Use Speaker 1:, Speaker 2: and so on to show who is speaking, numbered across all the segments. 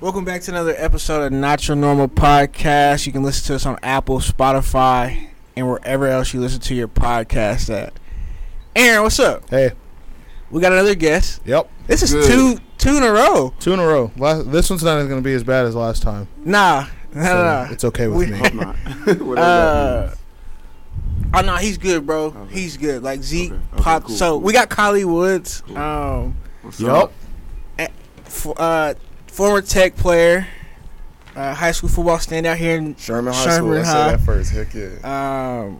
Speaker 1: Welcome back to another episode of Not Your Normal Podcast. You can listen to us on Apple, Spotify, and wherever else you listen to your podcast at. Aaron, what's up?
Speaker 2: Hey,
Speaker 1: We got another guest.
Speaker 2: yep,
Speaker 1: This is
Speaker 3: Good.
Speaker 1: two two in a row.
Speaker 2: two in a row. La this one's not going to be as bad as last time.
Speaker 1: Nah, nah,
Speaker 2: so
Speaker 1: nah, nah.
Speaker 2: It's okay with
Speaker 1: We-
Speaker 2: me.
Speaker 3: Hope not. Whatever that
Speaker 1: Uh,
Speaker 3: means.
Speaker 1: oh no, he's good, bro.
Speaker 3: Okay.
Speaker 1: He's good. Like Zeke
Speaker 3: Okay, okay,
Speaker 1: popped.
Speaker 3: cool,
Speaker 1: so
Speaker 3: cool.
Speaker 1: we got Kylie Woods,
Speaker 3: Cool.
Speaker 1: um,
Speaker 3: What's
Speaker 2: Yep.
Speaker 3: up?
Speaker 1: f- uh, former Tech player, uh, high school football standout here in
Speaker 4: Sherman High
Speaker 1: Sherman
Speaker 4: School.
Speaker 1: High.
Speaker 4: I said that first. Heck yeah.
Speaker 1: Um,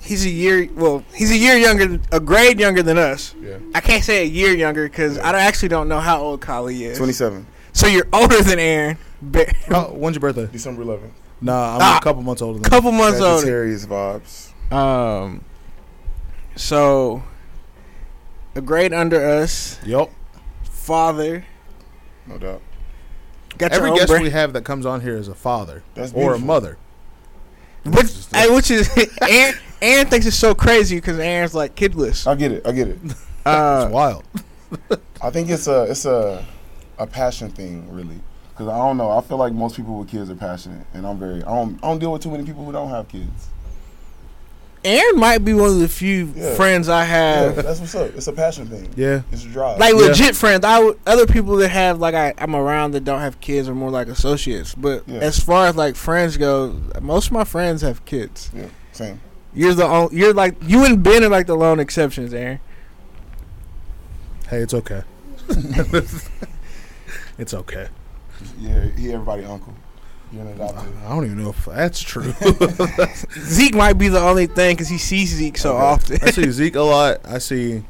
Speaker 1: he's a year. Well, he's a year younger, a grade younger than us.
Speaker 4: Yeah.
Speaker 1: I can't say a year younger because I don't- actually don't know how old Kylie is.
Speaker 4: 27.
Speaker 1: So you're older than Aaron, a
Speaker 2: Oh, when's your birthday?
Speaker 4: December 11th.
Speaker 2: Nah, I'm
Speaker 1: Ah.
Speaker 2: a couple months older than
Speaker 1: couple months older.
Speaker 4: Sagittarius vibes.
Speaker 1: Um, so a grade under us,
Speaker 2: you. Yep.
Speaker 1: father.
Speaker 4: No doubt.
Speaker 1: Got
Speaker 2: Every
Speaker 1: your own
Speaker 2: guest
Speaker 1: brand,
Speaker 2: we have that comes on here is a father
Speaker 4: That's
Speaker 2: or a
Speaker 4: beautiful.
Speaker 2: mother.
Speaker 1: which, hey, which is Aaron. Aaron thinks it's so crazy because Aaron's like kidless.
Speaker 4: I get it. I get it.
Speaker 2: It's
Speaker 1: Uh,
Speaker 2: wild.
Speaker 4: I think it's a it's a a passion thing really. Cause I don't know. I feel like most people with kids are passionate, and I'm very. I don't. I don't deal with too many people who don't have kids.
Speaker 1: Aaron might be one of the few
Speaker 4: Yeah.
Speaker 1: friends I
Speaker 4: Yeah,
Speaker 1: have
Speaker 4: that's what's up. It's a passion thing.
Speaker 2: Yeah.
Speaker 4: It's a drive.
Speaker 1: Uh, like
Speaker 2: Yeah.
Speaker 1: legit friends. I would- other people that have like I, I'm around that don't have kids are more like associates. But
Speaker 4: Yeah.
Speaker 1: as far as like friends go, most of my friends have kids.
Speaker 4: yeah, same.
Speaker 1: You're the only, you're like you and Ben are like the lone exceptions, Aaron.
Speaker 2: Hey, it's okay. it's okay.
Speaker 4: Yeah, he everybody uncle. You're an adopted.
Speaker 2: I don't even know if that's true.
Speaker 1: Zeke might be the only thing because he sees Zeke so
Speaker 4: Okay.
Speaker 1: often.
Speaker 2: I see Zeke a lot. I see.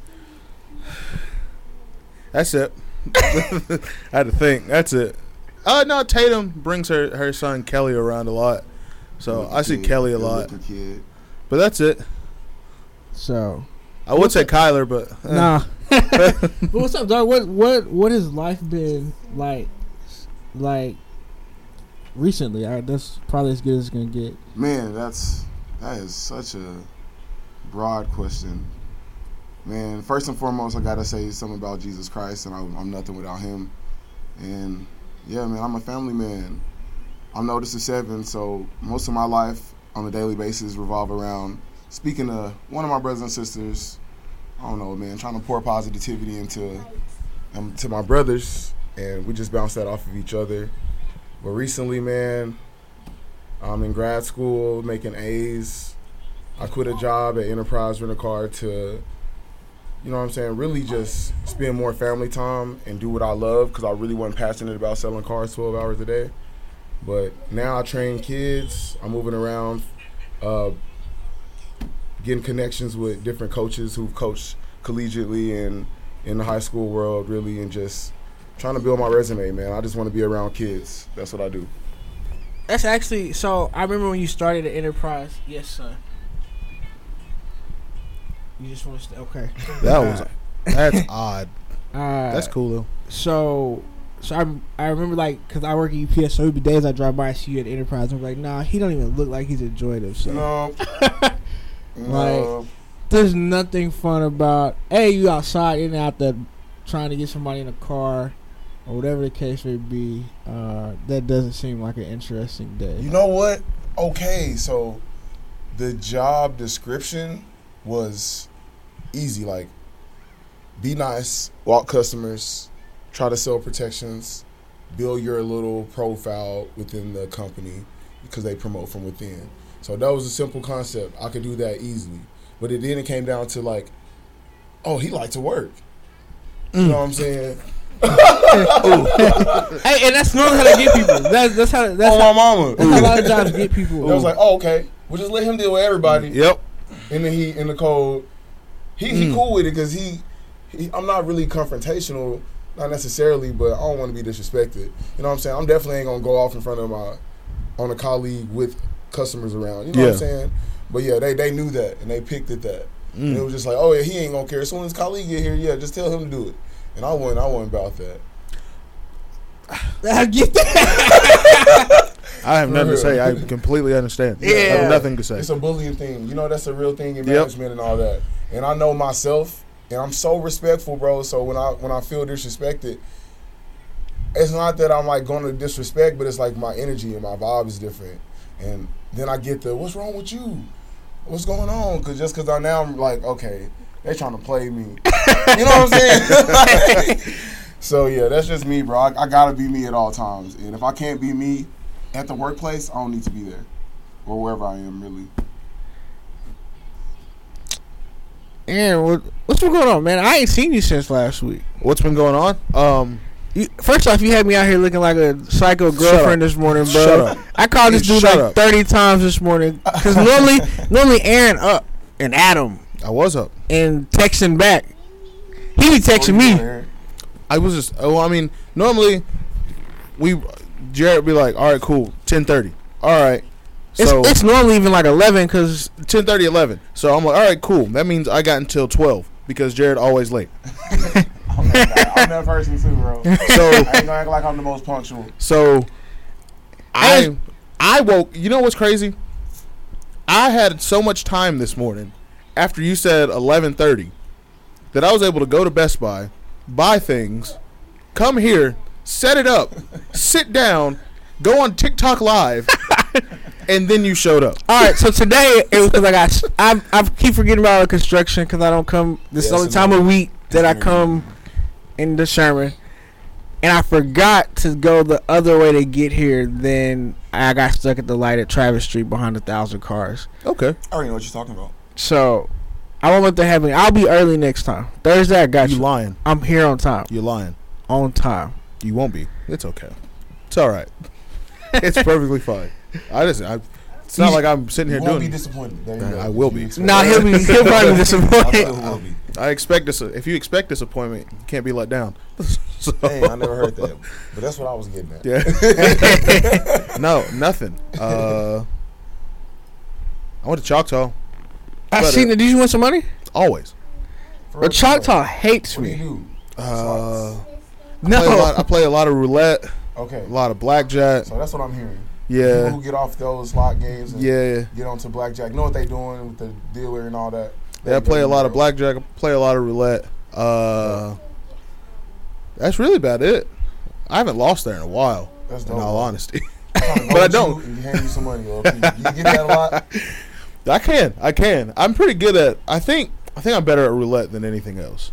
Speaker 2: That's it. I had to think. That's it. Uh no, Tatum brings her her son Kelly around a lot, so I see
Speaker 4: Kid,
Speaker 2: Kelly a
Speaker 4: good
Speaker 2: lot.
Speaker 4: looking Kid.
Speaker 2: But that's it.
Speaker 1: So
Speaker 2: I would say Kyler, but eh.
Speaker 5: But what's up, dog? What what what has life been like? Like recently, I, that's probably as good as it's gonna get.
Speaker 4: Man, that's that is such a broad question. Man, first and foremost, I gotta say something about Jesus Christ, and I'm, I'm nothing without Him. And yeah, man, I'm a family man. I'm the oldest of seven, so most of my life on a daily basis revolve around speaking to one of my brothers and sisters. I don't know, man, trying to pour positivity into um, to my brothers, and we just bounce that off of each other. But recently, man, I'm Um, in grad school making A's. I quit a job at Enterprise Rent a Car to, you know what I'm saying, really just spend more family time and do what I love because I really wasn't passionate about selling cars 12 hours a day. But now I train kids. I'm moving around, uh, getting connections with different coaches who've coached collegiately and in the high school world, really, and just trying to build my resume, man. I just want to be around kids. That's what I do.
Speaker 1: that's actually so. I remember when you started the enterprise. Yes, son. You just want to stay okay.
Speaker 2: that was that's odd.
Speaker 5: Uh,
Speaker 2: That's cool though.
Speaker 5: So, so I I remember like because I work at UPS, so every days I drive by, I see you at Enterprise. I'm like, nah, he don't even look like he's enjoying himself.
Speaker 4: No.
Speaker 5: No. There's nothing fun about hey, you outside in and out that trying to get somebody in a car or whatever the case may be. Uh, that doesn't seem like an interesting day.
Speaker 4: You know what? Okay, so the job description was easy. Like, be nice, walk customers, try to sell protections, build your little profile within the company because they promote from within. So that was a simple concept. I could do that easily. But it then it came down to like, oh, he liked to work. You know what I'm saying?
Speaker 1: hey, and that's normally how they get people. That's that's how that's
Speaker 4: oh, my mama.
Speaker 5: That's
Speaker 1: Mm.
Speaker 5: how a lot of jobs get people.
Speaker 4: They was like, oh, okay. We'll just let him deal with everybody.
Speaker 2: Yep.
Speaker 4: in the heat in the cold. He
Speaker 2: Mm.
Speaker 4: he cool with it because he, he I'm not really confrontational, not necessarily, but I don't want to be disrespected. You know what I'm saying? I'm definitely ain't gonna go off in front of my on a colleague with customers around. You know what
Speaker 2: Yeah.
Speaker 4: I'm saying? But yeah, they they knew that and they picked at that. And it
Speaker 2: Mm.
Speaker 4: was just like, oh yeah, he ain't gonna care. As soon as colleague get here, yeah, just tell him to do it. And I wasn't I wasn't about that.
Speaker 1: I get that.
Speaker 2: I have nothing to
Speaker 4: real.
Speaker 2: say. I completely understand. I
Speaker 1: Yeah.
Speaker 2: have nothing to say.
Speaker 4: It's a bullying thing. You know, that's a real thing
Speaker 2: Yep.
Speaker 4: in management and all that. And I know myself, and I'm so respectful, bro. So when I when I feel disrespected, it's not that I'm like going to disrespect, but it's like my energy and my vibe is different. And then I get the what's wrong with you? What's going on? Because just because I now I'm like okay, they're trying to play me. you know what I'm saying? Like, so yeah, that's just me, bro. I, I gotta be me at all times, and if I can't be me at the workplace, I don't need to be there or wherever I am really.
Speaker 1: Aaron, what, what's been going on, man? I ain't seen you since last week.
Speaker 2: What's been going on? Um,
Speaker 1: You, first off, you had me out here looking like a psycho girlfriend this morning, bro.
Speaker 2: Shut up.
Speaker 1: I called this
Speaker 2: Yeah,
Speaker 1: dude
Speaker 2: shut
Speaker 1: like
Speaker 2: up.
Speaker 1: thirty times this morning because normally, normally Aaron up and Adam
Speaker 2: I was up.
Speaker 1: and texting back. He be texting
Speaker 2: Oh,
Speaker 4: What are you
Speaker 1: me.
Speaker 4: doing here?
Speaker 2: I was just. Oh, I mean, normally we Jared be like, all right, cool, ten thirty. All right.
Speaker 1: It's,
Speaker 2: So
Speaker 1: it's normally even like eleven because
Speaker 2: 10 11 so i'm like all right cool that means i got until 12 because jared always late
Speaker 4: I'm that, I'm that person too, bro. I
Speaker 2: so
Speaker 4: ain't gonna act like I'm the most punctual.
Speaker 2: so i
Speaker 1: I-
Speaker 2: i woke you know what's crazy i had so much time this morning after you said 11.30 that i was able to go to best buy buy things come here set it up sit down go on tiktok live and then you showed up
Speaker 1: All right, so today it was because I got I I keep forgetting about the construction because I don't come. This is the
Speaker 4: Yeah,
Speaker 1: only
Speaker 4: that's
Speaker 1: time of week that I
Speaker 4: another-
Speaker 1: come into Sherman, and I forgot to go the other way to get here. Then I got stuck at the light at Travis Street behind a thousand cars.
Speaker 2: okay
Speaker 4: I already know what you're talking about.
Speaker 1: So I won't let that happen. I'll be early next time. Thursday, I got
Speaker 2: you
Speaker 1: you.
Speaker 2: lying
Speaker 1: I'm here on time.
Speaker 2: you lying
Speaker 1: On time.
Speaker 2: You won't be. It's okay. It's all right. it's perfectly fine. I just. I, it's not
Speaker 1: You-
Speaker 2: like I'm sitting
Speaker 4: You
Speaker 2: here
Speaker 4: won't
Speaker 2: doing.
Speaker 4: be disappointed. There you
Speaker 2: I-
Speaker 4: go.
Speaker 2: I will
Speaker 4: You
Speaker 2: be.
Speaker 4: expect-
Speaker 1: Nah, he'll be he'll probably be
Speaker 4: I still
Speaker 1: disappointed.
Speaker 4: will be.
Speaker 2: I expect this. If you expect disappointment, you can't be let down. so,
Speaker 4: Dang, I never heard that, but that's what I was getting at.
Speaker 2: yeah. no, nothing. Uh, I went to Choctaw.
Speaker 1: I
Speaker 2: Better.
Speaker 1: seen it. Did you want some money?
Speaker 2: Always.
Speaker 1: But
Speaker 4: For real, for real.
Speaker 1: Choctaw hates
Speaker 4: What do you
Speaker 1: me.
Speaker 4: do?
Speaker 2: Uh, I, play a lot,
Speaker 1: No.
Speaker 2: I play a lot of roulette,
Speaker 4: Okay,
Speaker 2: a lot of blackjack.
Speaker 4: so that's what I'm hearing. People
Speaker 2: Yeah.
Speaker 4: who get off those slot games and
Speaker 2: Yeah.
Speaker 4: get onto blackjack know what they doing with the dealer and all that.
Speaker 2: Yeah, I
Speaker 4: They-
Speaker 2: play
Speaker 4: they
Speaker 2: a lot of
Speaker 4: know.
Speaker 2: blackjack. I play a lot of roulette. Uh, that's really about it. I haven't lost there in a while.
Speaker 4: That's
Speaker 2: In
Speaker 4: dope.
Speaker 2: all honesty,
Speaker 4: I'm trying to
Speaker 2: but I
Speaker 4: go
Speaker 2: don't.
Speaker 4: with You and hand you some money. Low key. You get that a lot.
Speaker 2: I can. I can. I'm pretty good at. I think. I think I'm better at roulette than anything else.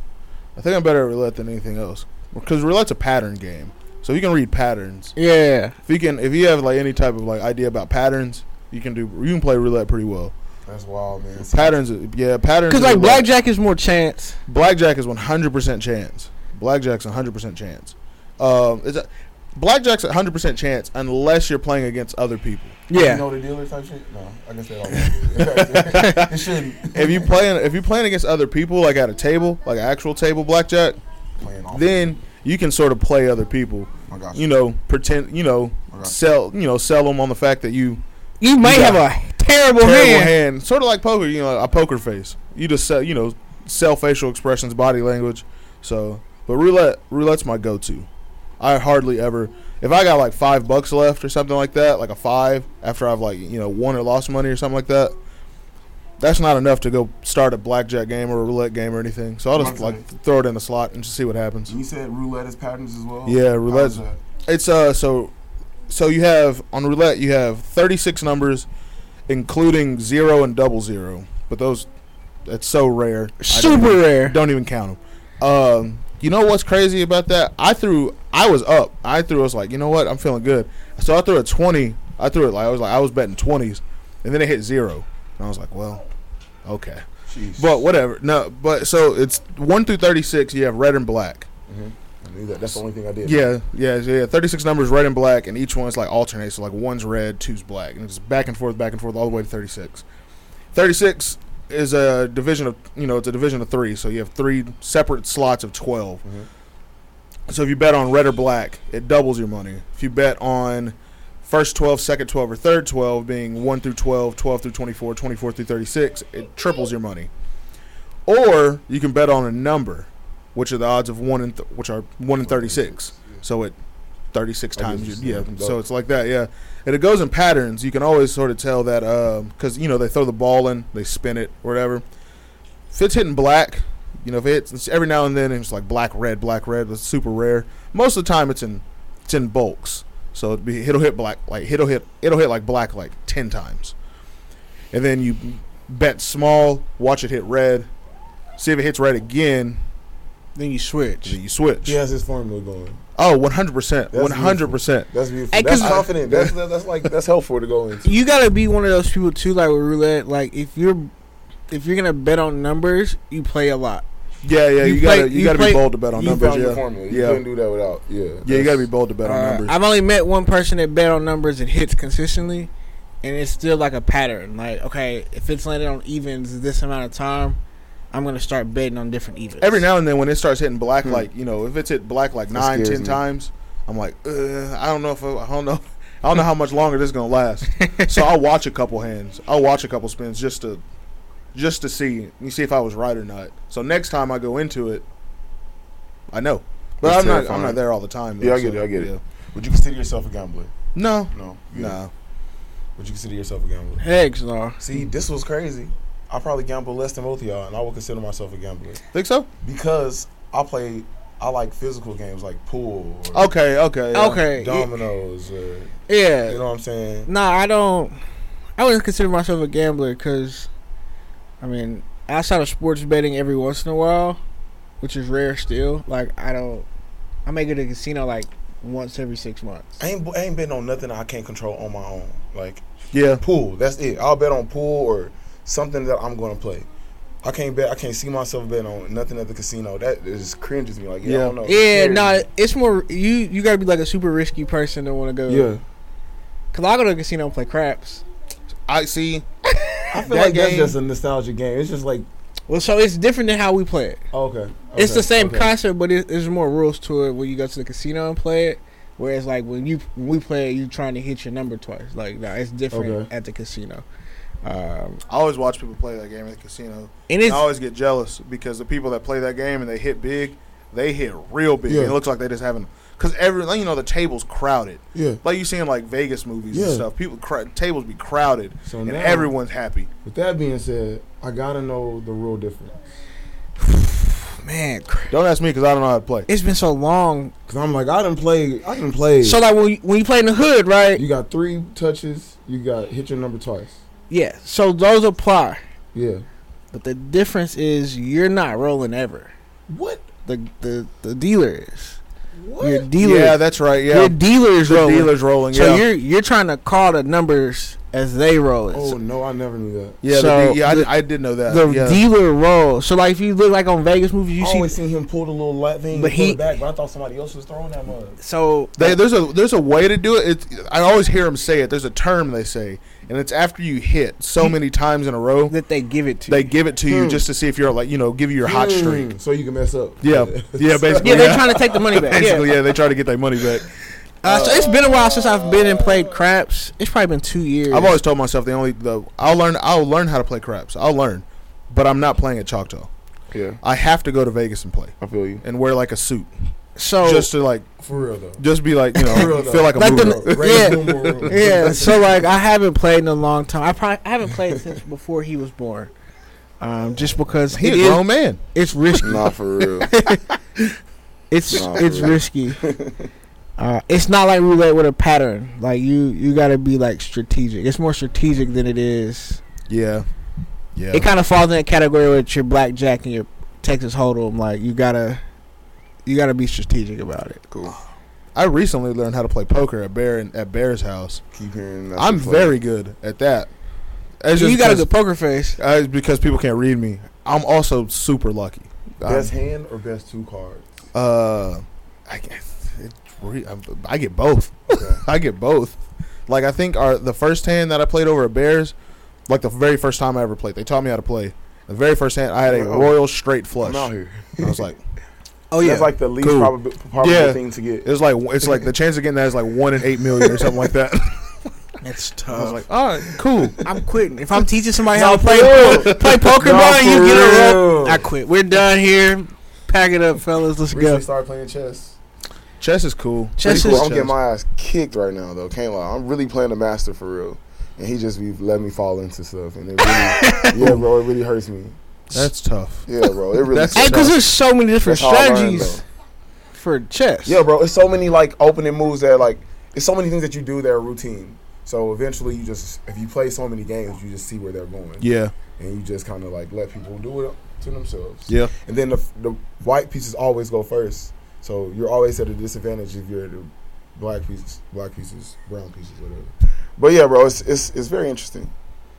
Speaker 2: I think I'm better at roulette than anything else because roulette's a pattern game. So you can read patterns.
Speaker 1: Yeah.
Speaker 2: If you can, if you have like any type of like idea about patterns, you can do. You can play roulette pretty well.
Speaker 4: That's wild, man.
Speaker 2: Patterns. Yeah, patterns.
Speaker 1: Because like
Speaker 2: and roulette.
Speaker 1: blackjack is more chance.
Speaker 2: Blackjack is 100% chance. Blackjack's 100% chance. Um, it's a, blackjack's 100% chance unless you're playing against other people.
Speaker 4: You
Speaker 1: Yeah.
Speaker 4: know the dealer type shit? No, I guess they don't. it shouldn't.
Speaker 2: If you playing if you're playing against other people like at a table, like an actual table blackjack,
Speaker 4: playing Oh off.
Speaker 2: then you can sort of play other people.
Speaker 4: I got
Speaker 2: You know, pretend, you know,
Speaker 4: I got
Speaker 2: sell, you know, sell them on the fact that you
Speaker 1: You might
Speaker 2: You
Speaker 1: have
Speaker 2: got
Speaker 1: a terrible,
Speaker 2: terrible
Speaker 1: hand.
Speaker 2: hand. sort of like poker, you know, a poker face. You just sell, you know, sell facial expressions, body language. So, but roulette, roulette's my go-to. I hardly ever, if I got like five bucks left or something like that, like a five after I've like you know won or lost money or something like that. That's not enough to go start a blackjack game or a roulette game or anything. So I'll just
Speaker 6: Blackjack.
Speaker 2: like throw it in the slot and just see what happens.
Speaker 6: You said roulette is patterns as well.
Speaker 2: Yeah,
Speaker 6: How's
Speaker 2: roulette.
Speaker 6: that?
Speaker 2: It's uh so so you have on roulette you have 36 numbers including 0 and double zero. But those that's so rare. I don't
Speaker 1: Super
Speaker 2: even-
Speaker 1: rare.
Speaker 2: Don't even count them. Um you know what's crazy about that? I threw I was up. I threw I was like, "You know what? I'm feeling good." So I threw a 20. I threw it like I was like I was betting 20s and then it hit 0. And I was like, "Well, okay."
Speaker 4: Jeez.
Speaker 2: But whatever. No, but so it's 1 through 36 you have red and black.
Speaker 4: Mm-hmm. I knew that. That's the only thing I did.
Speaker 2: Yeah, yeah, yeah. Thirty-six numbers, red and black, and each one's like alternates. So like one's red, two's black, and it's back and forth, back and forth, all the way to thirty-six. Thirty-six is a division of you know it's a division of three, so you have three separate slots of 12
Speaker 4: Mm-hmm.
Speaker 2: So if you bet on red or black, it doubles your money. If you bet on first 12, second 12, or third 12, being 1 through 12, 12 through 24, 24 through 36, it triples your money. Or you can bet on a number, which are the odds of 1 in th- which are 1 in 36. So it 36
Speaker 4: I guess
Speaker 2: times
Speaker 4: it's
Speaker 2: you, yeah.
Speaker 4: like double.
Speaker 2: So it's like that, yeah. And it goes in patterns. You can always sort of tell that because you know they throw the ball in, they spin it, or whatever. If it's hitting black, you know if it's, it's every now and then it's like black red, black red. It's super rare. Most of the time it's in It's in bulks, so it'd be, it'll hit black like it'll hit it'll hit like black like ten times, and then you bet small, watch it hit red, see if it hits red again,
Speaker 1: Then you switch.
Speaker 2: then you switch.
Speaker 4: He has his formula going.
Speaker 2: Oh, one hundred percent,
Speaker 4: That's
Speaker 2: one hundred percent.
Speaker 4: That's beautiful.
Speaker 1: Hey, 'cause
Speaker 4: that's
Speaker 1: I-
Speaker 4: confident. That's, that- that's like that's helpful to go into.
Speaker 1: You gotta be one of those people too, like with roulette. Like if you're if you're gonna bet on numbers, you play a lot.
Speaker 2: Yeah, yeah.
Speaker 1: You
Speaker 2: You,
Speaker 1: play-
Speaker 2: gotta you,
Speaker 1: you
Speaker 2: gotta
Speaker 1: play-
Speaker 2: be bold to bet on
Speaker 4: you
Speaker 2: numbers.
Speaker 4: found your
Speaker 2: Yeah,
Speaker 4: formula. You
Speaker 2: yeah,
Speaker 4: couldn't do that without. Yeah.
Speaker 2: yeah. You
Speaker 4: that's-
Speaker 2: gotta be bold to bet on
Speaker 1: Uh,
Speaker 2: numbers.
Speaker 1: I've only met one person that bet on numbers and hits consistently, and it's still like a pattern. Like okay, if it's landed on evens this amount of time, I'm gonna start betting on different evens.
Speaker 2: Every now and then, when it starts hitting black,
Speaker 7: Hmm.
Speaker 2: like you know, if it's hit black like
Speaker 7: That
Speaker 2: nine,
Speaker 7: scares
Speaker 2: ten
Speaker 7: me.
Speaker 2: times, I'm like, uh, I don't know if I, I don't know, I don't know how much longer this is gonna last. so I'll watch a couple hands. I'll watch a couple spins just to, just to see, you see if I was right or not. So next time I go into it, I know. But
Speaker 7: That's
Speaker 2: I'm not. I'm
Speaker 7: terrifying.
Speaker 2: not there all the time.
Speaker 4: Yeah, I get
Speaker 2: so,
Speaker 4: it, I get it.
Speaker 2: yeah.
Speaker 4: Would you consider yourself a gambler?
Speaker 2: No,
Speaker 4: No. you
Speaker 2: no.
Speaker 4: didn't. Would you consider yourself a gambler?
Speaker 1: Hegs law.
Speaker 4: See, this was crazy. I probably gamble less than both of y'all, and I would consider myself a gambler
Speaker 2: Think so?
Speaker 4: because I play. I like physical games like pool. Or
Speaker 2: Okay, okay, yeah.
Speaker 1: Okay. y-
Speaker 4: Dominoes. Or,
Speaker 1: Yeah.
Speaker 4: you know what I'm saying?
Speaker 1: Nah, I don't. I wouldn't consider myself a gambler because, I mean, outside of sports betting every once in a while, which is rare still. Like I don't. I make it to the casino like once every six months.
Speaker 4: I ain't I ain't betting on nothing I can't control on my own. Like
Speaker 2: Yeah,
Speaker 4: pool. That's it. I'll bet on pool or something that I'm going to play. I can't bet. I can't see myself betting on nothing at the casino. That just cringes me. Like Oh, yeah, I don't know. It
Speaker 1: Yeah,
Speaker 4: scares
Speaker 1: nah,
Speaker 4: me.
Speaker 1: it's more you. You gotta be like a super risky person to want to go.
Speaker 4: Yeah,
Speaker 1: cause I go to the casino and play craps.
Speaker 2: I see.
Speaker 4: I
Speaker 1: That
Speaker 4: feel like that's
Speaker 1: game-
Speaker 4: just a nostalgia game. It's just like
Speaker 1: Well, so it's different than how we play it.
Speaker 4: oh, okay,
Speaker 1: it's
Speaker 4: okay,
Speaker 1: the same
Speaker 4: okay.
Speaker 1: concept, but it, there's more rules to it when you go to the casino and play it. Whereas like when you when we play it, you trying to hit your number twice. Like nah, it's different
Speaker 4: Okay.
Speaker 1: at the casino. Um,
Speaker 2: I always watch people play that game at the casino.
Speaker 1: and
Speaker 2: And
Speaker 1: it's
Speaker 2: I always get jealous because the people that play that game and they hit big, they hit real big.
Speaker 4: Yeah.
Speaker 2: It looks like they just having because every like, you know the tables crowded.
Speaker 4: Yeah.
Speaker 2: Like you see in like Vegas movies
Speaker 4: Yeah.
Speaker 2: and stuff. People cra- tables be crowded
Speaker 4: So
Speaker 2: and
Speaker 4: now,
Speaker 2: everyone's happy.
Speaker 4: With that being said, I gotta know the real difference
Speaker 1: man, cra-
Speaker 2: Don't ask me because I don't know how to play.
Speaker 1: it's been so long.
Speaker 4: because I'm like I didn't play. I didn't play.
Speaker 1: So like when you, when you play in the hood, right?
Speaker 4: you got three touches. You got hit your number twice.
Speaker 1: Yeah. So those apply,
Speaker 4: Yeah.
Speaker 1: but the difference is you're not rolling ever.
Speaker 4: What?
Speaker 1: The the the dealer is.
Speaker 4: What?
Speaker 1: Your dealer.
Speaker 2: Yeah, that's right. Yeah,
Speaker 1: Your dealer is
Speaker 2: the
Speaker 1: rolling.
Speaker 2: dealer's rolling.
Speaker 1: So
Speaker 2: yeah,
Speaker 1: you're you're trying to call the numbers as they roll it.
Speaker 4: Oh
Speaker 1: So
Speaker 4: no, I never knew that.
Speaker 2: yeah.
Speaker 1: so
Speaker 2: the de- yeah
Speaker 1: the-
Speaker 2: I, I did know that.
Speaker 1: the
Speaker 2: yeah.
Speaker 1: dealer roll. So like if you look like on Vegas movies, you
Speaker 4: I
Speaker 1: see.
Speaker 4: always seen him pull the little light thing,
Speaker 1: But
Speaker 4: and pull
Speaker 1: he-
Speaker 4: it back. But I thought somebody else was throwing that mug.
Speaker 1: so
Speaker 2: They, there's a there's a way to do it. It's, I always hear them say it. There's a term they say, and it's after you hit so many times in a row,
Speaker 1: that they give it to.
Speaker 2: they
Speaker 1: you.
Speaker 2: give it to you
Speaker 4: Hmm.
Speaker 2: just to see if you're like you know give you your hot streak.
Speaker 4: Mm, So you can mess up.
Speaker 2: Yeah, yeah, basically.
Speaker 1: Yeah, they're trying to take the money back.
Speaker 2: Basically,
Speaker 1: Yeah.
Speaker 2: yeah, they try to get their money back.
Speaker 1: Uh, so it's been a while since I've been and played craps. It's probably been two years.
Speaker 2: I've always told myself the only the I'll learn I'll learn how to play craps. I'll learn, but I'm not playing at Choctaw.
Speaker 7: Yeah,
Speaker 2: I have to go to Vegas and play
Speaker 7: I feel you.
Speaker 2: and wear like a suit
Speaker 1: so
Speaker 2: just to like
Speaker 4: For real though.
Speaker 2: just be like you
Speaker 4: For
Speaker 2: know
Speaker 4: real, though.
Speaker 2: feel like a
Speaker 1: Like the-
Speaker 2: movie.
Speaker 1: Yeah.
Speaker 4: yeah.
Speaker 1: yeah. So like I haven't played in a long time. I probably I haven't played since before he was born. Um, just because
Speaker 2: He
Speaker 1: it
Speaker 2: a
Speaker 1: is,
Speaker 2: grown man.
Speaker 1: it's risky.
Speaker 7: Nah, for real.
Speaker 1: It's
Speaker 7: Nah,
Speaker 1: it's
Speaker 7: for real.
Speaker 1: risky. Uh, it's not like roulette with a pattern. Like you you got to be like strategic. It's more strategic than it is.
Speaker 2: Yeah, yeah.
Speaker 1: It kind of falls in that category with your blackjack and your Texas Hold'em. Like you gotta you gotta be strategic about it.
Speaker 7: Cool.
Speaker 2: I recently learned how to play poker at Bear at Bear's house.
Speaker 7: Keep hearing that.
Speaker 2: I'm very good at that. It's just
Speaker 1: you got a
Speaker 2: 'cause-
Speaker 1: good poker face.
Speaker 2: uh, it's because people can't read me. I'm also super lucky. I'm-
Speaker 4: Best hand or best two cards?
Speaker 2: Uh, I get, it, re- I, I get both.
Speaker 4: Okay.
Speaker 2: I get both. Like I think our the first hand that I played over at Bears, like the very first time I ever played, they taught me how to play. The very first hand I had a
Speaker 4: Oh.
Speaker 2: royal straight flush.
Speaker 4: I'm out here.
Speaker 2: I was like,
Speaker 1: Oh yeah.
Speaker 4: That's like the least
Speaker 2: Cool.
Speaker 4: probable, probable
Speaker 2: Yeah.
Speaker 4: thing to get.
Speaker 2: it's like it's like the chance of getting that is like one in eight million or something like that.
Speaker 1: it's
Speaker 2: I was
Speaker 1: tough.
Speaker 2: like, all right, cool.
Speaker 1: I'm quitting. If I'm teaching somebody
Speaker 4: Nah,
Speaker 1: how to play
Speaker 4: for
Speaker 1: po- play poker,
Speaker 4: Nah,
Speaker 1: bro, and you
Speaker 4: for
Speaker 1: get a roll.
Speaker 4: real.
Speaker 1: I quit. We're done here. Pack it up, fellas. Let's
Speaker 4: Recently
Speaker 1: go.
Speaker 4: started playing chess.
Speaker 2: Chess is cool.
Speaker 1: Chess
Speaker 7: cool.
Speaker 1: is-
Speaker 7: I'm getting my ass kicked right now though. Can't lie. I'm really playing the master for real. And he just be let me fall into stuff, and it really, yeah, bro, it really hurts me.
Speaker 2: That's tough.
Speaker 7: Yeah, bro, it really.
Speaker 2: That's-
Speaker 1: Hey,
Speaker 7: sucks.
Speaker 1: because there's so many different
Speaker 7: That's how I learned,
Speaker 1: strategies. for chess.
Speaker 7: Yeah, bro. It's so many like opening moves that like it's so many things that you do that are routine. So eventually, you just if you play so many games, you just see where they're going.
Speaker 2: Yeah.
Speaker 7: and you just kind of like let people do it to themselves.
Speaker 2: Yeah.
Speaker 7: And then the the white pieces always go first, so you're always at a disadvantage if you're the black pieces, black pieces, brown pieces, whatever. But yeah, bro, it's it's it's very interesting.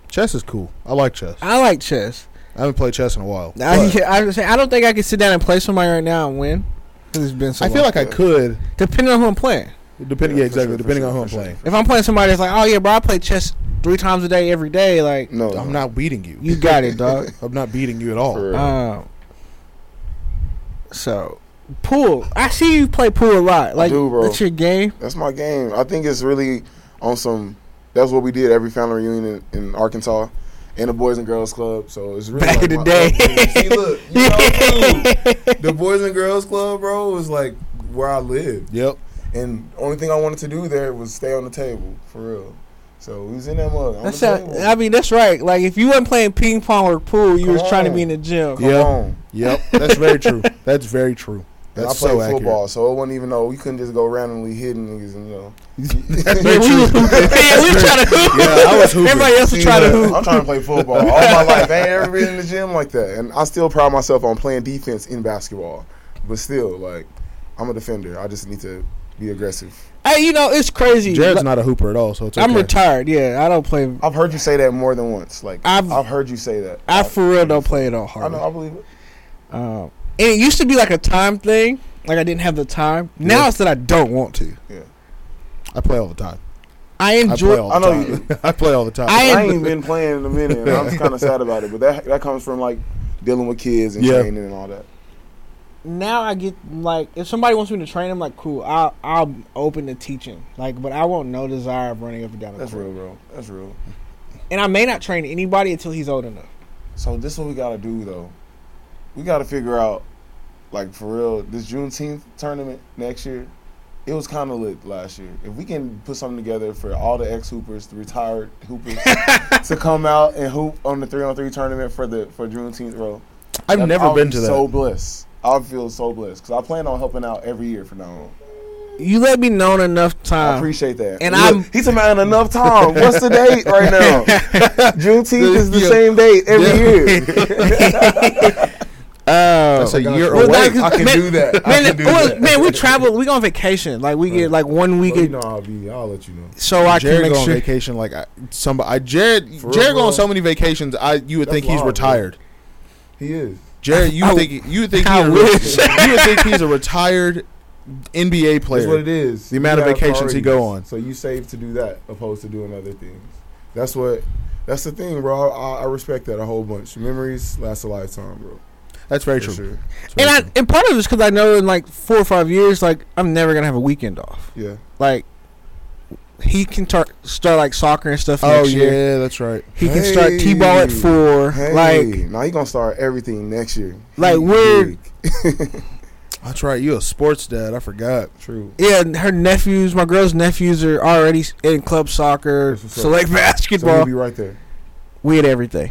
Speaker 2: Chess is cool. I like chess.
Speaker 1: I like chess.
Speaker 2: I haven't played chess in a while.
Speaker 1: I,
Speaker 2: but
Speaker 1: I, was saying, I don't think I can sit down and play somebody right now and win. 'Cause It's been so
Speaker 2: I feel
Speaker 1: long.
Speaker 2: like I could,
Speaker 1: depending on who I'm playing.
Speaker 2: depending. Yeah,
Speaker 7: Yeah, for
Speaker 2: exactly.
Speaker 7: sure, for
Speaker 2: depending
Speaker 7: sure,
Speaker 2: on who
Speaker 7: for
Speaker 2: I'm
Speaker 7: sure.
Speaker 2: playing.
Speaker 1: If I'm playing somebody that's like, oh yeah, bro, I play chess three times a day every day. Like
Speaker 7: No,
Speaker 2: I'm
Speaker 7: Oh, no.
Speaker 2: not beating you.
Speaker 1: you got it, dog.
Speaker 2: I'm not beating you at all.
Speaker 7: For real.
Speaker 1: um, so pool. I see you play pool a lot. Like
Speaker 7: do, bro.
Speaker 1: that's your game.
Speaker 7: That's my game. I think it's really on some. That's what we did every family reunion in, in Arkansas, and the Boys and Girls Club. So it's really
Speaker 1: Back in
Speaker 7: like
Speaker 1: the
Speaker 7: my
Speaker 1: day.
Speaker 7: upbringing. See, look, you know, dude, the Boys and Girls Club, bro, was like where I lived,
Speaker 2: Yep.
Speaker 7: and only thing I wanted to do there was stay on the table for real. So we was in that mug. On
Speaker 1: That's
Speaker 7: the
Speaker 1: a,
Speaker 7: table.
Speaker 1: I mean, that's right. Like if you weren't playing ping pong or pool, you
Speaker 7: Come
Speaker 1: was trying to
Speaker 7: on.
Speaker 1: be in the gym.
Speaker 7: Come
Speaker 2: Yeah.
Speaker 7: on.
Speaker 2: Yep. That's very true. That's very true.
Speaker 7: And I
Speaker 2: That's
Speaker 7: played
Speaker 2: so accurate.
Speaker 7: football, so it wasn't even know we couldn't just go randomly hitting niggas and you know.
Speaker 1: Yeah,
Speaker 2: That's very
Speaker 1: we, was-
Speaker 2: true.
Speaker 1: yeah, we was trying to hoop.
Speaker 2: Yeah, I was hooping.
Speaker 1: Everybody else was trying to hoop.
Speaker 7: I'm trying to play football all my life. I ain't ever been in the gym like that, and I still pride myself on playing defense in basketball. But still, like, I'm a defender. I just need to be aggressive.
Speaker 1: Hey, you know it's crazy.
Speaker 2: Jared's
Speaker 1: Like,
Speaker 2: not a hooper at all, so it's okay.
Speaker 1: I'm retired. Yeah, I don't play.
Speaker 7: I've heard you say that more than once. Like,
Speaker 1: I've-
Speaker 7: I've, heard you say that.
Speaker 1: I for real don't play at all hard.
Speaker 7: I know. I believe it.
Speaker 1: Um, and it used to be like a time thing. Like I didn't have the time. Now
Speaker 2: Yeah.
Speaker 1: it's that I don't want to.
Speaker 2: I play all the time.
Speaker 1: I
Speaker 2: I play
Speaker 1: enjoy.
Speaker 2: all the
Speaker 7: I know
Speaker 2: time. I play all the time.
Speaker 1: I am-
Speaker 7: I ain't been playing in a minute. And I'm kind of sad about it, but that that comes from like dealing with kids and
Speaker 2: Yeah.
Speaker 7: training and all that.
Speaker 1: now I get like if somebody wants me to train them, like cool, I'll I'm open to teaching. Like, but I won't no desire of running up and down the
Speaker 7: That's
Speaker 1: court.
Speaker 7: real, bro. That's real.
Speaker 1: And I may not train anybody until he's old enough.
Speaker 7: So this is what we gotta do though. We gotta figure out, like for real, this Juneteenth tournament next year. It was kind of lit last year. If we can put something together for all the ex hoopers, the retired hoopers, to come out and hoop on the three on three tournament for the for Juneteenth, bro.
Speaker 2: I've
Speaker 7: that-
Speaker 2: never
Speaker 7: I'll
Speaker 2: been
Speaker 7: be
Speaker 2: to that.
Speaker 7: So blessed. I feel so blessed because I plan on helping out every year from now on.
Speaker 1: You let me know in enough
Speaker 7: I
Speaker 1: time.
Speaker 7: appreciate that.
Speaker 1: and
Speaker 7: Look,
Speaker 1: I'm-
Speaker 7: he's a man enough time. What's the date right now? Juneteenth is the
Speaker 2: Yeah.
Speaker 7: same date every year.
Speaker 2: That's a
Speaker 7: I got
Speaker 2: year
Speaker 7: you.
Speaker 1: Well,
Speaker 2: away.
Speaker 1: that-
Speaker 7: I can do that. I
Speaker 1: Man,
Speaker 7: can do
Speaker 1: well,
Speaker 7: that.
Speaker 1: man, we travel. We go on vacation. Like we get like one week,
Speaker 7: Well, Oh, you
Speaker 1: in-
Speaker 7: know I'll be. I'll let you know.
Speaker 1: so I
Speaker 2: Jared
Speaker 1: can
Speaker 2: go
Speaker 1: make
Speaker 2: on
Speaker 1: sure.
Speaker 2: vacation like I, somebody. I, Jared
Speaker 7: For real,
Speaker 2: Jared go
Speaker 7: bro.
Speaker 2: on so many vacations. I you would
Speaker 7: That's
Speaker 2: think he's
Speaker 7: wild, bro.
Speaker 2: retired.
Speaker 7: He is.
Speaker 2: Jared, you
Speaker 1: I-
Speaker 2: think you would think
Speaker 1: I
Speaker 2: he's a,
Speaker 1: wish.
Speaker 2: you would think he's a retired NBA
Speaker 7: That's what
Speaker 2: player.
Speaker 7: it is.
Speaker 2: The amount of
Speaker 7: You got
Speaker 2: vacations he go
Speaker 7: priorities.
Speaker 2: on.
Speaker 7: So you save to do that opposed to doing other things. That's what. That's the thing, bro. I, I respect that a whole bunch. Memories last a lifetime, bro.
Speaker 2: That's very
Speaker 7: For
Speaker 2: true.
Speaker 7: sure.
Speaker 2: That's very
Speaker 1: And I
Speaker 2: true.
Speaker 1: and part of it's because I know in like four or five years, like I'm never gonna have a weekend off.
Speaker 7: Yeah.
Speaker 1: Like he can tar- start like soccer and stuff.
Speaker 2: Oh
Speaker 1: next
Speaker 2: yeah,
Speaker 1: year.
Speaker 2: that's right.
Speaker 1: He can start
Speaker 7: Hey.
Speaker 1: t-ball at four.
Speaker 7: Hey,
Speaker 1: Like
Speaker 7: now he gonna start everything next year.
Speaker 1: Like,
Speaker 7: He
Speaker 1: we're-
Speaker 7: big.
Speaker 2: That's right. You a sports dad? I forgot.
Speaker 7: true.
Speaker 1: yeah, and her nephews, my girl's nephews are already s- in club soccer,
Speaker 7: That's what's up.
Speaker 1: select
Speaker 7: So he'll
Speaker 1: basketball.
Speaker 7: be right there.
Speaker 1: we had everything.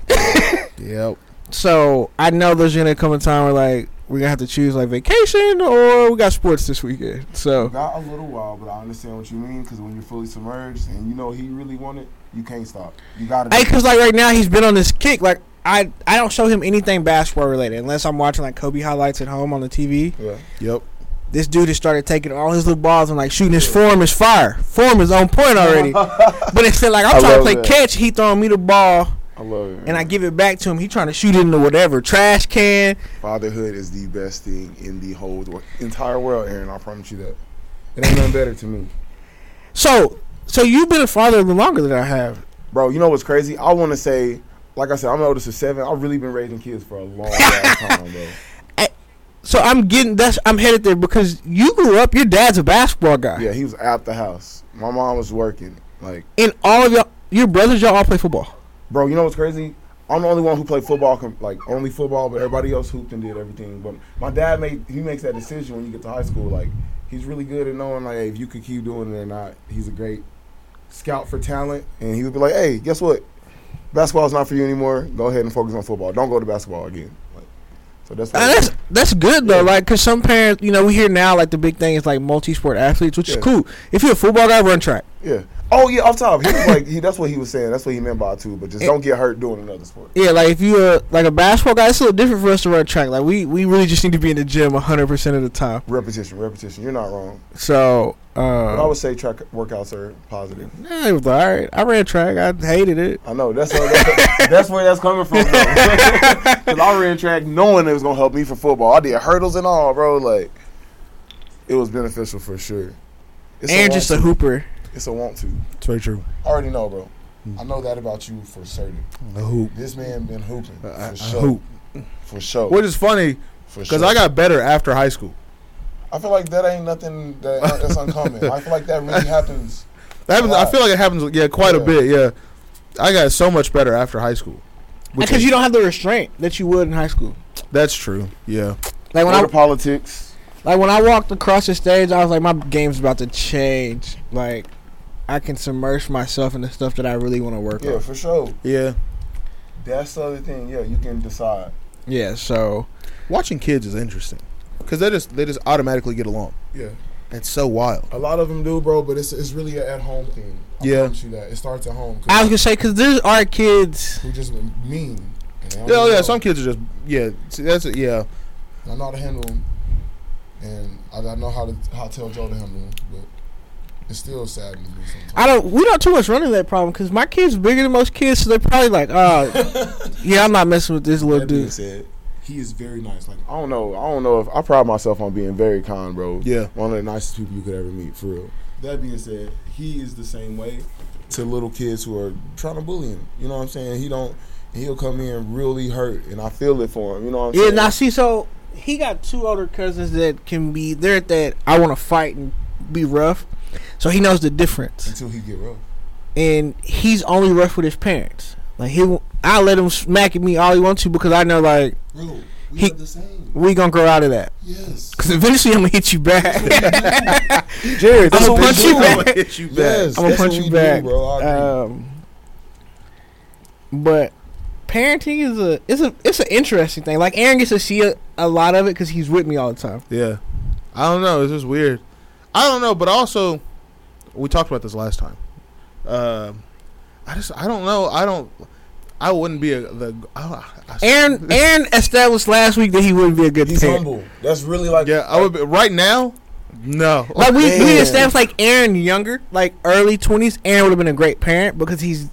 Speaker 2: Yep.
Speaker 1: So I know there's gonna come a time where like we're gonna have to choose like vacation or we got sports this weekend. So
Speaker 7: Got a little while, but I understand what you mean because when you're fully submerged and you know he really want it, you can't stop. You gotta.
Speaker 1: Hey, cause like right now he's been on this kick. Like I, I don't show him anything basketball related unless I'm watching like Kobe highlights at home on the TV.
Speaker 7: yeah.
Speaker 2: Yep.
Speaker 1: This dude has started taking all his little balls and like shooting his form is fire. Form is on point already. but instead, like I'm
Speaker 7: I
Speaker 1: trying to
Speaker 7: love
Speaker 1: play
Speaker 7: that.
Speaker 1: catch, he throwing me the ball
Speaker 7: I love it.
Speaker 1: and I give it back to him. He trying to shoot it into whatever trash can.
Speaker 7: Fatherhood is the best thing in the whole wor- entire world, Aaron. I promise you that. It ain't nothing better to me,
Speaker 1: So, so you've been a father longer than I have.
Speaker 7: bro. You know what's crazy? I want to say, like I said, I'm the oldest of seven. I've really been raising kids for a long ass time, bro.
Speaker 1: So I'm getting that's I'm headed there because you grew up. Your dad's a basketball guy,
Speaker 7: Yeah, he was at the house. My mom was working. Like,
Speaker 1: and all of y'all, your brothers, y'all all play football.
Speaker 7: bro, you know what's crazy? I'm the only one who played football, com- like only football, but everybody else hooped and did everything. But my dad made he makes that decision when you get to high school. Like, he's really good at knowing like if you could keep doing it or not. He's a great scout for talent, and he would be like, "Hey, guess what? Basketball's not for you anymore. Go ahead and focus on football. Don't go to basketball again." Like,
Speaker 4: So that's
Speaker 1: Nah, that's that's good though, like because some parents, you know, we hear now like the big thing is like multi-sport athletes, which is
Speaker 4: Yeah.
Speaker 1: cool. If you're a football guy, run track.
Speaker 4: yeah. Oh yeah, off top. He was like he, that's what he was saying. That's what he meant by it, too. But just don't get hurt doing another sport.
Speaker 1: Yeah, like if you're like a basketball guy, it's a little different for us to run track. Like we we really just need to be in the gym 100 percent of the time.
Speaker 4: Repetition, repetition. You're not wrong.
Speaker 1: So
Speaker 4: But I
Speaker 1: uh,
Speaker 4: would say track workouts are positive.
Speaker 1: yeah, it was all right. I ran track. I hated it.
Speaker 4: I know that's that's, that's where that's coming from. Because I ran track knowing it was gonna help me for football. I did hurdles and all, bro. Like it was beneficial for sure. It's
Speaker 1: and
Speaker 4: a
Speaker 1: just a
Speaker 4: want
Speaker 1: hooper.
Speaker 4: to. it's a want to.
Speaker 2: It's very true.
Speaker 7: I already know, bro.
Speaker 2: Hmm.
Speaker 7: I know that about you for certain.
Speaker 2: A hoop.
Speaker 7: This man been hooping
Speaker 2: A, a-
Speaker 7: for
Speaker 2: a
Speaker 7: sure.
Speaker 2: hoop.
Speaker 7: For sure.
Speaker 2: Which is funny
Speaker 7: for
Speaker 2: because
Speaker 7: sure.
Speaker 2: I got better after high school.
Speaker 7: I feel like that ain't nothing that, that's uncommon. I feel like that really happens.
Speaker 2: That happens, I
Speaker 7: Wow.
Speaker 2: feel like it happens. Yeah, quite a
Speaker 7: Yeah.
Speaker 2: bit. Yeah, I got so much better after high school. Which
Speaker 1: Because
Speaker 2: is-
Speaker 1: you don't have the restraint that you would in high school.
Speaker 2: that's true. Yeah,
Speaker 1: Like when
Speaker 4: Go
Speaker 1: I
Speaker 4: to politics.
Speaker 1: like when I walked across the stage, I was like, my game's about to change. Like I can submerge myself in the stuff that I really want to work
Speaker 7: Yeah,
Speaker 1: on.
Speaker 7: for sure.
Speaker 2: yeah.
Speaker 7: That's the other thing. Yeah, you can decide.
Speaker 1: Yeah. So
Speaker 2: Watching kids is interesting because they just they just automatically get along.
Speaker 7: Yeah.
Speaker 2: It's so wild.
Speaker 7: A lot of them do, bro, but it's it's really an at home thing. I
Speaker 2: Yeah.
Speaker 7: promise you that. It starts at home. 'cause
Speaker 1: I was gonna say because there's our kids.
Speaker 7: who just been mean. and they don't
Speaker 2: Yeah, oh,
Speaker 7: even
Speaker 2: yeah.
Speaker 7: know.
Speaker 2: Some kids are just yeah. See, that's it. Yeah,
Speaker 7: I know how to handle them, and I, I know how to how to tell Joe to handle them, but it still saddens me sometimes.
Speaker 1: I don't. We don't too much run into that problem because my kids bigger than most kids, so they're probably like, oh, yeah, I'm not messing with this little
Speaker 7: That being
Speaker 1: dude.
Speaker 7: said, he is very nice. Like
Speaker 4: I don't know. I don't know if I pride myself on being very kind, bro.
Speaker 2: yeah.
Speaker 4: One of the nicest people you could ever meet, for real.
Speaker 7: that being said, he is the same way to little kids who are trying to bully him. You know what I'm saying? He don't. He'll come in really hurt, and
Speaker 4: And I feel it for him. You know what I'm
Speaker 1: Yeah,
Speaker 4: saying?
Speaker 1: now see, so he got two older cousins that can be they're at that I want to fight and be rough, so he knows the difference,
Speaker 7: until he get rough.
Speaker 1: and he's only rough with his parents. Like he, I let him smack at me all he wants to because I know like
Speaker 7: Bro, we
Speaker 1: He-
Speaker 7: are the same.
Speaker 1: we gonna grow out of that
Speaker 7: Yes.
Speaker 1: because eventually I'm gonna hit you back.
Speaker 2: Jared,
Speaker 1: that's
Speaker 2: I'm
Speaker 1: what
Speaker 2: gonna
Speaker 1: they
Speaker 2: punch
Speaker 1: do.
Speaker 2: you back. Hit you
Speaker 7: Yes,
Speaker 1: I'm gonna
Speaker 7: that's
Speaker 1: punch you
Speaker 7: what we do,
Speaker 1: back.
Speaker 7: bro. I agree.
Speaker 1: um, but parenting is a it's a it's an interesting thing. Like Aaron gets to see a, a lot of it because he's with me all the time.
Speaker 2: Yeah. I don't know. It's just weird. I don't know, but also, we talked about this last time. Uh, I just, I don't know. I don't, I wouldn't be a, the, I, don't- I-
Speaker 1: Aaron Aaron established last week that he wouldn't be a good
Speaker 7: He's
Speaker 1: parent.
Speaker 7: humble. That's really like
Speaker 2: yeah, I would be, right now, no.
Speaker 1: Like we we
Speaker 7: Man.
Speaker 1: established like Aaron younger, like early twenties, Aaron would have been a great parent because he's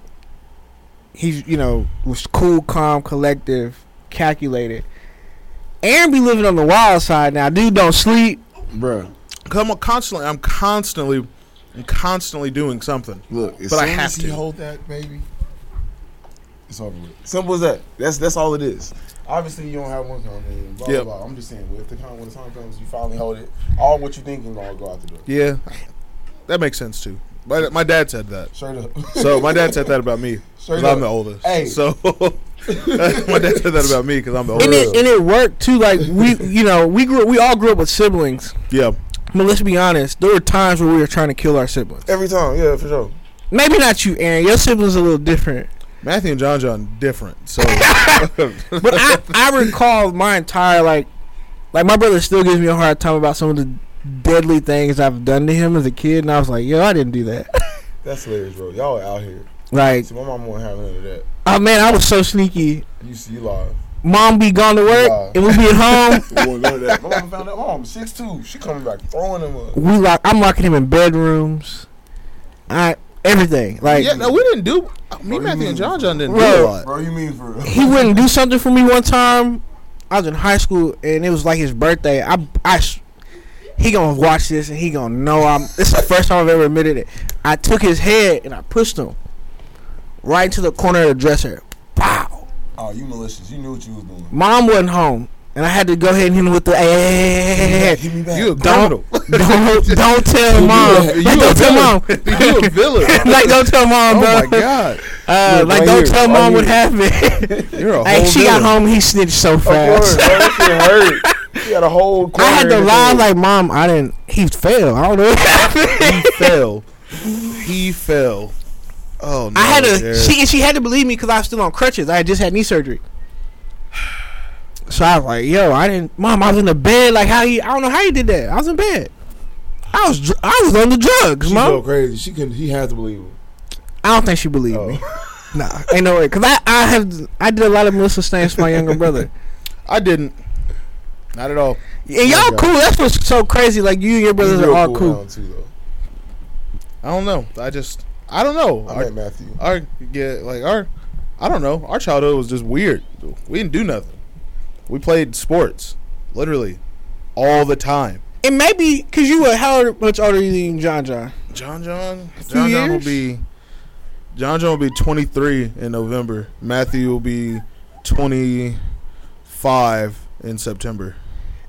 Speaker 1: he's you know was cool, calm, collective, calculated. Aaron be living on the wild side now. Dude don't sleep.
Speaker 4: Bruh,
Speaker 2: Cause I'm constantly, I'm constantly, I'm constantly doing something.
Speaker 4: look. It's
Speaker 2: But I
Speaker 7: As soon
Speaker 2: have
Speaker 7: as he
Speaker 2: to.
Speaker 7: hold that baby. It's over with.
Speaker 4: simple as that. That's that's all it is.
Speaker 7: Obviously, you don't have one coming. and Blah,
Speaker 2: Yep.
Speaker 7: blah blah. I'm just saying, if the time when the time comes, you finally hold it. All what you think is gonna go out the door.
Speaker 2: Yeah. That makes sense too. My, my dad said that.
Speaker 7: Straight up.
Speaker 2: So my dad said that about me. Cause
Speaker 7: Straight
Speaker 2: I'm the
Speaker 7: up.
Speaker 2: oldest.
Speaker 7: Hey.
Speaker 2: So my dad said that about me because I'm the
Speaker 1: And
Speaker 2: oldest.
Speaker 1: it, and it worked too. Like we, you know, we grew we all grew up with siblings.
Speaker 2: Yeah.
Speaker 1: But let's be honest, there were times where we were trying to kill our siblings.
Speaker 4: Every time, yeah, for sure.
Speaker 1: Maybe not you, Aaron. Your siblings are a little different.
Speaker 2: Matthew and John John different. So
Speaker 1: But I, I recall my entire like, like my brother still gives me a hard time about some of the deadly things I've done to him as a kid, and I was like, yo, I didn't do that.
Speaker 7: That's hilarious, bro. Y'all out here.
Speaker 1: Like,
Speaker 7: See, my mom won't have none of that.
Speaker 1: oh man, I was so sneaky.
Speaker 7: You see, you live.
Speaker 1: Mom be gone to work,
Speaker 7: Wow.
Speaker 1: and we be at home.
Speaker 7: You won't know that. My mom found out. My mom six two. She coming back throwing them up.
Speaker 1: we lock. I'm locking him in bedrooms. I everything like.
Speaker 2: yeah, no, we didn't do. Me, Matthew, and John John didn't do a
Speaker 1: Bro.
Speaker 2: lot.
Speaker 7: Bro, you mean for real?
Speaker 1: he wouldn't do something for me one time. I was in high school and it was like his birthday. I, I, s- he gonna watch this and he gonna know I'm. This is the first time I've ever admitted it. I took his head and I pushed him right into the corner of the dresser. Pow!
Speaker 7: Oh, you malicious. You knew what you was doing.
Speaker 1: Mom wasn't home and I had to go ahead and hit him with the. "Hey, hey, hey, hey,
Speaker 7: Hit me back.
Speaker 2: You a
Speaker 1: Don't,
Speaker 2: criminal.
Speaker 1: don't, don't tell mom.
Speaker 2: You
Speaker 1: Like,
Speaker 2: a
Speaker 1: don't tell mom.
Speaker 2: villain. you a villain.
Speaker 1: like, don't tell mom,
Speaker 2: oh
Speaker 1: bro.
Speaker 2: my god,
Speaker 1: Uh,
Speaker 4: Look,
Speaker 1: like,
Speaker 4: right
Speaker 1: don't
Speaker 4: here,
Speaker 1: tell
Speaker 4: right
Speaker 1: mom what
Speaker 4: here.
Speaker 1: happened.
Speaker 2: you're a whole.
Speaker 1: Hey, she got
Speaker 2: villain.
Speaker 1: home. He snitched so fast.
Speaker 4: hurt. He had a whole.
Speaker 1: I had to lie
Speaker 4: like
Speaker 1: like, Mom, I didn't. He failed. I don't know.
Speaker 2: He fell. He fell. Oh no.
Speaker 1: I had to.
Speaker 2: Jared.
Speaker 1: She and she had to believe me because I was still on crutches. I had just had knee surgery. So I was like, "Yo, I didn't, mom. I was in the bed. Like how he? I don't know how he did that. I was in bed. I was, dr- I was on the drugs,
Speaker 7: She
Speaker 1: mom.
Speaker 7: go crazy. She couldn't. He had to believe him.
Speaker 1: I don't think she believed me.
Speaker 7: Oh.
Speaker 1: Nah, ain't no way. Cause I, I have, I did a lot of Melissa Stanks to my younger brother.
Speaker 2: I didn't. Not at all.
Speaker 1: And y'all
Speaker 7: God.
Speaker 1: cool. That's what's so crazy. Like you and your brothers
Speaker 7: He
Speaker 1: are
Speaker 7: real
Speaker 1: all cool.
Speaker 7: now, Too, though.
Speaker 2: I don't know. I just. I don't know.
Speaker 7: I
Speaker 2: Our,
Speaker 7: met Matthew.
Speaker 2: our yeah, like our. I don't know. Our childhood was just weird. We didn't do nothing. We played sports, literally, all the time.
Speaker 1: And maybe cause you were how old- much older you than John John?
Speaker 2: John John.
Speaker 1: Few
Speaker 2: John John will
Speaker 1: years?
Speaker 2: be. John John will be 23 in November. Matthew will be 25 in September.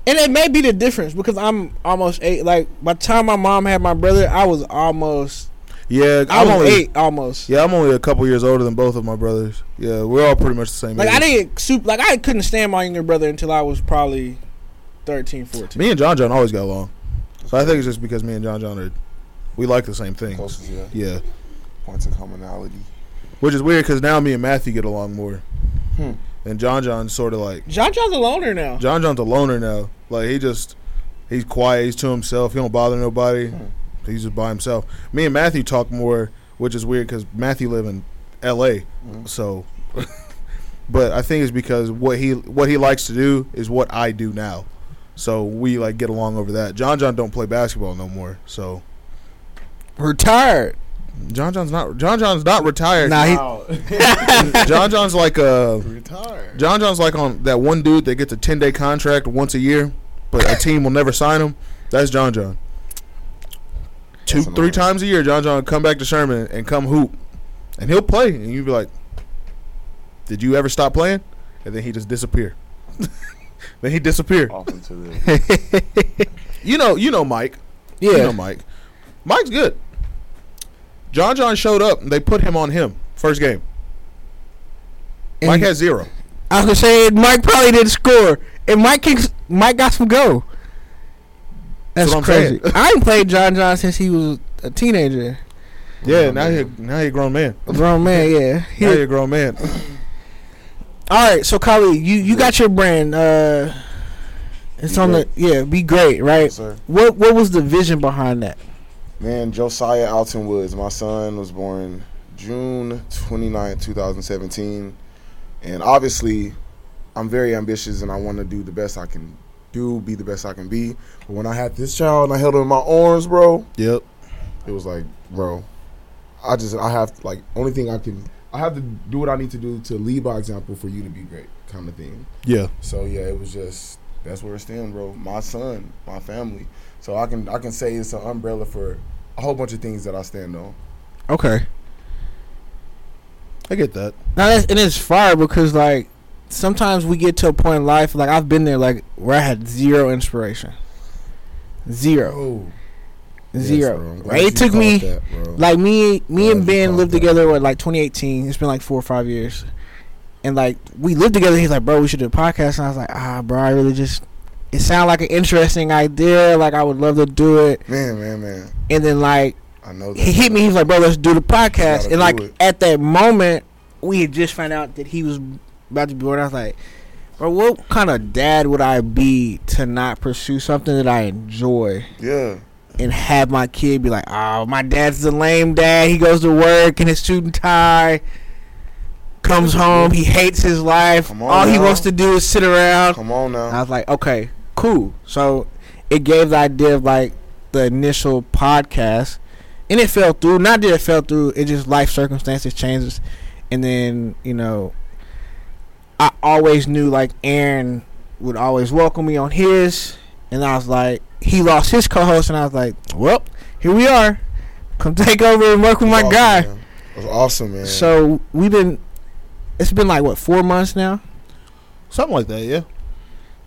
Speaker 1: And it may be the difference because I'm almost eight. Like by the time my mom had my brother, I was almost,
Speaker 2: Yeah,
Speaker 1: I
Speaker 2: I'm
Speaker 1: was
Speaker 2: only
Speaker 1: eight almost.
Speaker 2: Yeah, I'm only a couple years older than both of my brothers. Yeah, we're all pretty much the same
Speaker 1: Like
Speaker 2: age.
Speaker 1: I didn't soup. Like I couldn't stand my younger brother until I was probably 13, 14.
Speaker 2: me and John John always got along. So I think it's just because me and John John are, we like the same thing.
Speaker 7: Closest, yeah.
Speaker 2: Yeah,
Speaker 4: Points of commonality.
Speaker 2: which is weird because now me and Matthew get along more,
Speaker 7: Hmm.
Speaker 2: and John John's sort of like
Speaker 1: John John's a loner now.
Speaker 2: John John's a loner now. Like he just, he's quiet. He's to himself. He don't bother nobody.
Speaker 7: Hmm.
Speaker 2: He's just by himself. Me and Matthew talk more, which is weird because Matthew live in L.A.
Speaker 7: Mhm.
Speaker 2: So, but I think it's because what he what he likes to do is what I do now. So we like get along over that. John John don't play basketball no more. So
Speaker 1: Retired.
Speaker 2: John John's not John John's not retired.
Speaker 1: Nah, he,
Speaker 7: Wow.
Speaker 2: John John's like uh
Speaker 7: Retired.
Speaker 2: John John's like on that one dude that gets a ten day contract once a year, but a team will never sign him. That's John John. Two
Speaker 4: That's
Speaker 2: three
Speaker 4: annoying.
Speaker 2: times a year, John John will come back to Sherman and come hoop, and he'll play, and you'll be like, "Did you ever stop playing?" And then he just disappear. then he disappear.
Speaker 4: Off into the
Speaker 2: You know, you know Mike. You know
Speaker 1: yeah.
Speaker 2: Mike. Mike's good. John John showed up. And they put him on him first game.
Speaker 1: And
Speaker 2: Mike has zero.
Speaker 1: I was gonna say Mike probably didn't score, and Mike can, Mike got some go. That's
Speaker 2: That's what I'm
Speaker 1: crazy.
Speaker 2: saying.
Speaker 1: I ain't played John John since he was a teenager,
Speaker 2: Yeah, now he now he a grown man.
Speaker 1: a grown man. Yeah.
Speaker 2: Now
Speaker 1: He-
Speaker 2: he a grown man.
Speaker 1: all right, so Kali, you you got your brand. Uh, it's
Speaker 4: Be
Speaker 1: on
Speaker 4: Great.
Speaker 1: the yeah. Be great, right?
Speaker 4: Yes, sir.
Speaker 1: What what was the vision behind that?
Speaker 4: Man, Josiah Alton Woods. My son was born June 29, 2017. And obviously, I'm very ambitious and I want to do the best I can do, be the best I can be. But when I had this child and I held him in my arms, bro,
Speaker 2: Yep.
Speaker 4: it was like, bro, I just, I have, like, only thing I can, I have to do what I need to do to lead by example for you to be great, kind of thing.
Speaker 2: Yeah.
Speaker 4: So yeah, it was just that's where it stands, bro. My son, my family. So I can I can say it's an umbrella for a whole bunch of things that I stand on.
Speaker 1: Okay.
Speaker 2: I get that.
Speaker 1: Now that's and it's fire because like sometimes we get to a point in life like I've been there like where I had zero inspiration, zero,
Speaker 4: Oh,
Speaker 1: zero. it took me. Like me, me
Speaker 4: Yeah,
Speaker 1: and
Speaker 4: you
Speaker 1: Ben
Speaker 4: caught
Speaker 1: lived
Speaker 4: that.
Speaker 1: together what like 2018. It's been like four or five years, and like we lived together. He's like, "Bro, we should do a podcast." And I was like, "Ah, bro, I really just it sounded like an interesting idea. Like I would love to do it."
Speaker 4: man, man, man.
Speaker 1: And then like
Speaker 4: I know that.
Speaker 1: he hit me. He's like, "Bro, let's do the podcast."
Speaker 4: Gotta
Speaker 1: And like
Speaker 4: do it.
Speaker 1: at that moment, we had just found out that he was about to be born. I was like, "Bro, what kind of dad would I be to not pursue something that I enjoy?"
Speaker 4: Yeah,
Speaker 1: and have my kid be like, "Oh, my dad's the lame dad. He goes to work in his suit and tie, comes home. He hates his life.
Speaker 4: Come on
Speaker 1: All he
Speaker 4: now.
Speaker 1: wants to do is sit around."
Speaker 4: come on now.
Speaker 1: I was like, "Okay, cool." So it gave the idea of like the initial podcast, and it fell through. Not that it fell through. It just life circumstances changes, and then you know, I always knew like Aaron would always welcome me on his, and I was like, he lost his co-host, and I was like, well, here we are. Come take over and work with my
Speaker 4: Awesome,
Speaker 1: guy.
Speaker 4: man. It was awesome, man.
Speaker 1: So we've been. It's been like what four months now.
Speaker 2: Something like that, yeah.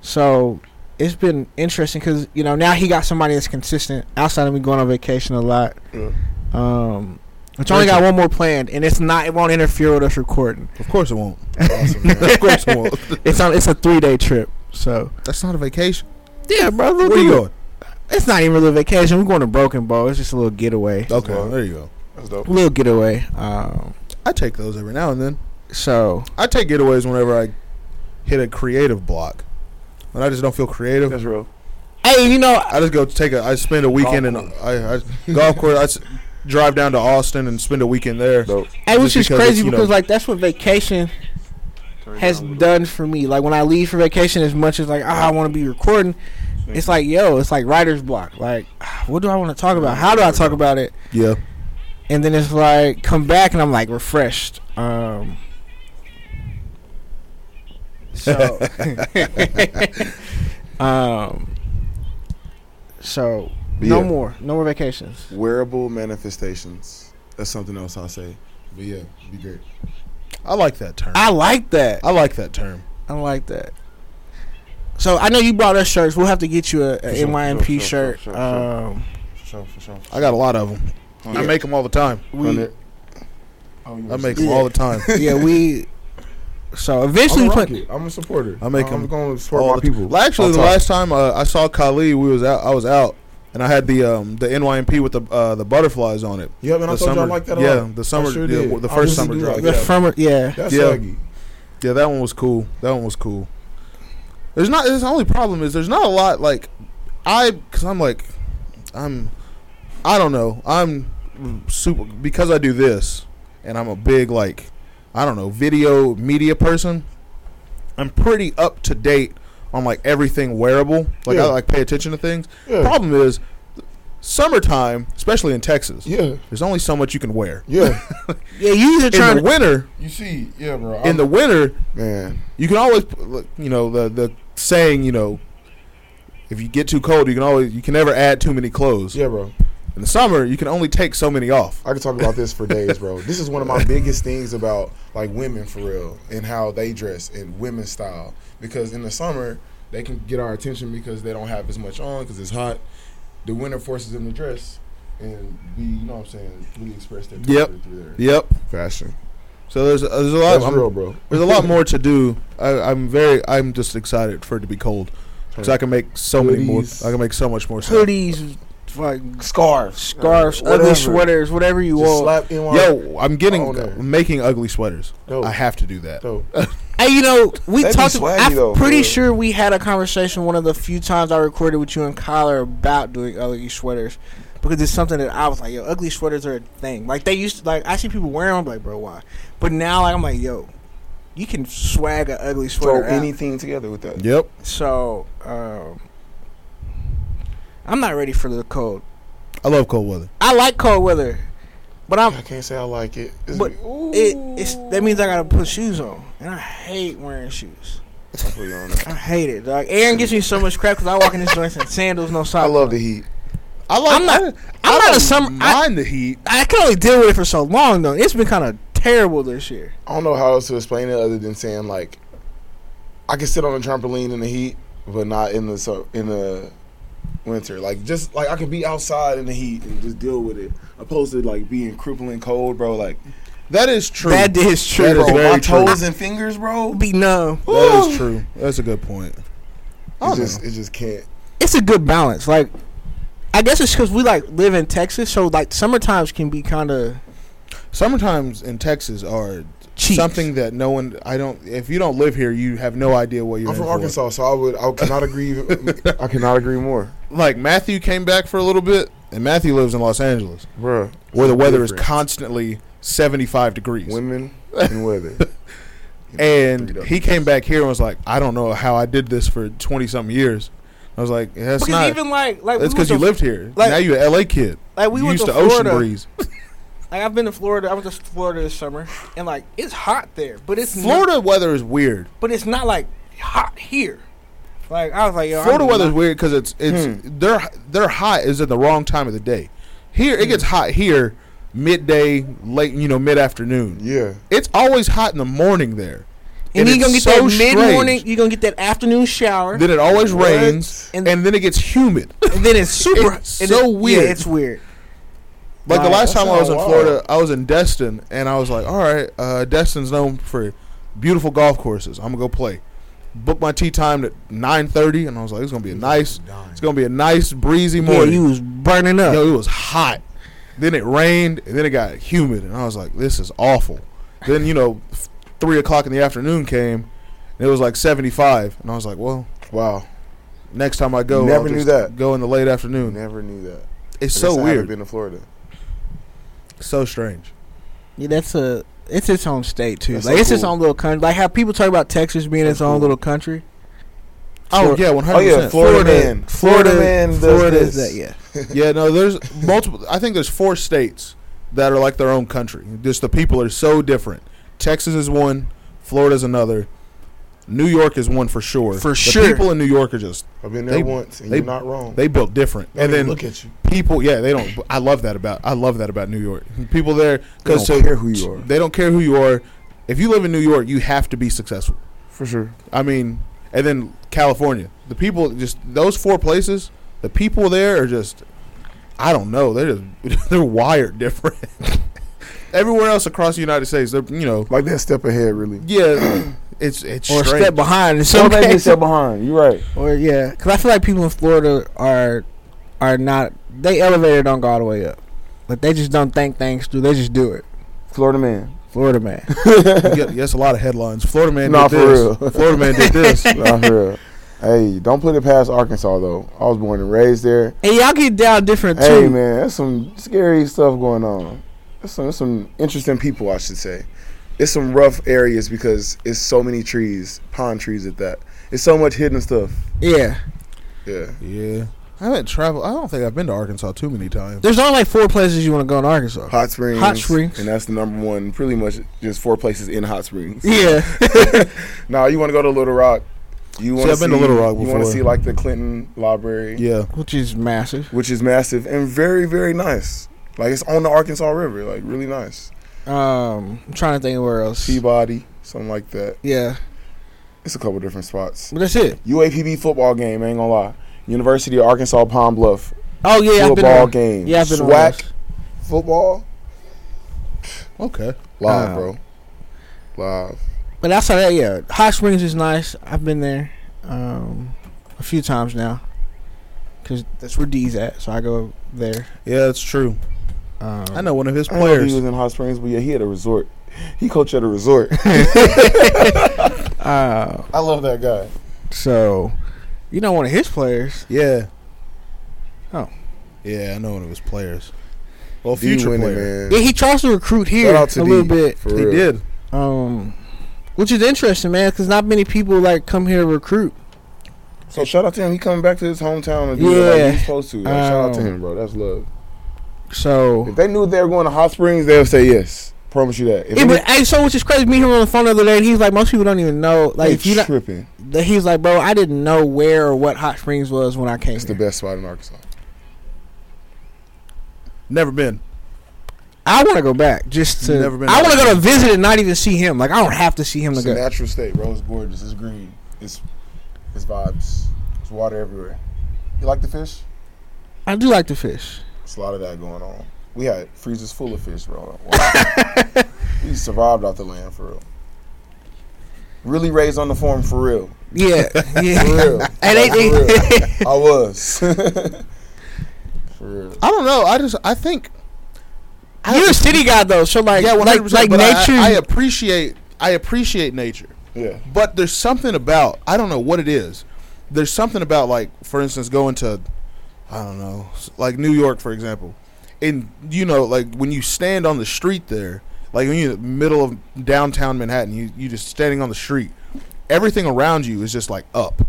Speaker 1: So it's been interesting because you know now he got somebody that's consistent outside of me going on vacation a lot.
Speaker 4: Yeah.
Speaker 1: Um, which only got one more planned, and it's not. It won't interfere with us recording.
Speaker 2: Of course it won't.
Speaker 4: awesome, man.
Speaker 2: Of course it won't.
Speaker 1: It's on. It's a three day trip. So
Speaker 2: That's not a vacation.
Speaker 1: yeah, bro.
Speaker 2: Where you going?
Speaker 1: It's not even really a vacation. We're going to Broken Bow. It's just a little getaway.
Speaker 2: Okay,
Speaker 4: Well,
Speaker 2: there you go.
Speaker 4: That's dope.
Speaker 1: Little getaway. Um,
Speaker 2: I take those every now and then.
Speaker 1: so
Speaker 2: I take getaways whenever I hit a creative block. and I just don't feel creative.
Speaker 3: That's real.
Speaker 1: Hey, you know,
Speaker 2: I just go take a. I spend a weekend in.
Speaker 3: Golf
Speaker 2: I, I golf course. I s- drive down to Austin and spend a weekend there.
Speaker 3: Dope.
Speaker 1: hey, which
Speaker 2: Just
Speaker 1: is
Speaker 2: because
Speaker 1: crazy
Speaker 2: it's, you
Speaker 1: because
Speaker 2: know-
Speaker 1: like that's what vacation
Speaker 3: Turn
Speaker 1: has
Speaker 3: down a
Speaker 1: done for me. Like when I leave for vacation, as much as like ah, I want to be recording, it's like yo, it's like writer's block. Like, ah, what do I want to talk about? How do I talk about it?
Speaker 2: Yeah,
Speaker 1: And then it's like come back and I'm like refreshed. Um, so, um, so no
Speaker 4: Yeah.
Speaker 1: more, no more vacations.
Speaker 4: Wearable manifestations. That's something else I'll say. But yeah, be great.
Speaker 2: I like that term.
Speaker 1: I like that.
Speaker 2: I like that term.
Speaker 1: I like that. So I know you brought us shirts. We'll have to get you a, a
Speaker 3: sure,
Speaker 1: NYMP
Speaker 3: sure, sure,
Speaker 1: shirt.
Speaker 3: sure, sure.
Speaker 1: Um,
Speaker 7: For sure, for sure.
Speaker 2: I got a lot of them. I make them all the time.
Speaker 1: we,
Speaker 7: Oh, you
Speaker 2: I
Speaker 7: was-
Speaker 2: make them all the time.
Speaker 1: yeah, we. So eventually,
Speaker 3: Oh,
Speaker 7: I'm
Speaker 1: we
Speaker 7: a,
Speaker 1: put,
Speaker 7: rocket. I'm a supporter.
Speaker 2: I make
Speaker 7: I'm
Speaker 2: 'em
Speaker 7: going to
Speaker 2: all
Speaker 7: support my
Speaker 2: the t-
Speaker 7: people.
Speaker 2: Well, actually,
Speaker 7: All
Speaker 2: the
Speaker 7: time.
Speaker 2: last time uh, I saw Kali, we was out. I was out, and I had the um, the NYMP with the uh, the butterflies on it.
Speaker 7: Yep, and I
Speaker 2: the
Speaker 7: told you I
Speaker 2: summer-
Speaker 7: like that a
Speaker 2: yeah,
Speaker 7: lot.
Speaker 2: the summer-
Speaker 7: I sure
Speaker 2: yeah,
Speaker 7: did.
Speaker 2: the first
Speaker 7: I really
Speaker 2: summer
Speaker 7: do
Speaker 2: drop.
Speaker 7: like
Speaker 1: the
Speaker 7: that.
Speaker 1: firmer, yeah.
Speaker 7: That's
Speaker 2: Yeah.
Speaker 7: soggy.
Speaker 2: Yeah, that one was cool. That one was cool. There's not. His only problem is there's not a lot like I because I'm like I'm I don't know I'm super because I do this and I'm a big like I don't know video media person. I'm pretty up to date on like everything wearable. Like
Speaker 7: Yeah.
Speaker 2: I like pay attention to things.
Speaker 7: Yeah.
Speaker 2: Problem is summertime, especially in Texas.
Speaker 7: Yeah,
Speaker 2: There's only so much you can wear.
Speaker 7: yeah.
Speaker 1: Yeah, you either
Speaker 2: In the
Speaker 1: trying to
Speaker 2: winter,
Speaker 7: you see, yeah, bro.
Speaker 2: in the winter,
Speaker 4: Man,
Speaker 2: you can always look, you know the the saying you know if you get too cold you can always you can never add too many clothes
Speaker 7: yeah, bro.
Speaker 2: in the summer you can only take so many off
Speaker 7: I could talk about this for days, bro. This is one of my biggest things about like women for real and how they dress and women's style because in the summer they can get our attention because they don't have as much on because it's hot. The winter forces them to dress and be, you know what I'm saying, really express their
Speaker 2: Yep.
Speaker 7: culture through their
Speaker 2: yep
Speaker 7: fashion.
Speaker 2: so there's there's a lot
Speaker 7: That's
Speaker 2: I'm-
Speaker 7: real, bro.
Speaker 2: there's a lot more to do I, I'm very I'm just excited for it to be cold because I can make so many more
Speaker 7: Hoodies.
Speaker 2: I can make so much more stuff.
Speaker 1: hoodies, like
Speaker 7: Scarves.
Speaker 1: scarves,
Speaker 7: Whatever.
Speaker 1: ugly sweaters, whatever you
Speaker 7: Just
Speaker 1: want.
Speaker 7: slap NY.
Speaker 2: yo I'm getting
Speaker 7: Oh, no.
Speaker 2: making ugly sweaters
Speaker 7: Dope.
Speaker 2: I have to do that
Speaker 7: Dope.
Speaker 1: Hey, you know, we
Speaker 3: They be
Speaker 1: talked.
Speaker 3: swaggy
Speaker 1: I'm
Speaker 3: though,
Speaker 1: pretty
Speaker 3: yeah.
Speaker 1: sure we had a conversation one of the few times I recorded with you and Kyler about doing ugly sweaters because it's something that I was like, yo, ugly sweaters are a thing. Like they used to, like I see people wearing them, I'm like, bro, why? But now, like, I'm like, yo, you can swag an ugly
Speaker 3: Throw
Speaker 1: sweater. out.
Speaker 3: anything together with that.
Speaker 2: yep
Speaker 1: So, um, I'm not ready for the cold.
Speaker 2: I love cold weather
Speaker 1: I like cold weather, but I'm
Speaker 7: I can't say I like it. It's
Speaker 1: But
Speaker 7: ooh.
Speaker 1: it. It's that means I gotta put shoes on, and I hate wearing shoes.
Speaker 4: I feel you on that.
Speaker 1: I hate it, dog. Aaron gives me so much crap because I walk in this joint in sandals, no
Speaker 4: I
Speaker 1: socks.
Speaker 4: love the heat.
Speaker 2: I like
Speaker 1: I'm not-
Speaker 2: I,
Speaker 1: I'm not a
Speaker 2: don't
Speaker 1: summer- I-
Speaker 2: mind the heat
Speaker 1: I can only deal with it for so long though. It's been kind of terrible this year.
Speaker 7: I don't know how else to explain it other than saying like I can sit on a trampoline in the heat, but not in the su- in the winter. Like just like I can be outside in the heat and just deal with it, opposed to like being crippling cold, bro. Like
Speaker 2: that is true
Speaker 1: That is true.
Speaker 2: That is
Speaker 1: bro.
Speaker 2: very
Speaker 7: my
Speaker 2: true.
Speaker 7: toes and fingers, bro.
Speaker 1: Be numb.
Speaker 2: that is true that's a good point I
Speaker 7: It
Speaker 2: don't
Speaker 7: just it just can't.
Speaker 1: It's a good balance. Like, I guess it's because we like live in Texas, so like summer times can be kind of
Speaker 2: Summertimes in Texas are
Speaker 1: cheap.
Speaker 2: something that no one. I don't. If you don't live here, you have no idea what you're.
Speaker 7: I'm
Speaker 2: in
Speaker 7: from
Speaker 2: for.
Speaker 7: Arkansas, so I would I cannot agree.
Speaker 4: I cannot agree more,
Speaker 2: Like Matthew came back for a little bit, and Matthew lives in Los Angeles,
Speaker 4: bro.
Speaker 2: where the weather is
Speaker 4: Different.
Speaker 2: constantly 75 degrees.
Speaker 4: women and weather.
Speaker 2: and he came back here and was like, "I don't know how I did this for 20 something years." I was like, "That's
Speaker 1: because
Speaker 2: not.
Speaker 1: even like like
Speaker 2: that's
Speaker 1: we went
Speaker 2: because you
Speaker 1: to-
Speaker 2: lived here.
Speaker 1: like-
Speaker 2: now you're an LA kid.
Speaker 1: like we
Speaker 2: you
Speaker 1: went
Speaker 2: used
Speaker 1: to
Speaker 2: to
Speaker 1: Florida.
Speaker 2: ocean breeze.
Speaker 1: Like I've been to Florida. I went to Florida this summer, and like it's hot there, but it's
Speaker 2: Florida weather is weird.
Speaker 1: not, but it's not like hot here. Like I Hmm. was like, yo,
Speaker 2: Florida
Speaker 1: I'm
Speaker 2: weather is
Speaker 1: not-
Speaker 2: weird because it's it's their their hot is at the wrong time of the day. Here
Speaker 1: Hmm.
Speaker 2: it gets hot here midday, late you know mid afternoon.
Speaker 4: Yeah,
Speaker 2: It's always hot in the morning there.
Speaker 1: and you
Speaker 2: it's
Speaker 1: gonna get
Speaker 2: so
Speaker 1: that
Speaker 2: strange.
Speaker 1: mid morning. You gonna get that afternoon shower,
Speaker 2: Then it always
Speaker 4: What?
Speaker 2: rains,
Speaker 1: And-
Speaker 2: and, then it gets humid.
Speaker 1: and then it's super.
Speaker 2: It's
Speaker 1: and
Speaker 2: so
Speaker 1: it-
Speaker 2: weird.
Speaker 1: Yeah, it's weird.
Speaker 2: Like the
Speaker 1: Wow,
Speaker 2: last
Speaker 7: that's
Speaker 2: time I was in
Speaker 7: not
Speaker 2: Florida, I was in Destin, and I was like, "All right, uh, Destin's known for beautiful golf courses. I'm gonna go play." Booked my tee time at 9:30, and I was like, "It's gonna be a nice, it's gonna be a nice breezy
Speaker 1: Yeah,
Speaker 2: morning."
Speaker 1: you was burning up.
Speaker 2: Yo, it was hot. Then it rained, and then it got humid, and I was like, "This is awful." Then you know, f- three o'clock in the afternoon came, and it was like seventy-five, and I was like, "Well, Wow. Next time I go,
Speaker 7: Never
Speaker 2: I'll
Speaker 7: knew
Speaker 2: just
Speaker 7: that.
Speaker 2: Go in the late
Speaker 7: You
Speaker 2: afternoon.
Speaker 7: never knew that.
Speaker 2: It's
Speaker 7: I guess
Speaker 2: so
Speaker 7: I haven't
Speaker 2: weird.
Speaker 7: Been to Florida.
Speaker 2: So strange.
Speaker 1: Yeah, that's a. It's its own state too.
Speaker 7: That's
Speaker 1: like
Speaker 7: so
Speaker 1: it's its
Speaker 7: cool.
Speaker 1: own little country. Like how people talk about Texas being
Speaker 7: That's
Speaker 1: its own
Speaker 7: cool.
Speaker 1: little country.
Speaker 2: Oh
Speaker 1: Flor-
Speaker 2: yeah, one
Speaker 7: Oh
Speaker 2: hundred
Speaker 7: yeah,
Speaker 2: percent.
Speaker 7: Florida, man. Florida, man. Does
Speaker 1: Florida
Speaker 7: this.
Speaker 1: is that. Yeah.
Speaker 2: Yeah, no, there's multiple. I think there's four states that are like their own country. Just the people are so different. Texas is one. Florida's another. New York is one for sure.
Speaker 1: For
Speaker 2: the
Speaker 1: sure.
Speaker 2: people in New York are just
Speaker 7: I've been there
Speaker 2: They-
Speaker 7: once, and
Speaker 2: they-
Speaker 7: you're not wrong.
Speaker 2: they built different.
Speaker 8: I mean,
Speaker 2: And then
Speaker 8: look at you.
Speaker 2: people, yeah, they don't. I love that about I love that about New York. People there because
Speaker 7: don't care who you are.
Speaker 2: They don't care who you are. If you live in New York, you have to be successful.
Speaker 7: for sure.
Speaker 2: I mean, and then California. The people just those four places. The people there are just, I don't know. They're just, they're wired different. Everywhere else across the United States, they're you know,
Speaker 7: Like that step ahead, really.
Speaker 2: yeah, it's it's
Speaker 1: Or a
Speaker 2: strange.
Speaker 1: step behind. in
Speaker 9: Some
Speaker 1: Some
Speaker 9: okay.
Speaker 1: cases.
Speaker 9: step behind. You're right.
Speaker 1: Or yeah, because I feel like people in Florida are are not. They elevator don't go all the way up. Like they just don't think things through. They just do it.
Speaker 9: Florida man.
Speaker 1: Florida man.
Speaker 2: You get- yes, a lot of headlines. Florida man
Speaker 7: Nah,
Speaker 2: did
Speaker 7: for
Speaker 2: this. Florida man did this.
Speaker 7: Nah, for real. Hey, don't put it past Arkansas though. I was born and raised there.
Speaker 1: and y'all get down different
Speaker 7: Hey
Speaker 1: too.
Speaker 7: man, that's some scary stuff going on. That's some, that's some interesting people, I should say. It's some rough areas because it's so many trees, pine trees at that. It's so much hidden stuff.
Speaker 1: Yeah.
Speaker 7: Yeah,
Speaker 2: Yeah, I haven't traveled. I don't think I've been to Arkansas too many times.
Speaker 1: There's only like four places you want to go in Arkansas.
Speaker 7: hot springs.
Speaker 1: Hot springs.
Speaker 7: and that's the number one. Pretty much just four places in hot springs.
Speaker 1: Yeah.
Speaker 7: Now you want to go to Little Rock. You want
Speaker 2: I've been to Little Rock
Speaker 7: You want to
Speaker 2: before.
Speaker 7: see like the Clinton Library,
Speaker 2: Yeah,
Speaker 1: Which is massive.
Speaker 7: which is massive and very very nice. Like it's on the Arkansas River, like really nice.
Speaker 1: Um, I'm trying to think of where else.
Speaker 7: Peabody, something like that.
Speaker 1: Yeah,
Speaker 7: It's a couple different spots.
Speaker 1: but that's it.
Speaker 7: UAPB football game, ain't gonna lie. University of Arkansas Palm Bluff
Speaker 1: Oh yeah, I've been
Speaker 7: football
Speaker 1: on-
Speaker 7: game.
Speaker 1: Yeah, I've been on
Speaker 7: SWAC
Speaker 1: those.
Speaker 7: football
Speaker 2: okay.
Speaker 7: live,
Speaker 1: Wow.
Speaker 7: bro. Live.
Speaker 1: But outside that, yeah, Hot Springs is nice. I've been there um, a few times now because that's where D's at, so I go there.
Speaker 2: Yeah, that's true.
Speaker 1: Um,
Speaker 2: I know one of his
Speaker 7: I don't know if he
Speaker 2: players.
Speaker 7: was in Hot Springs, but yeah, he had a resort. He coached at a resort.
Speaker 1: Uh,
Speaker 8: I love that guy.
Speaker 1: so you know one of his players.
Speaker 2: Yeah.
Speaker 1: Oh.
Speaker 2: Yeah, I know one of his players. Well,
Speaker 7: D
Speaker 2: future
Speaker 7: winning,
Speaker 2: player.
Speaker 7: man.
Speaker 1: Yeah, he tries to recruit here
Speaker 7: Shout out to
Speaker 1: a little
Speaker 7: D.
Speaker 1: bit,
Speaker 7: For
Speaker 2: he
Speaker 7: real.
Speaker 2: did.
Speaker 1: um, which is interesting, man, because not many people like come here to recruut.
Speaker 7: So shout out to him. He coming back to his hometown and do yeah.
Speaker 1: Yeah.
Speaker 7: like he's supposed to. Like, shout out to
Speaker 1: Um,
Speaker 7: him, bro. That's love.
Speaker 1: So
Speaker 7: If they knew they were going to Hot Springs, they would say yes. Promise you that. If
Speaker 1: Yeah, but hey, so which is crazy. Me and him on the phone the other day, and he's like, most people don't even know. Like, if you not,
Speaker 7: tripping,
Speaker 1: that he's like, bro, I didn't know where or what Hot Springs was when I came.
Speaker 7: it's the
Speaker 1: here.
Speaker 7: best spot in Arkansas.
Speaker 2: Never been.
Speaker 1: I want to go back just to.
Speaker 2: Never been
Speaker 1: I want to
Speaker 2: back.
Speaker 1: go to visit and not even see him. Like, I don't have to see him to
Speaker 8: It's a
Speaker 1: go.
Speaker 8: natural state, bro. It's gorgeous. It's green. It's it's vibes. It's water everywhere. You like the fish?
Speaker 1: I do like to fish.
Speaker 8: It's a lot of that going on. We had freezers full of fish, bro. we survived off the land for real. Really raised on the farm for real.
Speaker 1: Yeah, yeah.
Speaker 8: For real.
Speaker 1: And they,
Speaker 8: Like,
Speaker 1: they,
Speaker 8: for real. I was. for real.
Speaker 2: I don't know. I just I think
Speaker 1: you're a city guy though, so like,
Speaker 2: yeah,
Speaker 1: like,
Speaker 2: 100%,
Speaker 1: like
Speaker 2: but I-
Speaker 1: nature.
Speaker 2: I, appreciate I appreciate nature.
Speaker 8: Yeah.
Speaker 2: But there's something about I don't know what it is. There's something about like for instance going to I don't know, s- like New York for example. And you know like when you stand on the street there, like when you're in the middle of downtown Manhattan, you you just standing on the street. Everything around you is just like up.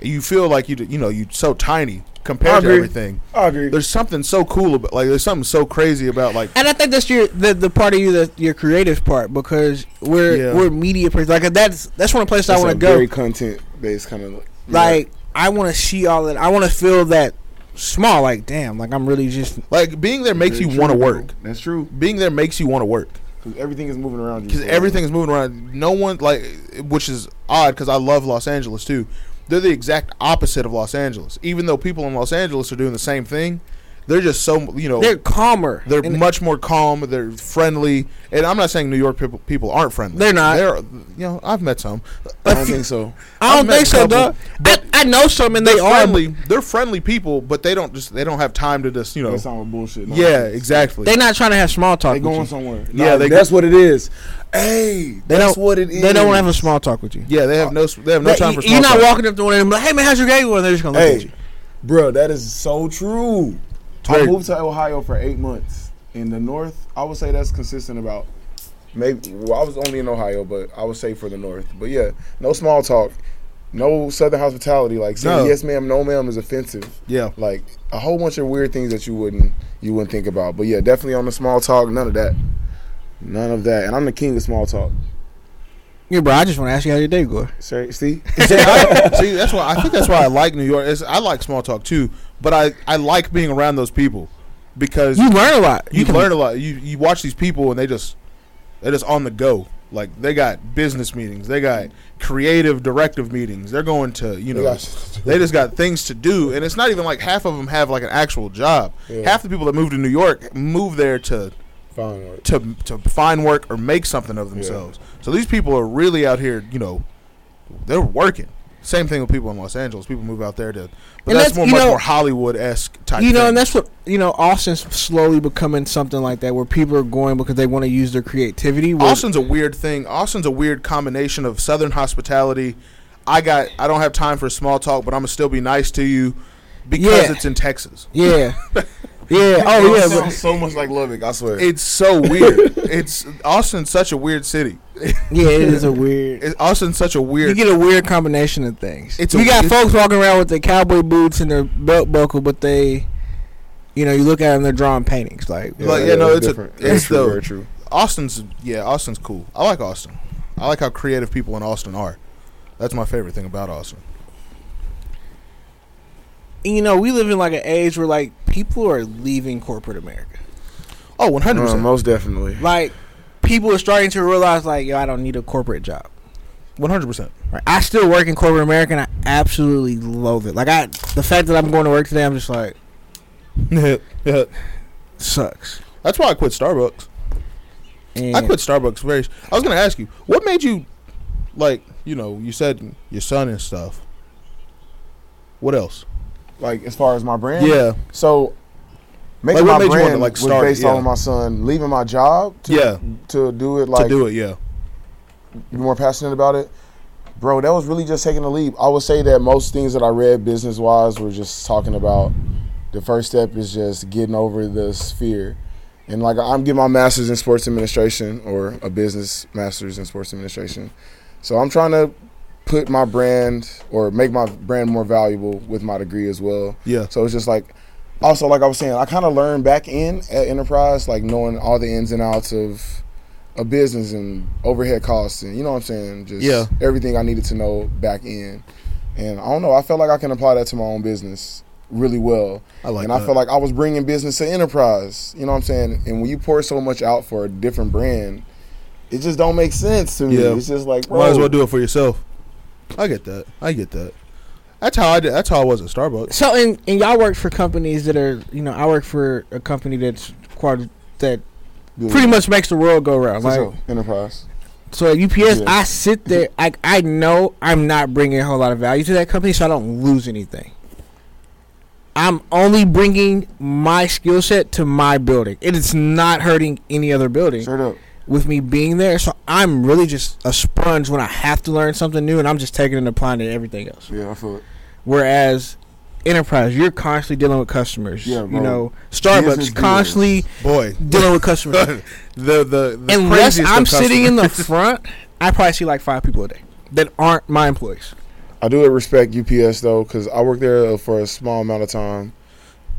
Speaker 2: You feel like you d- you know you so tiny
Speaker 7: I
Speaker 2: compared to
Speaker 7: agree.
Speaker 2: everything.
Speaker 7: I agree.
Speaker 2: There's something so cool about like there's something so crazy about like
Speaker 1: and I think that's your the, the part of you that your creative part because we're
Speaker 2: Yeah.
Speaker 1: we're media person. Like that's that's one of the places I
Speaker 7: It's
Speaker 1: want
Speaker 7: a
Speaker 1: to go.
Speaker 7: very content based kind of
Speaker 1: Like I want to see all that. I want to feel that small. Like damn. Like I'm really just.
Speaker 2: Like being there makes you want to work.
Speaker 7: That's true.
Speaker 2: Being there makes you want to work
Speaker 7: Because everything is moving around you.
Speaker 2: because
Speaker 7: for
Speaker 2: everything is moving around. No one like, which is odd because I love Los Angeles too. They're the exact opposite of Los Angeles. Even though people in Los Angeles are doing the same thing, they're just so you know
Speaker 1: They're calmer.
Speaker 2: Oh. they're
Speaker 1: And
Speaker 2: much more calm. They're friendly, and I'm not saying New York people, people aren't friendly.
Speaker 1: They're not.
Speaker 2: They're, you know, I've met some.
Speaker 1: I
Speaker 2: I
Speaker 1: don't
Speaker 2: don't think so.
Speaker 1: I don't
Speaker 2: I've met
Speaker 1: think
Speaker 2: a
Speaker 1: so,
Speaker 2: couple,
Speaker 1: dog. I, I know some, and
Speaker 2: They're
Speaker 1: they are.
Speaker 2: friendly. They're friendly people, but they don't just they don't have time to just you know.
Speaker 7: That's not what bullshit. No,
Speaker 2: Yeah, exactly.
Speaker 1: They're not trying to have small talk.
Speaker 7: They
Speaker 1: with you.
Speaker 7: going somewhere.
Speaker 2: yeah, they
Speaker 4: that's what it is. Hey,
Speaker 1: They
Speaker 4: that's
Speaker 1: don't-
Speaker 4: what it is.
Speaker 1: They don't want to have a small talk with you.
Speaker 2: yeah they have no they have no
Speaker 1: That-
Speaker 2: time for.
Speaker 1: you- You're
Speaker 2: small
Speaker 1: not
Speaker 2: talk.
Speaker 1: walking up to one of them like, "Hey man, how's your day going?" They're just gonna look at
Speaker 4: Hey,
Speaker 1: you.
Speaker 4: bro, that is so true.
Speaker 7: I
Speaker 2: Very-
Speaker 7: moved to Ohio for eight months. In the north, I would say that's consistent about maybe. Well, I was only in Ohio, but I would say for the north. But yeah, no small talk, no southern hospitality. Like saying
Speaker 2: No.
Speaker 7: yes ma'am, no ma'am is offensive.
Speaker 2: Yeah,
Speaker 7: Like a whole bunch of weird things that you wouldn't you wouldn't think about. But yeah, definitely on the small talk, none of that, none of that. And I'm the king of small talk.
Speaker 1: Yeah, bro. I just want to ask you how your day going.
Speaker 7: Sorry, see,
Speaker 2: see, I, see, that's why I think that's why I like New York. It's, I like small talk too, but I, I like being around those people because
Speaker 1: You learn a lot.
Speaker 2: you, learn a lot. You you watch these people and they just they're just on the go. Like they got business meetings, they got creative directive meetings. They're going to you know
Speaker 4: got shit to do.
Speaker 2: they just got things to do, and it's not even like half of them have like an actual job.
Speaker 4: Yeah.
Speaker 2: Half the people that move to New York move there to
Speaker 4: Fine, right.
Speaker 2: to to find work or make something of themselves. So these people are really out here, you know, they're working. Same thing with people in Los Angeles. People move out there to, but
Speaker 1: And
Speaker 2: that's,
Speaker 1: that's-
Speaker 2: more
Speaker 1: you
Speaker 2: much
Speaker 1: know-
Speaker 2: more Hollywood esque type.
Speaker 1: You know,
Speaker 2: thing.
Speaker 1: and that's what you know. Austin's slowly becoming something like that, where people are going because they want to use their creativity. where-
Speaker 2: Austin's a weird thing. Austin's a weird combination of Southern hospitality. I got. I don't have time for small talk, but I'm gonna still be nice to you because
Speaker 1: Yeah.
Speaker 2: it's in Texas.
Speaker 1: yeah, yeah. Oh yeah, but,
Speaker 7: so much like Lubbock. I swear.
Speaker 2: It's so weird. it's Austin's such a weird city.
Speaker 1: yeah. It is a weird.
Speaker 2: It, Austin's such a
Speaker 1: You
Speaker 2: weird.
Speaker 1: get a weird combination of things.
Speaker 2: It's
Speaker 1: you
Speaker 2: a-
Speaker 1: got
Speaker 2: it's-
Speaker 1: folks walking around with their cowboy boots and their belt buckle, but they, you know, you look at them, they're drawing paintings. Like,
Speaker 2: like, yeah, no, it's a-
Speaker 7: different.
Speaker 2: it's Uh, the-
Speaker 7: Very true, very true.
Speaker 2: Austin's yeah. Austin's cool. I like Austin. I like how creative people in Austin are. That's my favorite thing about Austin.
Speaker 1: And, you know, we live in like an age where like people are leaving corporate America.
Speaker 2: Oh, one hundred
Speaker 7: Uh,
Speaker 2: percent.
Speaker 7: most definitely.
Speaker 1: Like, people are starting to realize like, yo, I don't need a corporate job.
Speaker 2: One hundred percent.
Speaker 1: Right? I still work in corporate America, and I absolutely loathe it. Like, I the fact that I'm going to work today, I'm just like, sucks.
Speaker 2: That's why I quit Starbucks.
Speaker 1: And
Speaker 2: I quit Starbucks very. I was gonna ask you, what made you, like, you know, you said your son and stuff. What else?
Speaker 7: Like as far as my brand.
Speaker 2: Yeah,
Speaker 7: So
Speaker 2: Like,
Speaker 7: making
Speaker 2: what
Speaker 7: my
Speaker 2: made you wanna,
Speaker 7: brand
Speaker 2: like,
Speaker 7: was
Speaker 2: start it?
Speaker 7: based
Speaker 2: Yeah.
Speaker 7: on my son leaving my job to,
Speaker 2: yeah,
Speaker 7: to do it like
Speaker 2: to do it, yeah,
Speaker 7: be more passionate about it. Bro, that was really just taking a leap. I would say that most things that I read business wise were just talking about the first step is just getting over this fear. And like I'm getting my master's in sports administration or a business master's in sports administration. So I'm trying to put my brand or make my brand more valuable with my degree as well.
Speaker 2: yeah,
Speaker 7: So it's just like, also like I was saying, I kind of learned back in at Enterprise, like knowing all the ins and outs of a business and overhead costs, and you know what I'm saying, just
Speaker 2: Yeah.
Speaker 7: everything I needed to know back in. And I don't know, I felt like I can apply that to my own business really well,
Speaker 2: I like.
Speaker 7: and
Speaker 2: that.
Speaker 7: I felt like I was bringing business to Enterprise. You know what I'm saying? And when you pour so much out for a different brand. It just don't make sense to me.
Speaker 2: Yeah.
Speaker 7: It's just like, bro,
Speaker 2: might as well do it for yourself. I get that. I get that. That's how I did. That's how I was at Starbucks.
Speaker 1: So and and y'all work for companies that are you know I work for a company that's quad that
Speaker 7: do it.
Speaker 1: pretty much makes the world go round.
Speaker 7: For
Speaker 1: Like
Speaker 7: sure. Enterprise.
Speaker 1: so at UPS,
Speaker 7: Yeah.
Speaker 1: I sit there like I know I'm not bringing a whole lot of value to that company, so I don't lose anything. I'm only bringing my skill set to my building. It is not hurting any other building
Speaker 7: Straight up.
Speaker 1: with me being there. So I'm really just a sponge when I have to learn something new, and I'm just taking it and applying it to everything else.
Speaker 7: Yeah, I feel it.
Speaker 1: Whereas enterprise, you're constantly dealing with customers.
Speaker 7: Yeah,
Speaker 1: You
Speaker 7: bro.
Speaker 1: know,
Speaker 7: Business
Speaker 1: Starbucks
Speaker 7: deals.
Speaker 1: constantly
Speaker 2: Boy,
Speaker 1: dealing with customers.
Speaker 2: the the, the
Speaker 1: Unless
Speaker 2: craziest of
Speaker 1: I'm sitting in the
Speaker 2: customers.
Speaker 1: front, I probably see like five people a day that aren't my employees.
Speaker 7: I do respect UPS though, because I worked there for a small amount of time,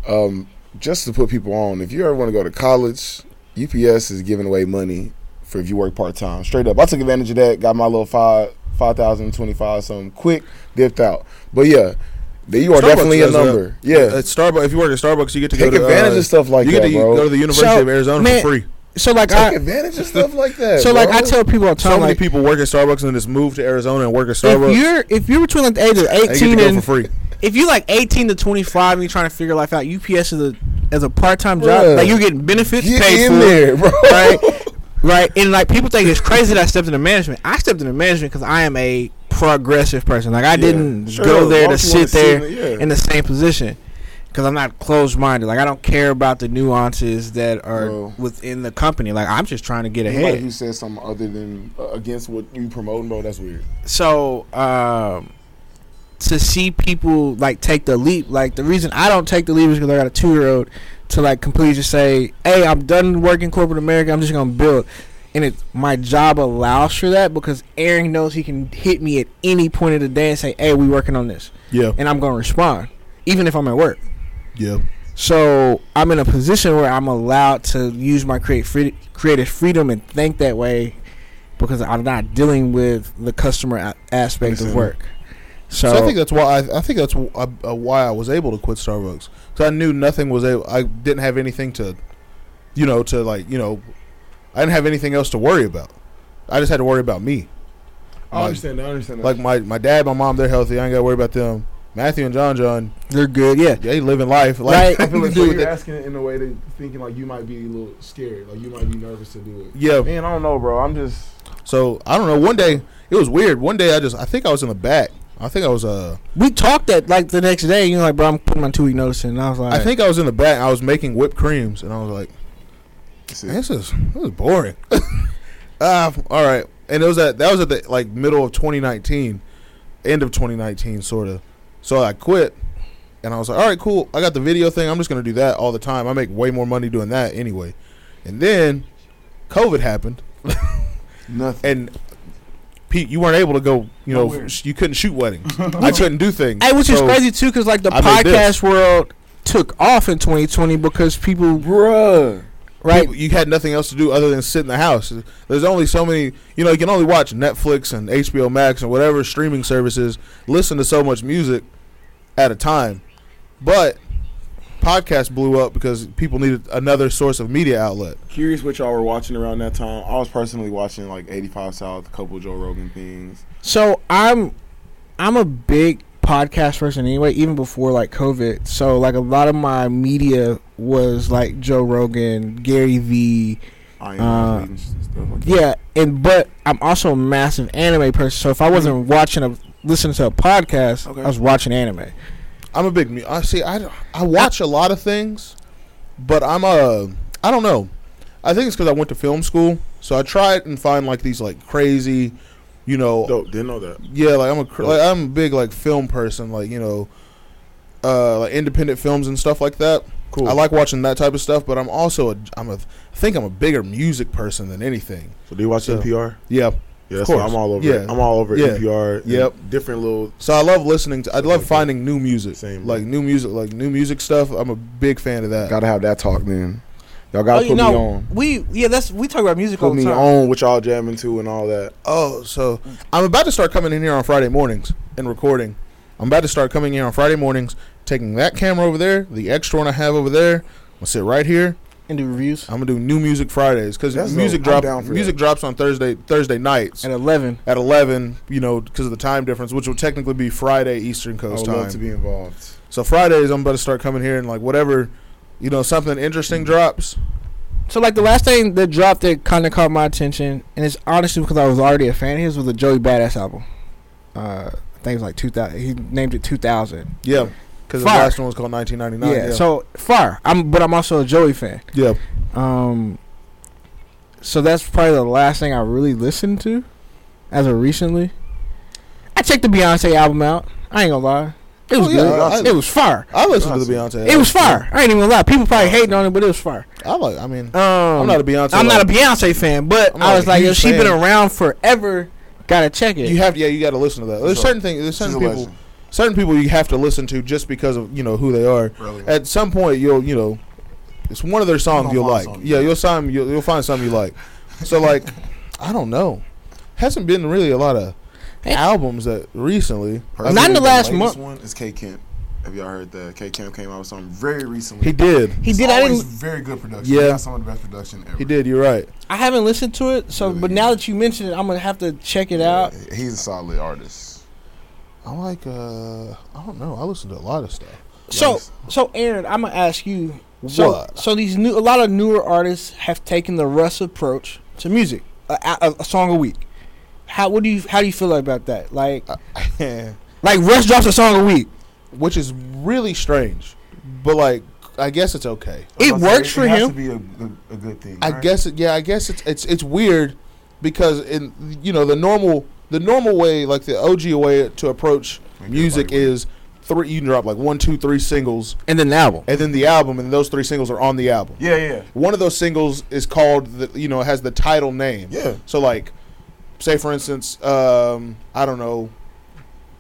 Speaker 7: um, just to put people on. If you ever want to go to college, UPS is giving away money for if you work part time. Straight up, I took advantage of that. Got my little five five thousand twenty five something quick, dipped out. But yeah, th- you are
Speaker 2: Starbucks
Speaker 7: definitely a
Speaker 2: does that.
Speaker 7: number. Yeah,
Speaker 1: Uh,
Speaker 2: at Starbucks, if you work at Starbucks, you get to
Speaker 7: take
Speaker 2: go to
Speaker 7: advantage
Speaker 2: uh,
Speaker 7: of stuff like
Speaker 2: you get
Speaker 7: that,
Speaker 2: to
Speaker 7: bro.
Speaker 2: go to the University
Speaker 1: So,
Speaker 2: of Arizona
Speaker 1: man,
Speaker 2: for free.
Speaker 1: So like
Speaker 7: take
Speaker 1: I,
Speaker 7: advantage of stuff like that.
Speaker 1: so like
Speaker 7: bro.
Speaker 1: I tell people all the
Speaker 2: So
Speaker 1: time,
Speaker 2: many
Speaker 1: like
Speaker 2: people work at Starbucks and just move to Arizona and work at Starbucks.
Speaker 1: if you're if you're between like the age of
Speaker 2: they get to
Speaker 1: eighteen
Speaker 2: go for
Speaker 1: and
Speaker 2: free.
Speaker 1: if you're like eighteen to twenty five and you're trying to figure life out, UPS is a as a part time job.
Speaker 7: Bruh.
Speaker 1: Like you're getting benefits
Speaker 7: Get
Speaker 1: paid
Speaker 7: in
Speaker 1: for,
Speaker 7: there, bro.
Speaker 1: right? Right, and like people think it's crazy that I stepped into management. I stepped into management because I am a progressive person. Like I didn't
Speaker 4: Sure,
Speaker 1: go there to
Speaker 4: once you wanna
Speaker 1: sit there
Speaker 4: in it, yeah.
Speaker 1: in the same position because I'm not closed minded. Like I don't care about the nuances that are
Speaker 4: Bro.
Speaker 1: within the company. Like I'm just trying to get
Speaker 4: Anybody
Speaker 1: ahead.
Speaker 4: who says something other than uh, against what you promoting, bro, that's weird.
Speaker 1: so um to see people like take the leap like the reason i don't take the leap is because i got a two-year-old to like completely just say hey i'm done working corporate america i'm just gonna build and it my job allows for that because aaron knows he can hit me at any point of the day and say hey we working on this
Speaker 2: Yeah,
Speaker 1: and i'm gonna respond even if i'm at work
Speaker 2: yeah.
Speaker 1: so I'm in a position where I'm allowed to use my create free, creative freedom and think that way because I'm not dealing with the customer a- aspect of
Speaker 4: Understand.
Speaker 1: work. So,
Speaker 2: So I think that's why I, I think that's wh- uh, uh, why I was able to quit Starbucks because I knew nothing was able. I didn't have anything to, you know, to like you know, I didn't have anything else to worry about. I just had to worry about me.
Speaker 7: I understand. that, I understand. that.
Speaker 2: Like my my dad, my mom, they're healthy. I ain't got to worry about them. Matthew and John, John,
Speaker 1: they're good. Yeah,
Speaker 2: they living life.
Speaker 1: Right.
Speaker 2: Like,
Speaker 7: I feel like
Speaker 2: do
Speaker 7: so
Speaker 2: with it.
Speaker 7: you're asking it in a way that thinking like you might be a little scared, like you might be nervous to do it.
Speaker 2: yeah.
Speaker 7: Man, I don't know, bro. I'm just
Speaker 2: So I don't know. One day it was weird. One day I just I think I was in the back. I think I was uh
Speaker 1: we talked that like the next day. You know, like bro, I'm putting my two week notice in, and I was like,
Speaker 2: I think I was in the back. I was making whipped creams and I was like,
Speaker 4: That's it.
Speaker 2: this is this is boring. Ah, all right. And it was at that was at the like middle of 2019, end of 2019 sort of. So I quit and I was like, all right, cool. I got the video thing. I'm just gonna do that all the time. I make way more money doing that anyway. And then COVID happened
Speaker 4: Nothing.
Speaker 2: and. Pete, you weren't able to go. You know,
Speaker 7: Nowhere.
Speaker 2: you couldn't shoot weddings. I couldn't do things.
Speaker 1: hey, which is
Speaker 2: So-
Speaker 1: crazy too, because like the
Speaker 2: I made this.
Speaker 1: podcast world took off in 2020 because people,
Speaker 4: Bruh.
Speaker 1: right?
Speaker 2: People- you had nothing else to do other than sit in the house. There's only so many, you know, you can only watch Netflix and HBO Max and whatever streaming services, listen to so much music at a time. But podcasts blew up because people needed another source of media outlet.
Speaker 4: Curious what y'all were watching around that time. I was personally watching like 85 South, a couple Joe Rogan things.
Speaker 1: So I'm I'm a big podcast person anyway, even before like COVID. So like a lot of my media was like Joe Rogan, Gary Vee.
Speaker 4: I am
Speaker 1: Uh,
Speaker 4: and stuff like that.
Speaker 1: Yeah, and but I'm also a massive anime person. So if I wasn't watching a listening to a podcast,
Speaker 4: Okay.
Speaker 1: I was watching anime.
Speaker 2: I'm a big mu- I see I I watch a lot of things, but I'm a I don't know. I think it's cuz I went to film school, so I tried and find like these like crazy, you know,
Speaker 4: Dope. Didn't know that.
Speaker 2: Yeah, like I'm a cr- like I'm a big like film person, like you know, uh, like independent films and stuff like that.
Speaker 4: Cool.
Speaker 2: I like watching that type of stuff, but I'm also a I'm a I think I'm a bigger music person than anything.
Speaker 4: So do you watch
Speaker 2: So-
Speaker 4: NPR?
Speaker 2: Yeah,
Speaker 4: Yeah,
Speaker 2: Of
Speaker 4: so
Speaker 2: course.
Speaker 4: I'm all over.
Speaker 2: Yeah.
Speaker 4: I'm all over
Speaker 2: Yeah.
Speaker 4: NPR. and
Speaker 2: Yep.
Speaker 4: Different little.
Speaker 2: so I love listening to I love finding new music,
Speaker 4: Same.
Speaker 2: like new music, like new music stuff. I'm a big fan of that.
Speaker 4: Gotta have that talk, man. Y'all
Speaker 1: Oh,
Speaker 4: gotta
Speaker 1: you
Speaker 4: put
Speaker 1: know,
Speaker 4: me on.
Speaker 1: We yeah, that's we talk about music all
Speaker 4: Put
Speaker 1: the
Speaker 4: me
Speaker 1: time.
Speaker 4: on what y'all jamming to and all that.
Speaker 2: Oh, so I'm about to start coming in here on Friday mornings and recording. I'm about to start coming in on Friday mornings, taking that camera over there, the extra one I have over there. I'm gonna sit right here.
Speaker 1: And do reviews
Speaker 2: I'm gonna do new music Fridays because
Speaker 4: That's
Speaker 2: music
Speaker 4: dope. I'm
Speaker 2: drop
Speaker 4: down for
Speaker 2: music drops on Thursday Thursday nights
Speaker 1: at eleven.
Speaker 2: at eleven. You know, because of the time difference, which will technically be Friday Eastern
Speaker 7: I
Speaker 2: Coast
Speaker 7: would
Speaker 2: time.
Speaker 7: love to be involved.
Speaker 2: so Fridays, I'm about to start coming here and like whatever, you know, something interesting drops.
Speaker 1: So like the last thing that dropped that kind of caught my attention, and it's honestly because I was already a fan of his, was the Joey Badass album. Uh, I think it was like two thousand. He named it two thousand.
Speaker 2: Yeah, because the
Speaker 1: Fire.
Speaker 2: last one was called 1999.
Speaker 1: yeah, So far, I'm but I'm also a Joey fan.
Speaker 2: yeah.
Speaker 1: Um, so that's probably the last thing I really listened to, as of recently. I checked the Beyonce album out. I ain't gonna lie, it was
Speaker 2: Oh, yeah,
Speaker 1: good.
Speaker 2: I-
Speaker 1: it was fire.
Speaker 2: I listened to the Beyonce.
Speaker 1: It was fire. I ain't even gonna lie. People probably hating on it, but it was fire.
Speaker 2: I like. I mean,
Speaker 1: Um,
Speaker 2: I'm not a Beyonce.
Speaker 1: I'm not a
Speaker 2: like-
Speaker 1: Beyonce fan, but
Speaker 2: I'm not
Speaker 1: I was
Speaker 2: a
Speaker 1: like, yo,
Speaker 2: huge
Speaker 1: she been
Speaker 2: fan.
Speaker 1: around forever. Gotta check it.
Speaker 2: You have to. Yeah, you got to listen to that. There's
Speaker 4: Sure.
Speaker 2: certain things. There's
Speaker 4: She's
Speaker 2: certain
Speaker 4: a
Speaker 2: people.
Speaker 4: legend.
Speaker 2: Certain people you have to listen to just because of you know who they are.
Speaker 4: Really.
Speaker 2: at some point you'll you know it's one of their songs you'll
Speaker 4: You'll find
Speaker 2: like
Speaker 4: something.
Speaker 2: yeah you'll find you'll, you'll find something you like so like i don't know hasn't been really a lot of
Speaker 1: Hey.
Speaker 2: albums that recently
Speaker 1: in the
Speaker 4: Personally,
Speaker 1: last
Speaker 4: latest
Speaker 1: month.
Speaker 4: One is K Camp. Have y'all heard that? K Camp came out with something very recently.
Speaker 2: he did
Speaker 1: he
Speaker 7: It's
Speaker 1: did. I
Speaker 7: always
Speaker 1: didn't.
Speaker 7: very good production.
Speaker 2: Yeah.
Speaker 7: Yeah, some of the best production ever.
Speaker 2: he did you're right
Speaker 1: I haven't listened to it. So, but now that you mentioned it, I'm gonna have to check it out.
Speaker 4: He's a solid artist.
Speaker 2: i like uh i don't know i listen to a lot of stuff
Speaker 1: So, so Aaron, I'm gonna ask you So, so these new, a lot of newer artists have taken the Russ approach to music, a, a, a song a week. How what do you how do you feel about that? Like, like Russ drops a song a week.
Speaker 2: which is really strange, but like I guess it's okay.
Speaker 1: It
Speaker 4: I'm about to say,
Speaker 1: works for
Speaker 4: it Has
Speaker 1: him.
Speaker 4: to be a good, a good thing.
Speaker 2: I
Speaker 4: right?
Speaker 2: guess it, yeah, I guess it's it's it's weird because in you know the normal the normal way like the OG way to approach
Speaker 4: Make
Speaker 2: music
Speaker 4: everybody
Speaker 2: is three you can drop like one two three singles
Speaker 1: And then the album.
Speaker 2: and then the album and those three singles are on the album.
Speaker 4: Yeah, yeah.
Speaker 2: One of those singles is called the you know it has the title name.
Speaker 7: Yeah.
Speaker 2: So like, say for instance, um, I don't know,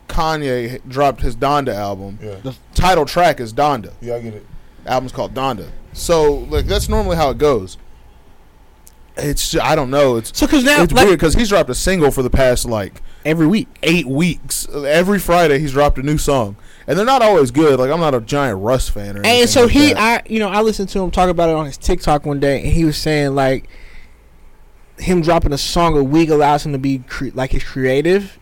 Speaker 2: Kanye dropped his Donda album.
Speaker 7: Yeah.
Speaker 2: The title track is Donda.
Speaker 7: Yeah, I get it.
Speaker 2: Album's called Donda. So like that's normally how it goes. It's ju- I don't know. It's
Speaker 1: So because now
Speaker 2: it's
Speaker 1: like
Speaker 2: weird because he's dropped a single for the past like
Speaker 1: every week.
Speaker 2: eight weeks. Every Friday he's dropped a new song, and they're not always good. Like I'm not a giant Russ fan or anything.
Speaker 1: And so
Speaker 2: like
Speaker 1: he,
Speaker 2: that.
Speaker 1: I, you know, I listened to him talk about it on his TikTok one day, and he was saying like, him dropping a song a week allows him to be cre- like his creative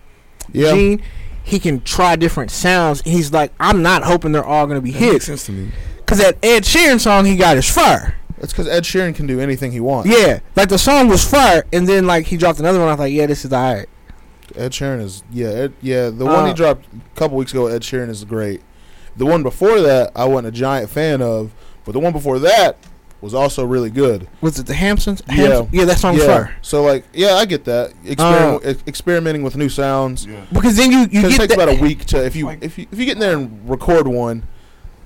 Speaker 2: yeah.
Speaker 1: gene. He can try different sounds. and He's like, I'm not hoping they're all gonna be
Speaker 4: That makes
Speaker 1: hits,
Speaker 4: sense to me.
Speaker 1: cause that Ed Sheeran song he got is fire.
Speaker 2: That's because Ed Sheeran can do anything he wants.
Speaker 1: Yeah, like the song was fire, and then like he dropped another one. I was like, yeah, this is alright.
Speaker 2: Ed Sheeran is yeah, Ed, yeah. The one
Speaker 1: Uh,
Speaker 2: he dropped a couple weeks ago, Ed Sheeran is great. The one before that, I wasn't a giant fan of, but the one before that was also really good.
Speaker 1: Was it the Hampsons?
Speaker 2: Yeah.
Speaker 1: Hamps- yeah, that song was
Speaker 2: yeah.
Speaker 1: fire.
Speaker 2: So like, yeah, I get that. Experiment, ex- experimenting with new sounds.
Speaker 4: Yeah.
Speaker 1: Because then you Uh, you get
Speaker 2: 'Cause
Speaker 1: e
Speaker 2: it takes
Speaker 1: that-
Speaker 2: about a week to if you
Speaker 4: Like-
Speaker 2: if you if you get in there and record one,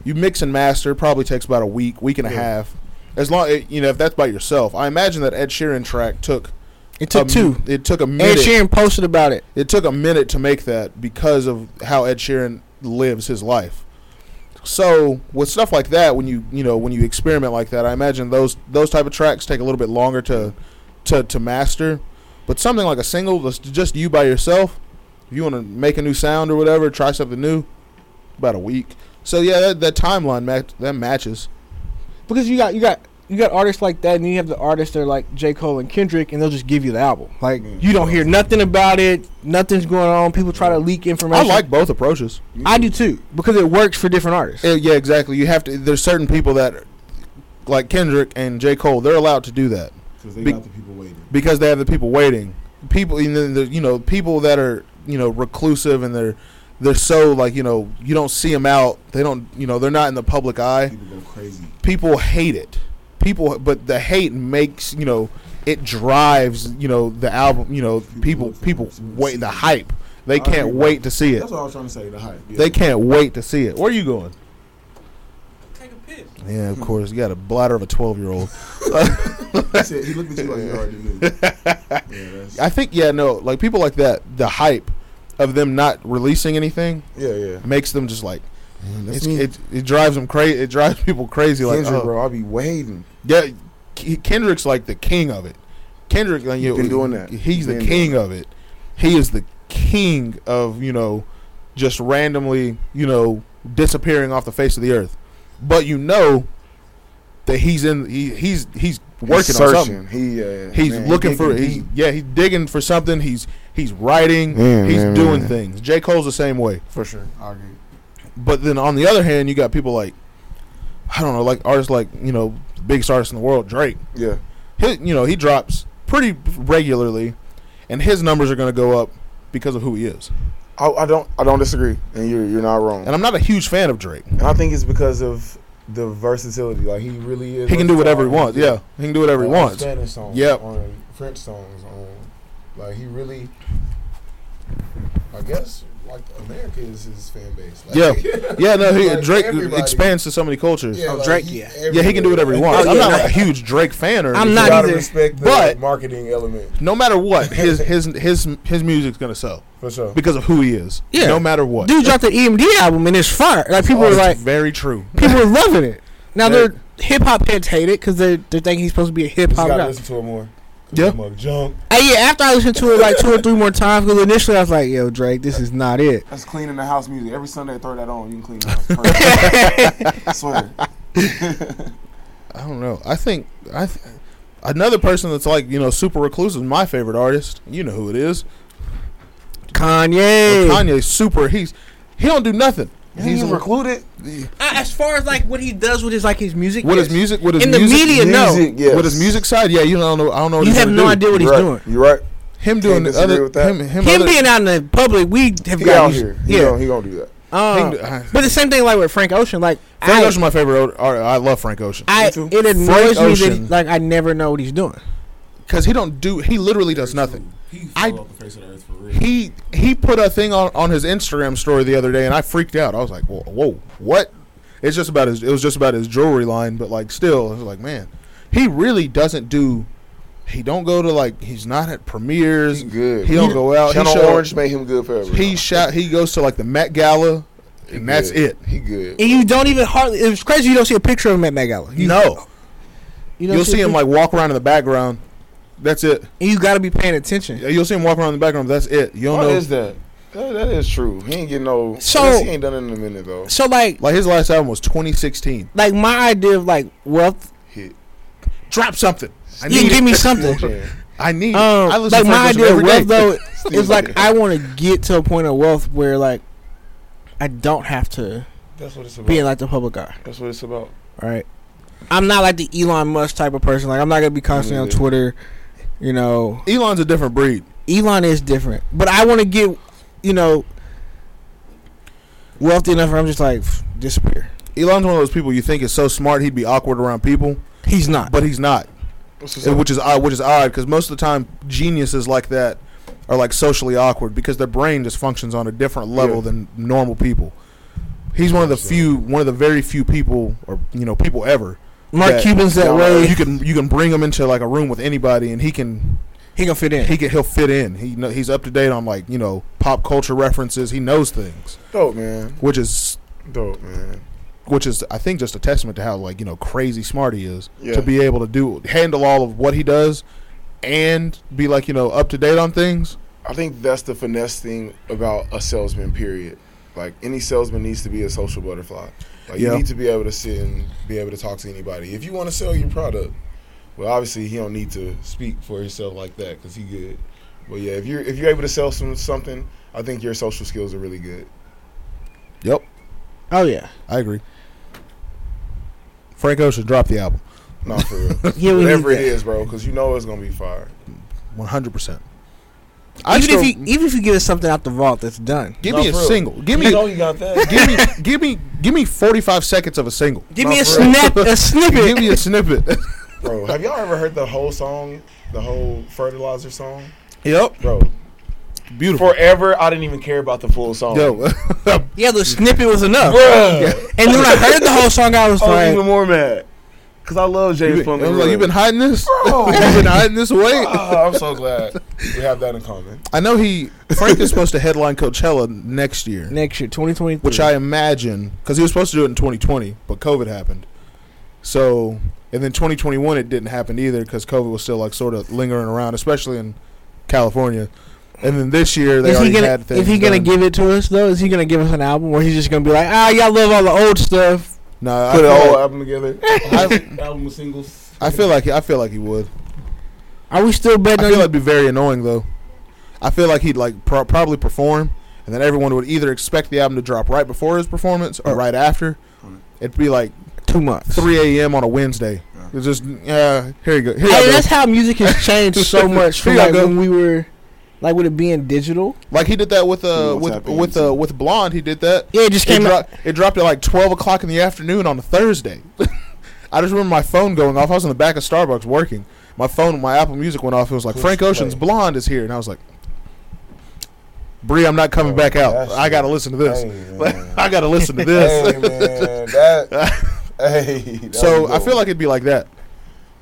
Speaker 2: you mix and master probably takes about a week, week and a
Speaker 7: Yeah.
Speaker 2: half. As long you know if that's by yourself, I imagine that Ed Sheeran track took
Speaker 1: It took
Speaker 2: a,
Speaker 1: two.
Speaker 2: It took a
Speaker 1: Ed
Speaker 2: minute.
Speaker 1: Sheeran posted about it.
Speaker 2: It took a minute to make that because of how Ed Sheeran lives his life. So with stuff like that, when you you know when you experiment like that, I imagine those those type of tracks take a little bit longer to to, to master. But something like a single that's just you by yourself, if you want to make a new sound or whatever, try something new, about a week. So yeah, that, that timeline match that matches.
Speaker 1: because you got you got you got artists like that, and you have the artists that are like J. Cole and Kendrick, and they'll just give you the album. Like
Speaker 4: Mm.
Speaker 1: you don't hear nothing about it, nothing's going on. People try to leak
Speaker 2: I
Speaker 1: information.
Speaker 2: like both approaches.
Speaker 1: I do too, because it works for different artists.
Speaker 2: Yeah, yeah, exactly. You have to. There's certain people that, like Kendrick and J. Cole, they're allowed to do that.
Speaker 4: Because they
Speaker 2: Be-
Speaker 4: got the people waiting.
Speaker 2: because they have the people waiting. People, you know, the, you know, people that are you know reclusive and they're they're so like you know you don't see them out. They don't you know they're not in the public eye.
Speaker 4: People go crazy.
Speaker 2: People hate it. People, but the hate makes you know it drives you know the album. You know people people wait the hype. They can't wait to see it.
Speaker 4: That's what I was trying to say. The hype. Yeah.
Speaker 2: They can't wait to see it. Where are you going?
Speaker 10: Take a piss.
Speaker 2: Yeah, of course. You got a bladder of a twelve-year-old.
Speaker 4: He said- he looked at you like you already knew. yeah, that's,
Speaker 2: I think. Yeah, no. Like people like that. The hype of them not releasing anything
Speaker 7: Yeah, yeah.
Speaker 2: makes them just like it's,
Speaker 7: me.
Speaker 2: it, it drives them crazy. It drives people crazy. Like
Speaker 7: Kendrick,
Speaker 2: oh.
Speaker 7: bro, I'll be waiting.
Speaker 2: yeah, K- Kendrick's like the king of it. Kendrick, like, you know,
Speaker 7: been doing that.
Speaker 2: He's the
Speaker 7: Been
Speaker 2: king of it. He is the king of you know, just randomly you know disappearing off the face of the earth. But you know that he's in. He, he's he's working
Speaker 7: He's
Speaker 2: on something.
Speaker 7: searching. He, uh,
Speaker 2: He's
Speaker 7: man,
Speaker 2: looking
Speaker 7: digging
Speaker 2: for. He's,
Speaker 7: deep.
Speaker 2: yeah, he's digging for something. He's he's writing.
Speaker 7: Yeah,
Speaker 2: he's
Speaker 7: man,
Speaker 2: doing
Speaker 7: man.
Speaker 2: things. J Cole's the same way.
Speaker 7: for sure.
Speaker 4: I agree.
Speaker 2: But then on the other hand, you got people like I don't know, like artists like you know, the biggest artist in the world, Drake.
Speaker 7: Yeah,
Speaker 2: He, you know, he drops pretty regularly, and his numbers are going to go up because of who he is.
Speaker 7: I, I don't, I don't disagree, and you're, you're not wrong.
Speaker 2: And I'm not a huge fan of Drake.
Speaker 7: And I think it's because of the versatility. Like he really is.
Speaker 2: He can do whatever he wants. Yeah, he can do whatever he
Speaker 7: on
Speaker 2: wants.
Speaker 7: Spanish songs.
Speaker 2: Yep.
Speaker 7: On French songs. On like he really. I guess like America is his fan base. Like,
Speaker 2: Yeah, yeah. No, he,
Speaker 7: Like
Speaker 2: Drake
Speaker 7: everybody.
Speaker 2: expands to so many cultures. Yeah,
Speaker 1: Oh, Drake, yeah.
Speaker 2: he can do whatever he
Speaker 7: everywhere.
Speaker 2: wants.
Speaker 1: Oh,
Speaker 2: I'm
Speaker 1: yeah,
Speaker 2: not
Speaker 1: no.
Speaker 2: a huge Drake fan or.
Speaker 1: I'm
Speaker 2: anything.
Speaker 7: You
Speaker 1: not
Speaker 7: gotta
Speaker 1: either.
Speaker 7: respect the
Speaker 2: But-
Speaker 7: marketing element
Speaker 2: No matter what, his his his his music's going to sell
Speaker 7: for sure.
Speaker 2: because of who he is.
Speaker 1: Yeah.
Speaker 2: No matter what.
Speaker 1: Dude dropped the EMD album and it's fire. Like people
Speaker 2: Oh,
Speaker 1: are
Speaker 2: it's
Speaker 1: like
Speaker 2: very true.
Speaker 1: people are loving it. Now
Speaker 2: That-
Speaker 1: their hip hop heads hate it because they they think he's supposed to be a hip
Speaker 7: Just
Speaker 1: hop
Speaker 7: gotta
Speaker 1: guy.
Speaker 7: listen to it more.
Speaker 2: Yeah.
Speaker 7: Mug jump.
Speaker 1: Hey, yeah. After I listened to it like two or three more times, because initially I was like, "Yo, Drake, this is not it."
Speaker 4: That's cleaning the house music. Every Sunday, throw that on. You can clean the house. Perfect. I swear.
Speaker 2: I don't know. I think I th- another person that's like you know super reclusive. is My favorite artist, you know who it is.
Speaker 1: Kanye.
Speaker 2: Kanye's super. He's he don't do nothing.
Speaker 11: He's recluded.
Speaker 1: Uh, as far as like what he does with his like his music,
Speaker 2: What
Speaker 1: yes.
Speaker 2: is music? What is
Speaker 1: In the
Speaker 2: music-
Speaker 1: media, no.
Speaker 2: music, yes. What is music side? Yeah, you don't know. I don't know. What
Speaker 1: You
Speaker 2: he's
Speaker 1: have
Speaker 2: gonna
Speaker 1: no
Speaker 2: do.
Speaker 1: idea what he's
Speaker 2: Right.
Speaker 1: doing.
Speaker 7: You're right.
Speaker 2: Him doing the
Speaker 7: disagree
Speaker 2: other
Speaker 7: with that.
Speaker 2: him him,
Speaker 1: Him
Speaker 2: other,
Speaker 1: being out in the public, we have
Speaker 7: He
Speaker 1: got
Speaker 7: out here. He
Speaker 1: Yeah,
Speaker 7: gonna, he gonna do that.
Speaker 1: um,
Speaker 2: He- uh,
Speaker 1: but the same thing like with Frank Ocean. Like
Speaker 2: Frank
Speaker 1: I,
Speaker 2: Ocean's my favorite. o- artist. I love Frank Ocean
Speaker 1: I
Speaker 7: too.
Speaker 1: it
Speaker 2: Frank
Speaker 1: annoys me that he,
Speaker 2: Ocean.
Speaker 1: like I never know what he's doing.
Speaker 2: because he don't do. He literally does nothing.
Speaker 4: He fell
Speaker 2: I-
Speaker 4: off the face of the earth for real.
Speaker 2: he he put a thing on on his Instagram story the other day, and I freaked out. I was like, whoa, whoa what? It's just about his. It was just about his jewelry line, but like still, I was like, man, he really doesn't do. He don't go to like. He's not at premieres.
Speaker 7: He's good.
Speaker 2: He don't go out.
Speaker 7: Channel
Speaker 2: he show-
Speaker 7: Orange made him good forever.
Speaker 2: He shout. He goes to like the Met Gala,
Speaker 7: He
Speaker 2: and that's
Speaker 7: good.
Speaker 2: it.
Speaker 7: He good.
Speaker 1: And you don't even hardly. It was crazy. You don't see a picture of him at Met Gala. You,
Speaker 2: no,
Speaker 1: you don't
Speaker 2: you'll see
Speaker 1: a
Speaker 2: him
Speaker 1: pic-
Speaker 2: like walk around in the background. That's it.
Speaker 1: And you got to be paying attention.
Speaker 2: You'll see him walk around in the background. That's it. You don't
Speaker 7: What
Speaker 2: know.
Speaker 7: is that? that? That is true. He ain't getting no.
Speaker 1: So-
Speaker 7: he ain't done it in a minute though.
Speaker 1: So like
Speaker 2: Like his last album was 2016.
Speaker 1: like my idea of like wealth,
Speaker 7: Hit.
Speaker 2: Drop something. I
Speaker 1: you
Speaker 2: need
Speaker 1: give
Speaker 2: it.
Speaker 1: me something.
Speaker 7: Yeah.
Speaker 2: I need.
Speaker 1: Um,
Speaker 2: I
Speaker 1: like my
Speaker 2: to Frank Ocean
Speaker 1: idea of
Speaker 2: every
Speaker 1: wealth
Speaker 2: day.
Speaker 1: though
Speaker 7: Steve
Speaker 1: is like
Speaker 7: Harvey.
Speaker 1: I want to get to a point of wealth where like I don't have to
Speaker 7: That's what it's about.
Speaker 1: be in like the public eye.
Speaker 7: That's what it's about.
Speaker 1: Right. I'm not like the Elon Musk type of person. Like I'm not gonna be constantly on
Speaker 7: neither.
Speaker 1: Twitter. You know,
Speaker 2: Elon's a different breed.
Speaker 1: Elon is different, but I want to get, you know, wealthy enough. Where I'm just like pff, disappear.
Speaker 2: Elon's one of those people you think is so smart he'd be awkward around people,
Speaker 1: He's not.
Speaker 2: but he's not,
Speaker 7: That's what's
Speaker 2: which is odd. Which is odd because most of the time geniuses like that are like socially awkward because their brain just functions on a different level
Speaker 7: Yeah.
Speaker 2: than normal people. He's one of the few, one of the very few people, or you know, people ever.
Speaker 1: Mark
Speaker 2: that-
Speaker 1: Cuban's that
Speaker 2: uh,
Speaker 1: way.
Speaker 2: You can you can bring him into like a room with anybody, and he can
Speaker 1: he gonna fit in.
Speaker 2: he can he'll fit in. He know, he's up to date on like you know pop culture references. He knows things,
Speaker 7: dope, man.
Speaker 2: which is
Speaker 7: Dope, man.
Speaker 2: which is I think just a testament to how like you know crazy smart he is
Speaker 7: Yeah.
Speaker 2: to be able to do handle all of what he does and be like you know up to date on things.
Speaker 7: I think that's the finesse thing about a salesman. Period. Like any salesman needs to be a social butterfly. Like
Speaker 2: Yeah.
Speaker 7: you need to be able to sit and be able to talk to anybody if you want to sell your product. Well, obviously he don't need to speak for himself like that because he good. But yeah, if you're if you're able to sell some something, I think your social skills are really good.
Speaker 2: Yep,
Speaker 1: oh yeah.
Speaker 2: I agree. Frank Ocean dropped the album
Speaker 7: Not for real.
Speaker 1: Yeah, we
Speaker 7: Whatever
Speaker 1: need
Speaker 7: it
Speaker 1: that.
Speaker 7: is, bro, because you know it's gonna be fire.
Speaker 2: one hundred percent.
Speaker 1: Even if you even if you give us something out the vault that's done,
Speaker 2: give
Speaker 7: No,
Speaker 2: me a
Speaker 7: for real.
Speaker 2: single, give
Speaker 7: You
Speaker 2: me
Speaker 7: know you got that.
Speaker 2: give me give me give me forty five seconds of a single.
Speaker 1: give
Speaker 7: No,
Speaker 1: me a
Speaker 7: for real.
Speaker 1: snap, a
Speaker 2: give me
Speaker 1: snippet.
Speaker 2: a snippet.
Speaker 7: Bro, have y'all ever heard the whole song, the whole fertilizer song?
Speaker 2: yep,
Speaker 7: Bro,
Speaker 2: beautiful.
Speaker 7: forever I didn't even care about the full song.
Speaker 2: Yo,
Speaker 1: yeah, the snippet was enough. Oh,
Speaker 7: Bruh.
Speaker 1: And when I heard the whole song, I was
Speaker 7: I was
Speaker 1: like,
Speaker 7: even more mad. Cause I love James
Speaker 2: you've
Speaker 7: Plummer.
Speaker 2: been, like, you been hiding this.
Speaker 7: Bro.
Speaker 2: you've been hiding this away.
Speaker 7: Ah, I'm so glad we have that in common.
Speaker 2: I know he Frank is supposed to headline Coachella next year,
Speaker 1: next year, 2023.
Speaker 2: which I imagine because he was supposed to do it in 2020, but COVID happened. So and then 2021 it didn't happen either because COVID was still like sort of lingering around, especially in California. And then this year they
Speaker 1: is he
Speaker 2: already
Speaker 1: gonna
Speaker 2: had things.
Speaker 1: if he gonna
Speaker 2: done.
Speaker 1: give it to us though? Is he gonna give us an album or he's just gonna be like, ah, y'all love all the old stuff?
Speaker 2: no, I
Speaker 7: Put
Speaker 2: feel
Speaker 7: an whole
Speaker 2: like,
Speaker 7: album together.
Speaker 2: I,
Speaker 4: album of singles.
Speaker 2: I feel like I feel like he would.
Speaker 1: Are we still
Speaker 2: I
Speaker 1: betting
Speaker 2: feel
Speaker 1: on?
Speaker 2: like it'd be very annoying though. I feel like he'd like pro- probably perform, and then everyone would either expect the album to drop right before his performance or right after. It'd be like
Speaker 1: two months?
Speaker 2: 3 a.m. on a Wednesday. It's just, yeah, here you go. Here
Speaker 1: Hey,
Speaker 2: you go.
Speaker 1: that's how music has changed so much from
Speaker 2: Here
Speaker 1: like
Speaker 2: y'all go.
Speaker 1: when we were, like with it being digital.
Speaker 2: Like he did that with
Speaker 11: You
Speaker 2: uh
Speaker 11: won't
Speaker 2: with
Speaker 11: tap
Speaker 2: with
Speaker 11: into.
Speaker 2: uh with Blonde. He did that.
Speaker 1: Yeah, it just
Speaker 2: It,
Speaker 1: came out.
Speaker 2: dropped it dropped at like 12 o'clock in the afternoon on a Thursday. I just remember my phone going off. I was in the back of Starbucks working. My phone, my Apple Music went off. It was like
Speaker 7: Push
Speaker 2: Frank Ocean's
Speaker 7: play.
Speaker 2: Blonde is here, and I was like, Bree, I'm not coming
Speaker 7: Oh,
Speaker 2: back out.
Speaker 7: that's-
Speaker 2: I gotta listen to this.
Speaker 7: Hey, man.
Speaker 2: I gotta listen to this.
Speaker 7: Hey, man. That, hey, that
Speaker 2: so
Speaker 7: was a
Speaker 2: I
Speaker 7: good
Speaker 2: feel
Speaker 7: one.
Speaker 2: like it'd be like that.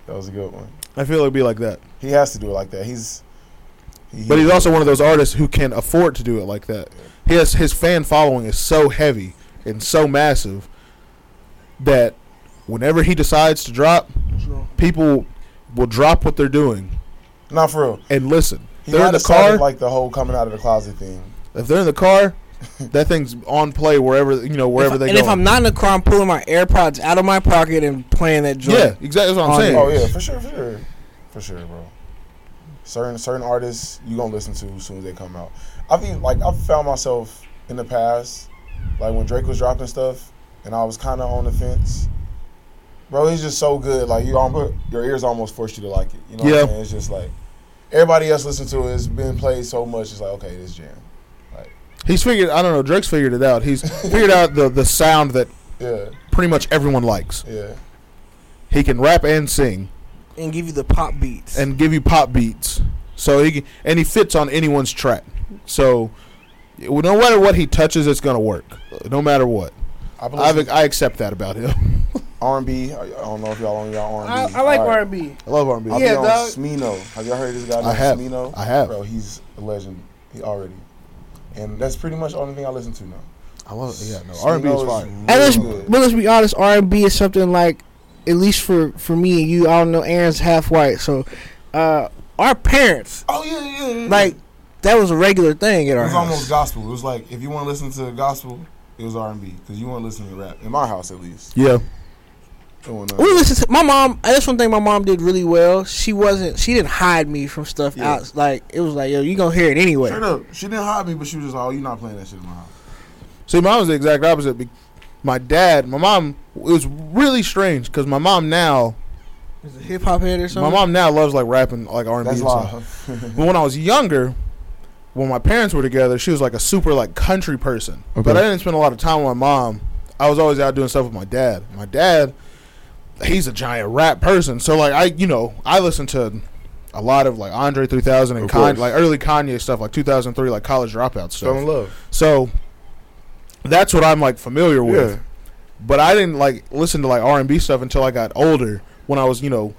Speaker 7: that was a good one.
Speaker 2: I feel it'd be like that.
Speaker 7: He has to do it like that. He's, he,
Speaker 2: But he's also one of those artists who can afford to do it like that. He has his fan following is so heavy and so massive that whenever he decides to drop, people will drop what they're doing
Speaker 7: not for real.
Speaker 2: and listen.
Speaker 7: He
Speaker 2: they're
Speaker 7: might
Speaker 2: in the
Speaker 7: have
Speaker 2: car.
Speaker 7: started, like the whole coming out of the closet thing.
Speaker 2: if they're in the car, that thing's on play wherever you know wherever
Speaker 1: If I-
Speaker 2: they
Speaker 1: and
Speaker 2: go.
Speaker 1: if I'm not in the car, I'm pulling my AirPods out of my pocket and playing that joint.
Speaker 2: yeah, exactly. That's what I'm
Speaker 1: On
Speaker 2: saying.
Speaker 1: there.
Speaker 7: Oh yeah, for sure, for sure, for sure, bro. Certain certain artists you gonna listen to as soon as they come out. I think like I've found myself in the past Like when Drake was dropping stuff, and I was kind of on the fence. Bro, he's just so good. Like you, almost, your ears almost force you to like it. You know what
Speaker 2: Yeah.
Speaker 7: I'm saying? It's just like everybody else listen to it. It's been played so much. It's like okay, this jam.
Speaker 2: He's figured. I don't know. Drake's figured it out. He's figured out the the sound that
Speaker 7: Yeah,
Speaker 2: pretty much everyone likes.
Speaker 7: yeah.
Speaker 2: He can rap and sing
Speaker 1: and give you the pop beats.
Speaker 2: and give you pop beats. So he can, and he fits on anyone's track. So no matter what he touches, it's gonna work. No matter what,
Speaker 7: I believe
Speaker 2: I've, I accept that about him.
Speaker 7: R&B. I I don't know if y'all on y'all R&B.
Speaker 1: I, I like
Speaker 7: All
Speaker 1: R
Speaker 7: right.
Speaker 1: and B.
Speaker 2: I love R&B.
Speaker 7: I'll
Speaker 1: Yeah,
Speaker 7: be on
Speaker 1: dog.
Speaker 7: Smino. Have y'all heard of this guy?
Speaker 2: I
Speaker 7: named
Speaker 2: have.
Speaker 7: Smino?
Speaker 2: I have.
Speaker 7: Bro, he's a legend. He already. And that's pretty much the only thing I listen to now.
Speaker 2: I love. Yeah, no.
Speaker 7: Smino
Speaker 2: R&B is fire.
Speaker 7: really
Speaker 1: And let's
Speaker 7: good.
Speaker 1: but let's be honest, R and B is something like, at least for for me and you, I don't know. Aaron's half white, so uh, our parents
Speaker 7: Oh yeah, yeah, yeah. yeah.
Speaker 1: like that was a regular thing at
Speaker 7: it
Speaker 1: our
Speaker 7: was almost
Speaker 1: house.
Speaker 7: gospel. It was like if you want to listen to gospel, it was R and B because you want to listen to rap in my house at least.
Speaker 2: Yeah.
Speaker 7: It wasn't, uh,
Speaker 1: We listened to my mom. That's one thing my mom did really well. She wasn't. She didn't hide me from stuff
Speaker 7: Yeah.
Speaker 1: out. Like it was like, yo, you gonna hear it anyway.
Speaker 7: Straight up, she didn't hide me, but she was just like, "Oh, you're not playing that shit in my house."
Speaker 2: See, mine was the exact opposite. be- My dad, my mom, it was really strange because my mom now,
Speaker 1: Is it hip hop head or
Speaker 2: my
Speaker 1: something?
Speaker 2: mom now loves like rapping, like R and B and
Speaker 7: That's
Speaker 2: stuff.
Speaker 7: live.
Speaker 2: But when I was younger, when my parents were together, she was like a super like country person. But I didn't spend a lot of time with my mom. I was always out doing stuff with my dad. My dad, he's a giant rap person. So like I, you know, I listened to a lot of like Andre 3000 and
Speaker 3: Of
Speaker 2: Con-
Speaker 3: course.
Speaker 2: like early Kanye stuff, like 2003, like college dropout stuff.
Speaker 3: Fell in love.
Speaker 2: So that's what I'm like familiar with.
Speaker 3: Yeah.
Speaker 2: But I didn't like listen to like R and B stuff until I got older. When I was, you know,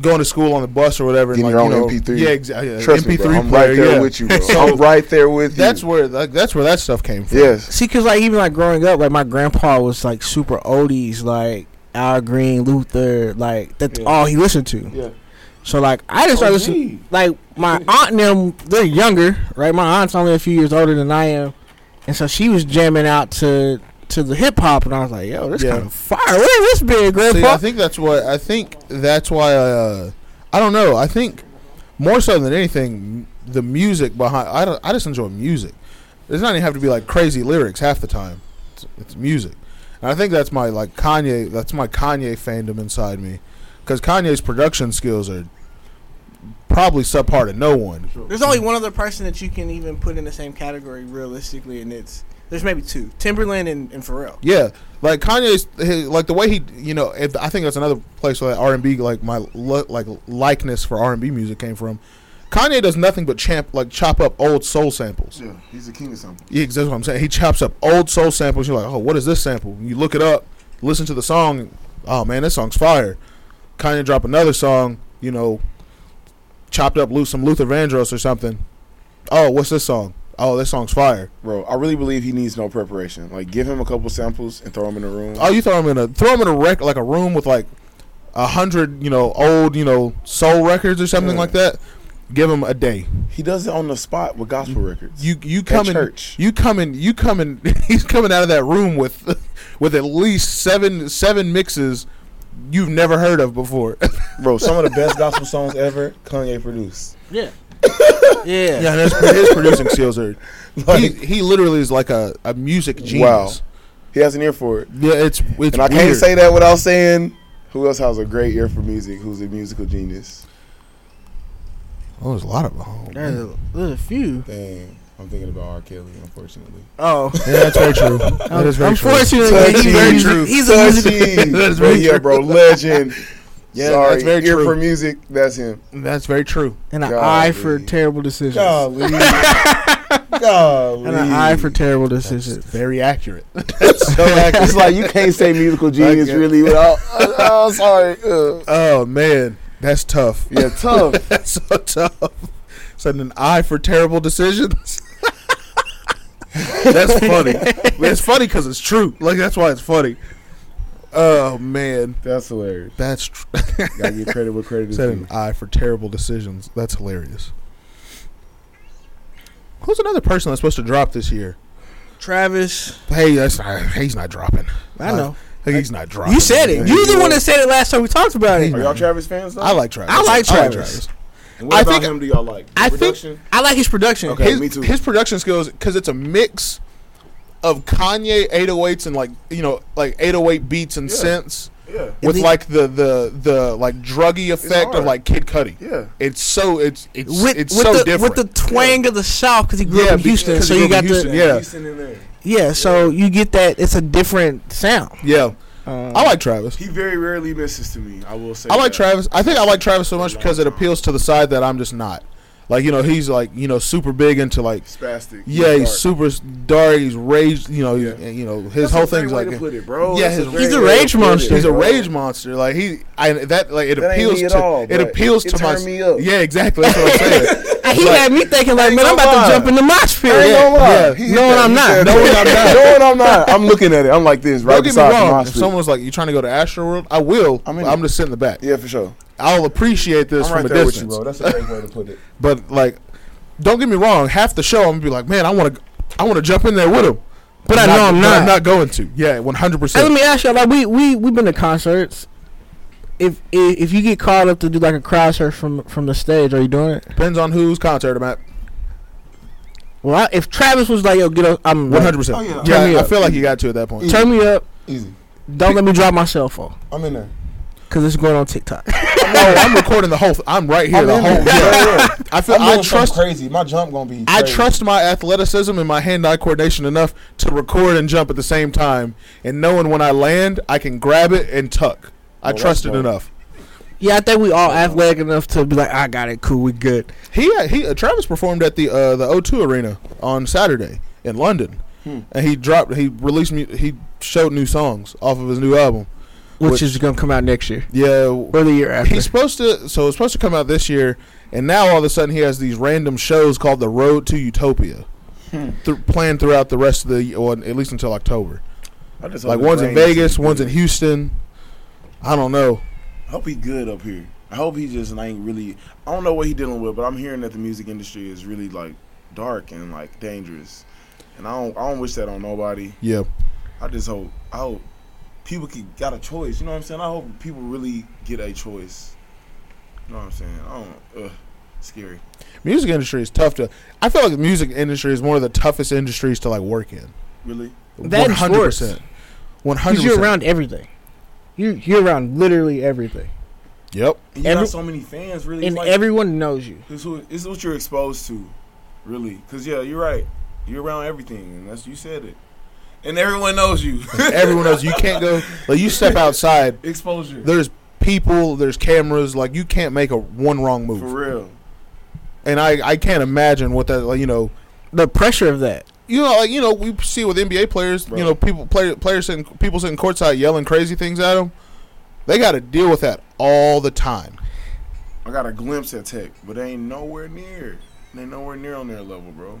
Speaker 2: going to school on the bus or whatever.
Speaker 3: Getting
Speaker 2: and,
Speaker 3: your
Speaker 2: like, you
Speaker 3: own
Speaker 2: know,
Speaker 3: MP3.
Speaker 2: Yeah, exactly.
Speaker 3: Trust me,
Speaker 2: MP3
Speaker 3: bro. I'm
Speaker 2: player.
Speaker 3: right there
Speaker 2: yeah.
Speaker 3: with you, bro.
Speaker 2: So-
Speaker 3: I'm right there with you.
Speaker 2: That's where like, that's where that stuff came from.
Speaker 3: yes.
Speaker 1: See, cause like even like growing up, like my grandpa was like super oldies, like Al Green, Luther, like that's
Speaker 7: Yeah.
Speaker 1: all he listened to.
Speaker 7: Yeah.
Speaker 1: So like I just started listening.
Speaker 7: OG.
Speaker 1: Like my aunt and them, they're younger, right? My aunt's only a few years older than I am, and so she was jamming out to to the hip hop, and I was like, yo, this
Speaker 2: Yeah.
Speaker 1: kind of fire. Where has this been,
Speaker 2: See, I
Speaker 1: grandpa?
Speaker 2: think that's what I think that's why uh, I don't know. I think more so than anything, the music behind I don't, I just enjoy music. It does not even have to be like crazy lyrics half the time. It's, it's music, and I think that's my like Kanye. That's my Kanye fandom inside me, because Kanye's production skills are probably subpar to no one.
Speaker 1: There's only one other person that you can even put in the same category realistically, and it's there's maybe two: Timberland and, and Pharrell.
Speaker 2: Yeah, like Kanye's his, like the way he you know if, I think that's another place where R and B like my lo- like likeness for R and B music came from. Kanye does nothing but champ like chop up old soul samples.
Speaker 4: Yeah, he's the king of something.
Speaker 2: Yeah, that's what I'm saying. He chops up old soul samples. You're like, oh, what is this sample? You look it up, listen to the song. Oh man, this song's fire. Kanye drop another song. You know, chopped up Lu- some Luther Vandross or something. Oh, what's this song? Oh, this song's fire.
Speaker 7: Bro, I really believe he needs no preparation. Like, give him a couple samples and throw him in the room.
Speaker 2: Oh, you throw him in a throw him in a rec like a room with like a hundred, you know, old, you know, soul records or something
Speaker 7: Yeah.
Speaker 2: like that. Give him a day.
Speaker 7: He does it on the spot with gospel records.
Speaker 2: You you come in,
Speaker 7: church.
Speaker 2: you come in, you come in. He's coming out of that room with with at least seven seven mixes you've never heard of before.
Speaker 7: Bro, some of the best gospel songs ever Kanye produced.
Speaker 1: Yeah. yeah.
Speaker 2: yeah, and his, his producing skills are. he, he literally is like a, a music genius.
Speaker 7: He has an ear for it.
Speaker 2: Yeah, it's it's
Speaker 7: and I can't
Speaker 2: weird.
Speaker 7: say that without saying who else has a great ear for music, who's a musical genius.
Speaker 2: Oh, there's a lot of. Oh,
Speaker 1: There's
Speaker 2: man.
Speaker 1: a, there's a few.
Speaker 7: Dang, I'm thinking about R. Kelly, unfortunately.
Speaker 1: Oh,
Speaker 2: yeah, that's very true. That is very true.
Speaker 1: unfortunately, he's,
Speaker 7: Very
Speaker 1: true.
Speaker 7: true.
Speaker 1: he's a music.
Speaker 2: That's
Speaker 7: that's
Speaker 2: very
Speaker 7: very yeah, bro, legend.
Speaker 2: Yeah,
Speaker 7: Sorry,
Speaker 2: that's very
Speaker 7: ear
Speaker 2: true.
Speaker 7: for music. That's him.
Speaker 2: That's very true.
Speaker 1: and an
Speaker 7: Golly.
Speaker 1: eye for terrible decisions.
Speaker 7: Golly, golly,
Speaker 1: And an eye for terrible decisions.
Speaker 2: Very accurate.
Speaker 7: So like, it's like you can't say musical genius
Speaker 2: Like, uh,
Speaker 7: really without. Uh, uh, sorry. Uh,
Speaker 2: Oh man, that's tough.
Speaker 7: yeah, tough.
Speaker 2: That's so tough. Setting an eye for terrible decisions. that's funny. it's funny because it's true. Like that's why it's funny. Oh man,
Speaker 7: That's hilarious.
Speaker 2: that's tr-
Speaker 7: Gotta give credit where credit is
Speaker 2: set an
Speaker 7: due.
Speaker 2: eye for terrible decisions. That's hilarious. Who's another person that's supposed to drop this year?
Speaker 1: Travis,
Speaker 2: Hey, that's not, he's not dropping.
Speaker 1: I know.
Speaker 2: He's not dropping.
Speaker 1: You said it. You're the one that said it last time we talked about
Speaker 2: Hey,
Speaker 1: it.
Speaker 7: Are y'all Travis fans? Though?
Speaker 2: I like Travis.
Speaker 1: I like Travis.
Speaker 7: And what
Speaker 2: I
Speaker 7: about
Speaker 2: think-
Speaker 7: him? Do y'all like? The
Speaker 2: I think-
Speaker 7: production?
Speaker 1: I like his production.
Speaker 7: Okay.
Speaker 2: his,
Speaker 7: me too.
Speaker 2: His production skills, because it's a mix of Kanye 808s and like you know like 808 beats and
Speaker 3: Yeah.
Speaker 2: synths
Speaker 3: Yeah.
Speaker 2: with
Speaker 1: the-
Speaker 2: like the the the like druggy effect of
Speaker 3: hard.
Speaker 2: like Kid Cudi.
Speaker 3: Yeah.
Speaker 2: It's so it's it's
Speaker 1: With,
Speaker 2: it's
Speaker 1: with
Speaker 2: so
Speaker 1: the,
Speaker 2: different.
Speaker 1: with the twang of the South because he grew
Speaker 2: Yeah,
Speaker 1: up in
Speaker 2: be-
Speaker 1: Houston,
Speaker 2: 'cause
Speaker 1: so
Speaker 2: he
Speaker 1: you
Speaker 2: grew
Speaker 1: got
Speaker 2: up in
Speaker 1: the
Speaker 2: Houston, yeah.
Speaker 3: Houston in there.
Speaker 1: yeah. So you get that it's a different sound.
Speaker 2: yeah,
Speaker 1: Um,
Speaker 2: I like Travis.
Speaker 3: He very rarely misses to me. I will say.
Speaker 2: I
Speaker 3: that.
Speaker 2: like Travis. I think I like Travis so much
Speaker 3: Long
Speaker 2: because it
Speaker 3: time.
Speaker 2: appeals to the side that I'm just not. Like you know he's like you know super big into like
Speaker 3: Spastic.
Speaker 2: yeah he's
Speaker 3: dark.
Speaker 2: super dark he's raged you know
Speaker 3: Yeah.
Speaker 2: and, you know his
Speaker 3: That's a
Speaker 2: whole
Speaker 3: great
Speaker 2: thing's
Speaker 3: way
Speaker 2: like
Speaker 3: to put it, bro.
Speaker 2: Yeah,
Speaker 3: Oh, That's
Speaker 2: his-
Speaker 3: great
Speaker 1: He's a
Speaker 3: way to
Speaker 1: rage
Speaker 3: put it,
Speaker 1: monster.
Speaker 2: He's a
Speaker 3: bro.
Speaker 2: rage monster. Like he, I that like it
Speaker 3: That ain't
Speaker 2: appeals
Speaker 3: me at
Speaker 2: to
Speaker 3: all,
Speaker 2: it
Speaker 3: but
Speaker 2: appeals
Speaker 3: it
Speaker 2: to my
Speaker 3: turned me up.
Speaker 2: yeah exactly that's what I'm saying.
Speaker 1: And he
Speaker 2: Like-
Speaker 1: had me thinking like,
Speaker 3: Ain't
Speaker 1: man, I'm
Speaker 3: gonna
Speaker 1: about
Speaker 3: lie.
Speaker 1: to jump in the mosh pit.
Speaker 3: Ain't gonna lie.
Speaker 2: Yeah.
Speaker 3: He hit
Speaker 1: No,
Speaker 3: that-
Speaker 1: I'm
Speaker 3: he
Speaker 1: not.
Speaker 3: said,
Speaker 1: No,
Speaker 3: "No, I'm not. No, I'm not. I'm looking at it. I'm like this, right
Speaker 2: Don't get me
Speaker 3: beside the
Speaker 2: wrong. If
Speaker 3: monster.
Speaker 2: someone's like, "You trying to go to Astro World?" I will.
Speaker 3: I'm
Speaker 2: I'm,
Speaker 3: in it.
Speaker 2: just sitting in the back.
Speaker 3: Yeah, for sure.
Speaker 2: I'll appreciate this
Speaker 3: I'm
Speaker 2: from
Speaker 3: right
Speaker 2: a
Speaker 3: there with you,
Speaker 2: distance.
Speaker 3: bro. That's a great way to put it.
Speaker 2: but like, don't get me wrong. Half the show, I'm gonna be like, "Man, I want to, I want to jump in there with him."
Speaker 1: But I know I'm
Speaker 2: but
Speaker 1: not.
Speaker 2: I'm not going to. Yeah, 100.
Speaker 1: Hey, let
Speaker 2: percent
Speaker 1: me ask y'all. Like we we we've been to concerts. If, if if you get called up to do like a crowd search from from the stage, are you doing it?
Speaker 2: Depends on whose concert I'm at.
Speaker 1: Well, I, if Travis was like, "Yo, get up," I'm
Speaker 2: 100.
Speaker 1: like,
Speaker 4: Oh,
Speaker 2: percent
Speaker 4: yeah.
Speaker 2: Yeah,
Speaker 1: Turn me
Speaker 2: I- I
Speaker 1: up.
Speaker 2: feel like you got to at that point.
Speaker 1: turn me up.
Speaker 4: Easy.
Speaker 1: Don't let me drop my cell phone
Speaker 4: I'm in there.
Speaker 1: because it's going on TikTok.
Speaker 2: No, I'm recording the whole. Th- I'm right here.
Speaker 4: I'm
Speaker 2: the
Speaker 4: in
Speaker 2: whole.
Speaker 4: it. Yeah, yeah.
Speaker 2: I feel.
Speaker 4: I'm
Speaker 2: I
Speaker 4: doing something
Speaker 2: trust.
Speaker 4: crazy. My jump gonna be.
Speaker 2: I
Speaker 4: crazy.
Speaker 2: trust my athleticism and my hand-eye coordination enough to record and jump at the same time, and knowing when I land, I can grab it and tuck. I
Speaker 4: Well,
Speaker 2: trust it
Speaker 4: that's
Speaker 2: enough.
Speaker 1: yeah, I think we all athletic enough to be like, "I got it, cool, we good."
Speaker 2: He he. Uh, Travis performed at the uh, the O2 Arena on Saturday in London,
Speaker 4: Hmm.
Speaker 2: and he dropped. He released me. He showed new songs off of his new album.
Speaker 1: Which,
Speaker 2: Which-
Speaker 1: is gonna come out next year
Speaker 2: Yeah,
Speaker 1: or the year after.
Speaker 2: He's supposed to, so it's supposed to come out this year, and now all of a sudden he has these random shows called the Road to Utopia,
Speaker 1: Hmm.
Speaker 2: thr- planned throughout the rest of the, or at least until October.
Speaker 3: I
Speaker 1: Oh,
Speaker 3: just
Speaker 2: like
Speaker 3: hope
Speaker 2: one's
Speaker 3: it
Speaker 2: in
Speaker 3: rains.
Speaker 2: Vegas, one's in Houston. I don't know.
Speaker 3: I hope he good up here. I hope he just ain't really. I don't know what he dealing with, but I'm hearing that the music industry is really like dark and like dangerous, and I don't. I don't wish that on nobody.
Speaker 2: Yeah,
Speaker 3: I just hope. I hope people can got a choice. You know what I'm saying? I hope people really get a choice. You know what I'm saying? I don't. Ugh, scary.
Speaker 2: music industry is tough to. I feel like the music industry is one of the toughest industries to like work in.
Speaker 3: Really?
Speaker 1: That and sports.
Speaker 2: One hundred
Speaker 1: because you're
Speaker 2: percent.
Speaker 1: around everything. You you're around literally everything,
Speaker 2: Yep.
Speaker 3: And you
Speaker 1: Every-
Speaker 3: got so many fans. Really,
Speaker 1: and
Speaker 3: it's like,
Speaker 1: everyone knows you.
Speaker 3: it's who, it's what you're exposed to, really. Cause yeah, you're right. You're around everything, and that's you said it. And everyone knows you.
Speaker 2: Everyone else, you can't go. Like you step outside,
Speaker 3: Exposure.
Speaker 2: there's people, there's cameras. Like you can't make a one wrong move.
Speaker 3: For real.
Speaker 2: and I, I can't imagine what that like, you know
Speaker 1: The pressure of that.
Speaker 2: you know like you know we see with NBA players
Speaker 3: Right.
Speaker 2: you know people play, players sitting people sitting courtside yelling crazy things at them they got to deal with that all the time
Speaker 3: I got a glimpse at Tech, but they ain't nowhere near. They ain't nowhere near on their level, bro.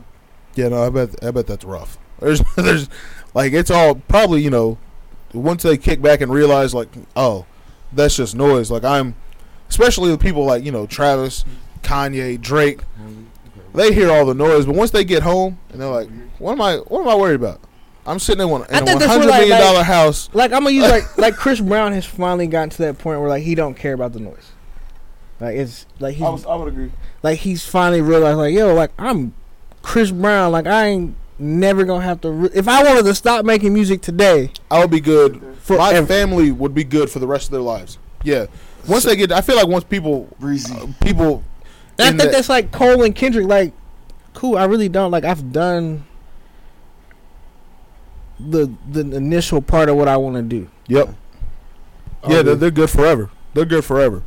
Speaker 2: yeah no I bet I bet that's rough there's there's like it's all probably you know once they kick back and realize like oh that's just noise like I'm especially with people like you know Travis Kanye Drake they hear all the noise but once they get home and they're like what am I what am I worried about I'm sitting in, one, in
Speaker 1: I
Speaker 2: a
Speaker 1: think
Speaker 2: one
Speaker 1: that's
Speaker 2: hundred
Speaker 1: where, like-
Speaker 2: million
Speaker 1: like-
Speaker 2: dollar house
Speaker 1: Like I'm gonna use like like Chris Brown has finally gotten to that point where like he don't care about the noise. Like it's like he's
Speaker 4: I would agree.
Speaker 1: like he's finally realized like yo like I'm Chris Brown like I ain't never gonna have to re- if I wanted to stop making music today
Speaker 2: I would be good.
Speaker 1: for
Speaker 2: my
Speaker 1: ev-
Speaker 2: family would be good for the rest of their lives. Yeah. Once they get, I feel like once people, uh,
Speaker 4: Breezy.
Speaker 2: people,
Speaker 1: and I
Speaker 2: in
Speaker 1: think
Speaker 2: the-
Speaker 1: that's like Cole and Kendrick like cool I really don't like I've done the the initial part of what I want to do
Speaker 2: Yep. Yeah, they're, they're good forever. They're good forever.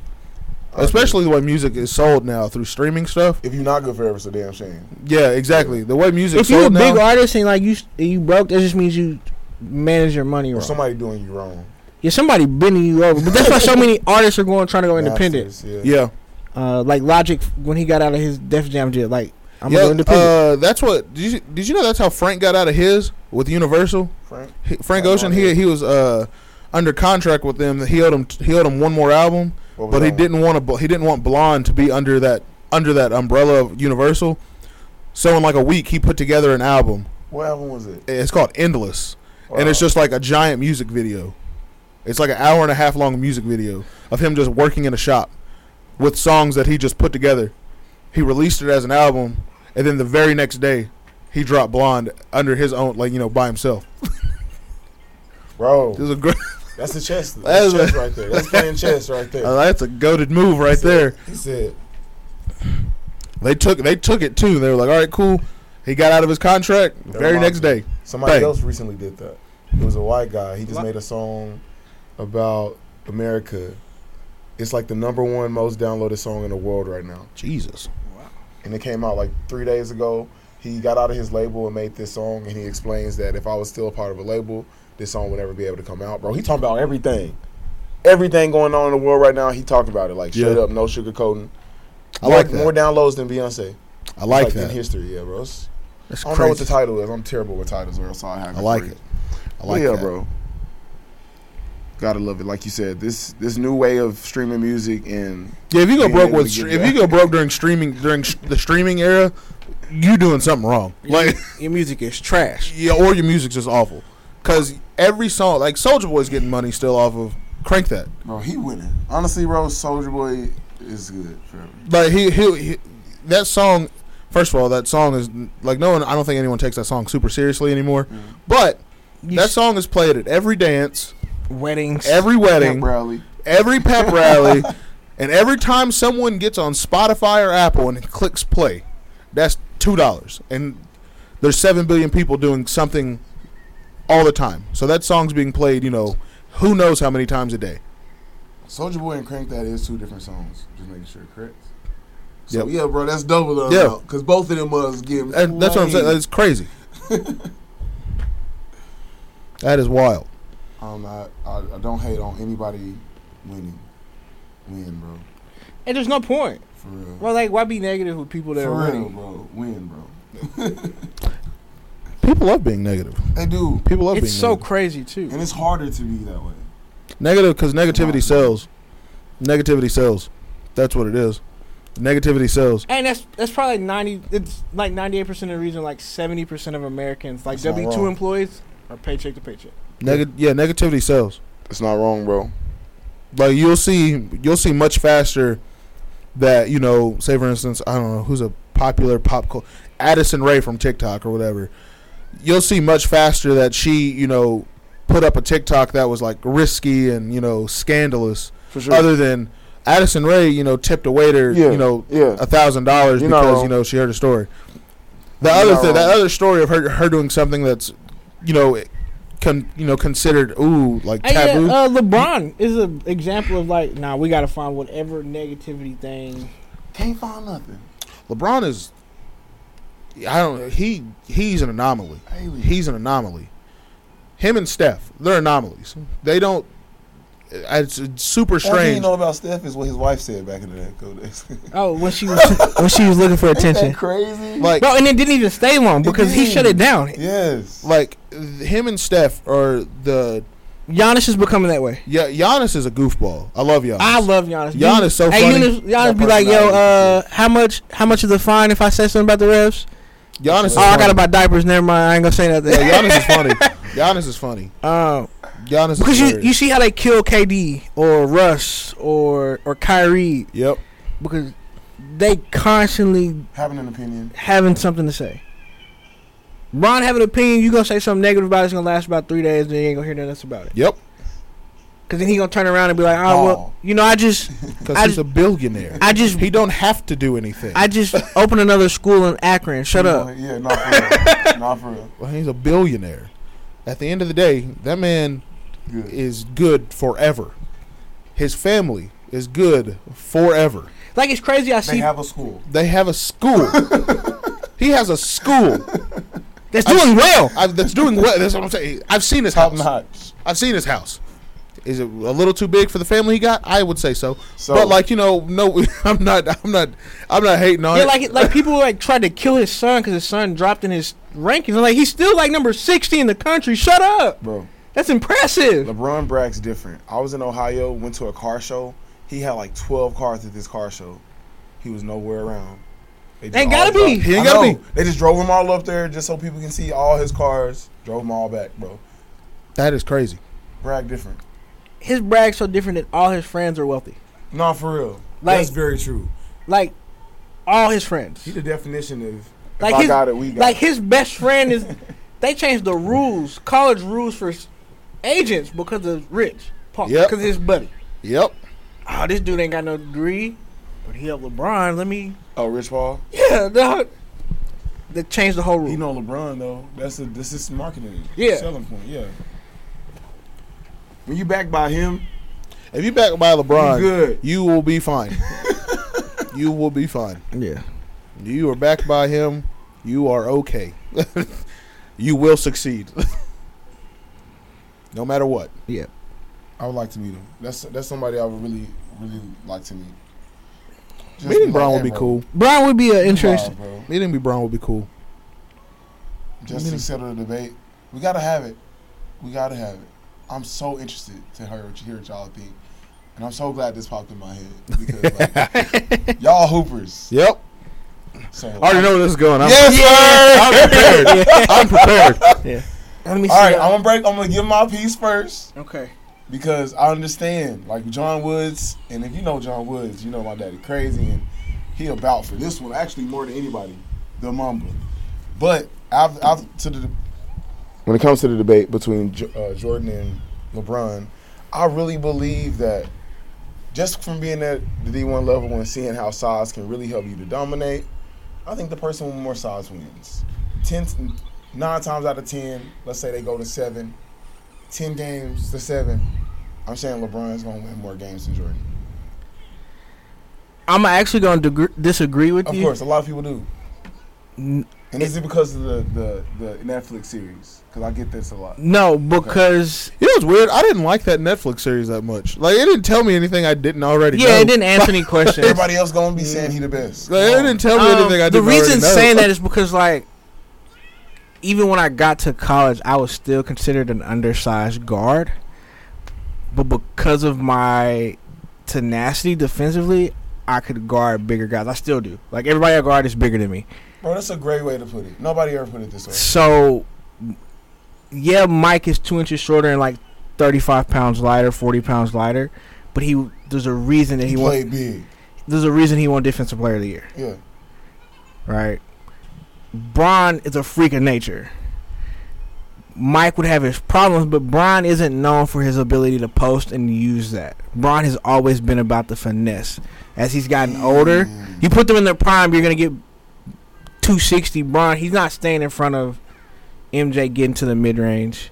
Speaker 4: I
Speaker 2: Especially the way music is sold now through streaming stuff.
Speaker 4: If you're not good forever, so damn shame.
Speaker 2: Yeah, exactly. The way music
Speaker 1: if you're a
Speaker 2: sold
Speaker 1: big
Speaker 2: now.
Speaker 1: artist and like you s- you broke that just means you manage your money
Speaker 4: Or
Speaker 1: wrong
Speaker 4: somebody doing you wrong.
Speaker 1: yeah somebody bending you over but that's why so many artists are going trying to go independent
Speaker 4: Masters, Yeah.
Speaker 2: yeah,
Speaker 1: uh, like Logic when he got out of his Def Jam jail. Like I'm
Speaker 2: yeah.
Speaker 1: gonna go independent.
Speaker 2: uh, that's what. Did you, did you know that's how Frank got out of his with Universal?
Speaker 4: Frank.
Speaker 2: He- Frank
Speaker 4: I had no
Speaker 2: Ocean.
Speaker 4: idea.
Speaker 2: He he was uh, under contract with them. He owed him. He owed him one more album.
Speaker 4: What was
Speaker 2: but
Speaker 4: that
Speaker 2: he
Speaker 4: one?
Speaker 2: didn't want to. He didn't want Blonde to be under that under that umbrella of Universal. So in like a week, he put together an album.
Speaker 4: What album was it?
Speaker 2: It's called Endless, and it's
Speaker 4: Wow.
Speaker 2: just like a giant music video. It's like an hour and a half long music video of him just working in a shop with songs that he just put together. He released it as an album, and then the very next day, he dropped blonde under his own, like you know, by himself.
Speaker 4: bro.
Speaker 2: This is a great,
Speaker 4: That's the chess.
Speaker 2: That's
Speaker 4: That's,
Speaker 2: a-
Speaker 4: chess right there. That's playing chess right there.
Speaker 2: that's a goaded move right there.
Speaker 4: He said,
Speaker 2: They took they took it too. They were like, all right, cool. He got out of his contract the
Speaker 4: That
Speaker 2: very
Speaker 4: reminds
Speaker 2: next day.
Speaker 4: somebody
Speaker 2: Bang.
Speaker 4: else recently did that. It was a white guy. He just
Speaker 12: What?
Speaker 4: made a song about America. It's like the number one most downloaded song in the world right now.
Speaker 2: Jesus.
Speaker 4: and it came out like three days ago. He got out of his label and made this song, and he explains that if I was still a part of a label, this song would never be able to come out, bro. He talking about everything, everything going on in the world right now. He talking about it like
Speaker 2: Yeah.
Speaker 4: straight up, no sugarcoating.
Speaker 2: I
Speaker 4: More-
Speaker 2: like that.
Speaker 4: more downloads than Beyonce.
Speaker 2: I like,
Speaker 4: in
Speaker 2: that.
Speaker 4: history, yeah, bro. It's-
Speaker 2: That's
Speaker 4: I don't know what
Speaker 2: crazy.
Speaker 4: the title is. I'm terrible with titles, bro.
Speaker 7: That's all I have.
Speaker 2: I like
Speaker 7: for you.
Speaker 2: it. I like
Speaker 7: yeah,
Speaker 2: that.
Speaker 7: bro. Gotta love it. Like you said, this this new way of streaming music and
Speaker 2: Yeah, if you go
Speaker 7: Being
Speaker 2: broke
Speaker 7: able
Speaker 2: with
Speaker 7: to
Speaker 2: stre-
Speaker 7: get
Speaker 2: if you go broke during streaming during sh- the streaming era, you doing something wrong. Like
Speaker 1: Your music is trash.
Speaker 2: yeah, or your music's just awful. Cause every song, like Soldier Boy's getting money still off of Crank That.
Speaker 7: bro, he winning. Honestly, bro, Soldier Boy is good forever.
Speaker 2: Like he he, he that song. First of all, that song is like no one. I don't think anyone takes that song super seriously anymore. But that song is played at every dance,
Speaker 1: Weddings.
Speaker 2: every
Speaker 7: Camp
Speaker 2: wedding,
Speaker 7: Rally.
Speaker 2: every pep rally, and every time someone gets on Spotify or Apple and clicks play, that's two dollars. And there's seven billion people doing something all the time. So that song's being played, you know, who knows how many times a day.
Speaker 7: Soldier Boy and Crank That is two different songs. Just making sure, correct? So
Speaker 2: Yep.
Speaker 7: yeah, bro, that's double the
Speaker 2: Yeah.
Speaker 7: amount because both of them was getting.
Speaker 2: And that's what I'm saying.
Speaker 7: played.
Speaker 2: That's crazy. that is wild.
Speaker 7: Um, I, I I don't hate on anybody winning. Win, bro.
Speaker 1: And there's no point.
Speaker 7: For real.
Speaker 1: Well, like, why be negative with people that
Speaker 7: For
Speaker 1: are
Speaker 7: real,
Speaker 1: winning?
Speaker 7: bro. Win, bro.
Speaker 2: People love being negative.
Speaker 7: They do,
Speaker 2: People love being
Speaker 1: It's so
Speaker 2: negative.
Speaker 1: crazy too.
Speaker 7: and it's harder to be that way.
Speaker 2: negative because negativity
Speaker 7: Wow.
Speaker 2: sells. Negativity sells. That's what it is. Negativity sells.
Speaker 1: And that's that's probably ninety. It's like ninety eight percent of the reason. Like seventy percent of Americans, like
Speaker 4: That's not
Speaker 1: W two
Speaker 4: wrong.
Speaker 1: employees, are paycheck to paycheck.
Speaker 2: Neg- yeah, negativity sells.
Speaker 4: It's not wrong, bro.
Speaker 2: like you'll see you'll see much faster that you know say for instance i don't know who's a popular pop culture addison ray from tiktok or whatever you'll see much faster that she you know put up a tiktok that was like risky and you know scandalous
Speaker 4: For sure.
Speaker 2: other than addison ray you know tipped a waiter
Speaker 4: Yeah.
Speaker 2: you know
Speaker 4: yeah,
Speaker 2: a thousand dollars
Speaker 4: You're not
Speaker 2: because
Speaker 4: wrong.
Speaker 2: you know she heard a story the
Speaker 4: You're
Speaker 2: other
Speaker 4: not
Speaker 2: thing that
Speaker 4: wrong.
Speaker 2: other story of her her doing something that's you know con- you know considered ooh like
Speaker 1: And
Speaker 2: taboo
Speaker 1: yeah, uh, LeBron is an example of like, nah, we gotta find whatever negativity thing.
Speaker 7: Can't find nothing.
Speaker 2: LeBron is. I don't. He he's an anomaly.
Speaker 7: Alien.
Speaker 2: He's an anomaly. Him and Steph, they're anomalies. They don't. It's, it's super
Speaker 4: All you
Speaker 2: strange.
Speaker 4: know about Steph is what his wife said back in the day. Go next.
Speaker 1: Oh, when she was when she was looking for attention,
Speaker 7: crazy.
Speaker 2: Like
Speaker 1: bro, and it didn't even stay long because he shut it down.
Speaker 4: yes.
Speaker 2: like him and Steph are the.
Speaker 1: Giannis is becoming that way.
Speaker 2: Yeah, Giannis is a goofball. I love Giannis.
Speaker 1: I love Giannis. Dude,
Speaker 2: Giannis so
Speaker 1: hey,
Speaker 2: funny.
Speaker 1: Giannis, Giannis be like, yo, uh, how much how much is the fine if I say something about the refs?
Speaker 2: Giannis. Is
Speaker 1: Oh, I
Speaker 2: funny.
Speaker 1: gotta buy diapers. Never mind. I ain't gonna say nothing.
Speaker 2: Yeah, Giannis is funny. Giannis is funny.
Speaker 1: Um,
Speaker 2: Giannis. Is
Speaker 1: Because you,
Speaker 2: hilarious.
Speaker 1: you see how they kill KD or Russ or or Kyrie
Speaker 2: Yep.
Speaker 1: because they constantly
Speaker 7: having an opinion.
Speaker 1: having something to say. Ron have an opinion, you gonna say something negative about it, it's gonna last about three days, and then you ain't gonna hear nothing else about it.
Speaker 2: Yep.
Speaker 1: Cause then he gonna turn around and be like, oh well, you know, I just
Speaker 2: Because
Speaker 1: I
Speaker 2: he's a billionaire.
Speaker 1: I just
Speaker 2: He don't have to do anything.
Speaker 1: I just opened another school in Akron. Shut
Speaker 7: You
Speaker 1: up.
Speaker 7: know, Yeah, not for real. not for real.
Speaker 2: Well, he's a billionaire. At the end of the day, that man
Speaker 7: Good.
Speaker 2: is good forever. His family is good forever.
Speaker 1: Like it's crazy. I
Speaker 7: They
Speaker 1: see
Speaker 7: have a school.
Speaker 2: They have a school. he has a school
Speaker 1: that's doing well.
Speaker 2: I, that's doing well. That's what I'm saying. I've seen his
Speaker 4: Top
Speaker 2: house.
Speaker 4: notch.
Speaker 2: I've seen his house. Is it a little too big for the family he got? I would say so.
Speaker 7: So-
Speaker 2: but like you know, no, I'm not. I'm not. I'm not hating on
Speaker 1: Yeah,
Speaker 2: it.
Speaker 1: like like people like tried to kill his son because his son dropped in his rankings. I'm like he's still like number sixty in the country. Shut up.
Speaker 4: Bro.
Speaker 1: That's impressive.
Speaker 4: LeBron Bragg's different. I was in Ohio, went to a car show. He had like 12 cars at this car show. He was nowhere around. They just
Speaker 1: Ain't gotta
Speaker 4: all
Speaker 1: be.
Speaker 4: dropped-
Speaker 2: He ain't
Speaker 4: I
Speaker 2: gotta
Speaker 4: know. They just drove them all up there just so people can see all his cars. Drove them all back, bro.
Speaker 2: that is crazy.
Speaker 4: Bragg different.
Speaker 1: His brag's so different that all his friends are wealthy.
Speaker 4: Nah, for real.
Speaker 1: Like-
Speaker 4: That's very true.
Speaker 1: Like all his friends.
Speaker 4: He the definition of
Speaker 1: Like
Speaker 7: I
Speaker 1: his,
Speaker 7: got it, we got
Speaker 1: like
Speaker 7: it.
Speaker 1: his best friend is. they changed the rules, college rules for s- agents because of Rich Paul,
Speaker 2: Yep.
Speaker 1: because his buddy.
Speaker 2: Yep.
Speaker 1: Oh, this dude ain't got no degree, but he helped LeBron. Let me.
Speaker 7: Oh, Rich Paul.
Speaker 1: Yeah, dog. They changed the whole rule.
Speaker 7: He know LeBron though. That's a this is marketing.
Speaker 1: Yeah.
Speaker 7: Selling point. Yeah.
Speaker 4: When you backed by him,
Speaker 2: If you back by LeBron,
Speaker 4: You good.
Speaker 2: you will be fine. you will be fine.
Speaker 1: yeah.
Speaker 2: You are backed by him. You are okay. you will succeed. no matter what.
Speaker 7: I would like to meet him. That's that's somebody I would really really like to meet. Just
Speaker 2: Meeting
Speaker 7: like,
Speaker 2: Brown
Speaker 7: hey,
Speaker 2: would be
Speaker 7: bro,
Speaker 2: cool.
Speaker 1: Brown would be an
Speaker 7: Nah,
Speaker 1: interest.
Speaker 7: bro.
Speaker 2: Meeting Brown would be cool.
Speaker 7: Just to settle the debate. We gotta have it. We gotta have it. I'm so interested to hear what, hear what y'all think, and I'm so glad this popped in my head because like, y'all hoopers.
Speaker 2: Yep.
Speaker 7: So
Speaker 2: I already know where this is going. I'm,
Speaker 7: Yes,
Speaker 2: I'm prepared. I'm prepared.
Speaker 1: Let me see.
Speaker 7: All right, I'm gonna break. I'm gonna give my piece first
Speaker 1: okay.
Speaker 7: because I understand. Like John Woods, and if you know John Woods, you know my daddy crazy, and he about for this one actually more than anybody, the Mamba. But I've, I've to the when it comes to the debate between Jo- uh, Jordan and LeBron, I really believe that just from being at the D1 level and seeing how size can really help you to dominate, I think the person with more size wins. Ten, nine times out of ten, let's say they go to seven, ten games to seven. I'm saying LeBron's gonna win more games than Jordan.
Speaker 1: I'm actually gonna degr disagree with
Speaker 7: Of
Speaker 1: you.
Speaker 7: course, a lot of people do.
Speaker 1: N-
Speaker 7: And this is because of the the, the Netflix series? Because I get this a lot.
Speaker 1: No, because
Speaker 2: You know what's weird? I didn't like that Netflix series that much. Like, it didn't tell me anything I didn't already know.
Speaker 1: yeah, it didn't answer any questions.
Speaker 7: Everybody else gonna be saying he the best.
Speaker 2: Like, it didn't tell me
Speaker 1: Um,
Speaker 2: anything I
Speaker 1: the
Speaker 2: didn't already
Speaker 1: reason
Speaker 2: know.
Speaker 1: saying that is because like even when I got to college, I was still considered an undersized guard, but because of my tenacity defensively, I could guard bigger guys. I still do. Like everybody I guard is bigger than me.
Speaker 7: Bro, that's a great way to put it. Nobody ever put it this way.
Speaker 1: So, yeah, Mike is two inches shorter and like thirty-five pounds lighter, forty pounds lighter. But he there's a reason that
Speaker 7: He
Speaker 1: he won.
Speaker 7: played big.
Speaker 1: There's a reason he won Defensive Player of the Year,
Speaker 7: Yeah.
Speaker 1: right? Braun is a freak of nature. Mike would have his problems, but Braun isn't known for his ability to post and use that. Braun has always been about the finesse. As he's gotten older, you put them in their prime, you're gonna get 260. Braun, he's not staying in front of MJ getting to the mid range.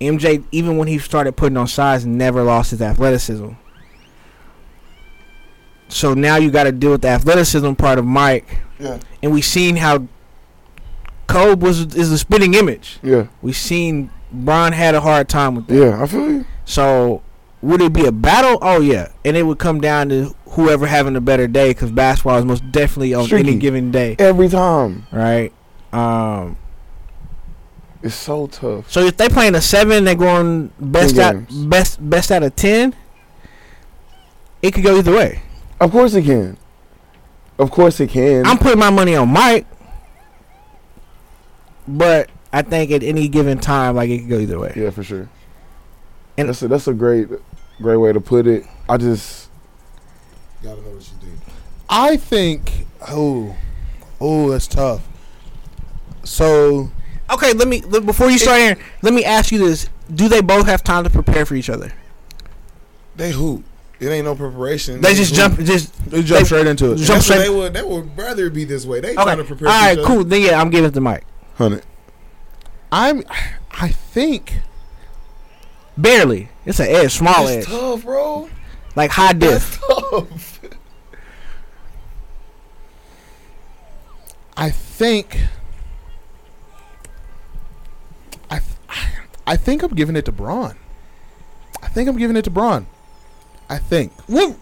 Speaker 1: MJ, even when he started putting on size, never lost his athleticism. So now you got to deal with the athleticism part of Mike.
Speaker 7: Yeah.
Speaker 1: And we seen how Kobe was is the spitting image.
Speaker 7: Yeah.
Speaker 1: We seen Bron had a hard time with that.
Speaker 7: Yeah. I feel you.
Speaker 1: So would it be a battle? Oh yeah, and it would come down to whoever having a better day because basketball is most definitely on any
Speaker 7: Streaky.
Speaker 1: given day,
Speaker 7: Every time.
Speaker 1: right? Um,
Speaker 7: It's so tough.
Speaker 1: so if they playing a seven, they're going best
Speaker 7: Ten
Speaker 1: out
Speaker 7: games.
Speaker 1: best best out of ten. It could go either way.
Speaker 7: Of course it can. Of course it can.
Speaker 1: I'm putting my money on Mike, but I think at any given time, like it could go either way.
Speaker 7: yeah, for sure.
Speaker 1: And-
Speaker 7: that's a, that's a great great way to put it. I just
Speaker 4: gotta know what you do.
Speaker 2: I think. Oh, oh, that's tough. So
Speaker 1: Okay, let me let- before you start, Aaron, let me ask you this: Do they both have time to prepare for each other?
Speaker 3: They hoop. It ain't no preparation.
Speaker 1: They just jump, just
Speaker 2: they jump
Speaker 1: They-
Speaker 2: straight into it.
Speaker 1: jump
Speaker 3: That's what
Speaker 1: straight.
Speaker 3: they
Speaker 1: Okay,
Speaker 3: would. They would rather be this way. They
Speaker 1: all
Speaker 3: trying to prepare. for
Speaker 1: right,
Speaker 3: each
Speaker 1: cool. Then yeah, I'm giving it to Mike.
Speaker 7: hundred.
Speaker 2: I'm. I think.
Speaker 1: Barely. It's an edge, small
Speaker 3: Other.
Speaker 1: edge,
Speaker 3: It's tough, bro.
Speaker 1: like high diff.
Speaker 3: Tough.
Speaker 2: I think. I. th- I think I'm giving it to Braun. I think I'm giving it to Braun. I think.
Speaker 1: What?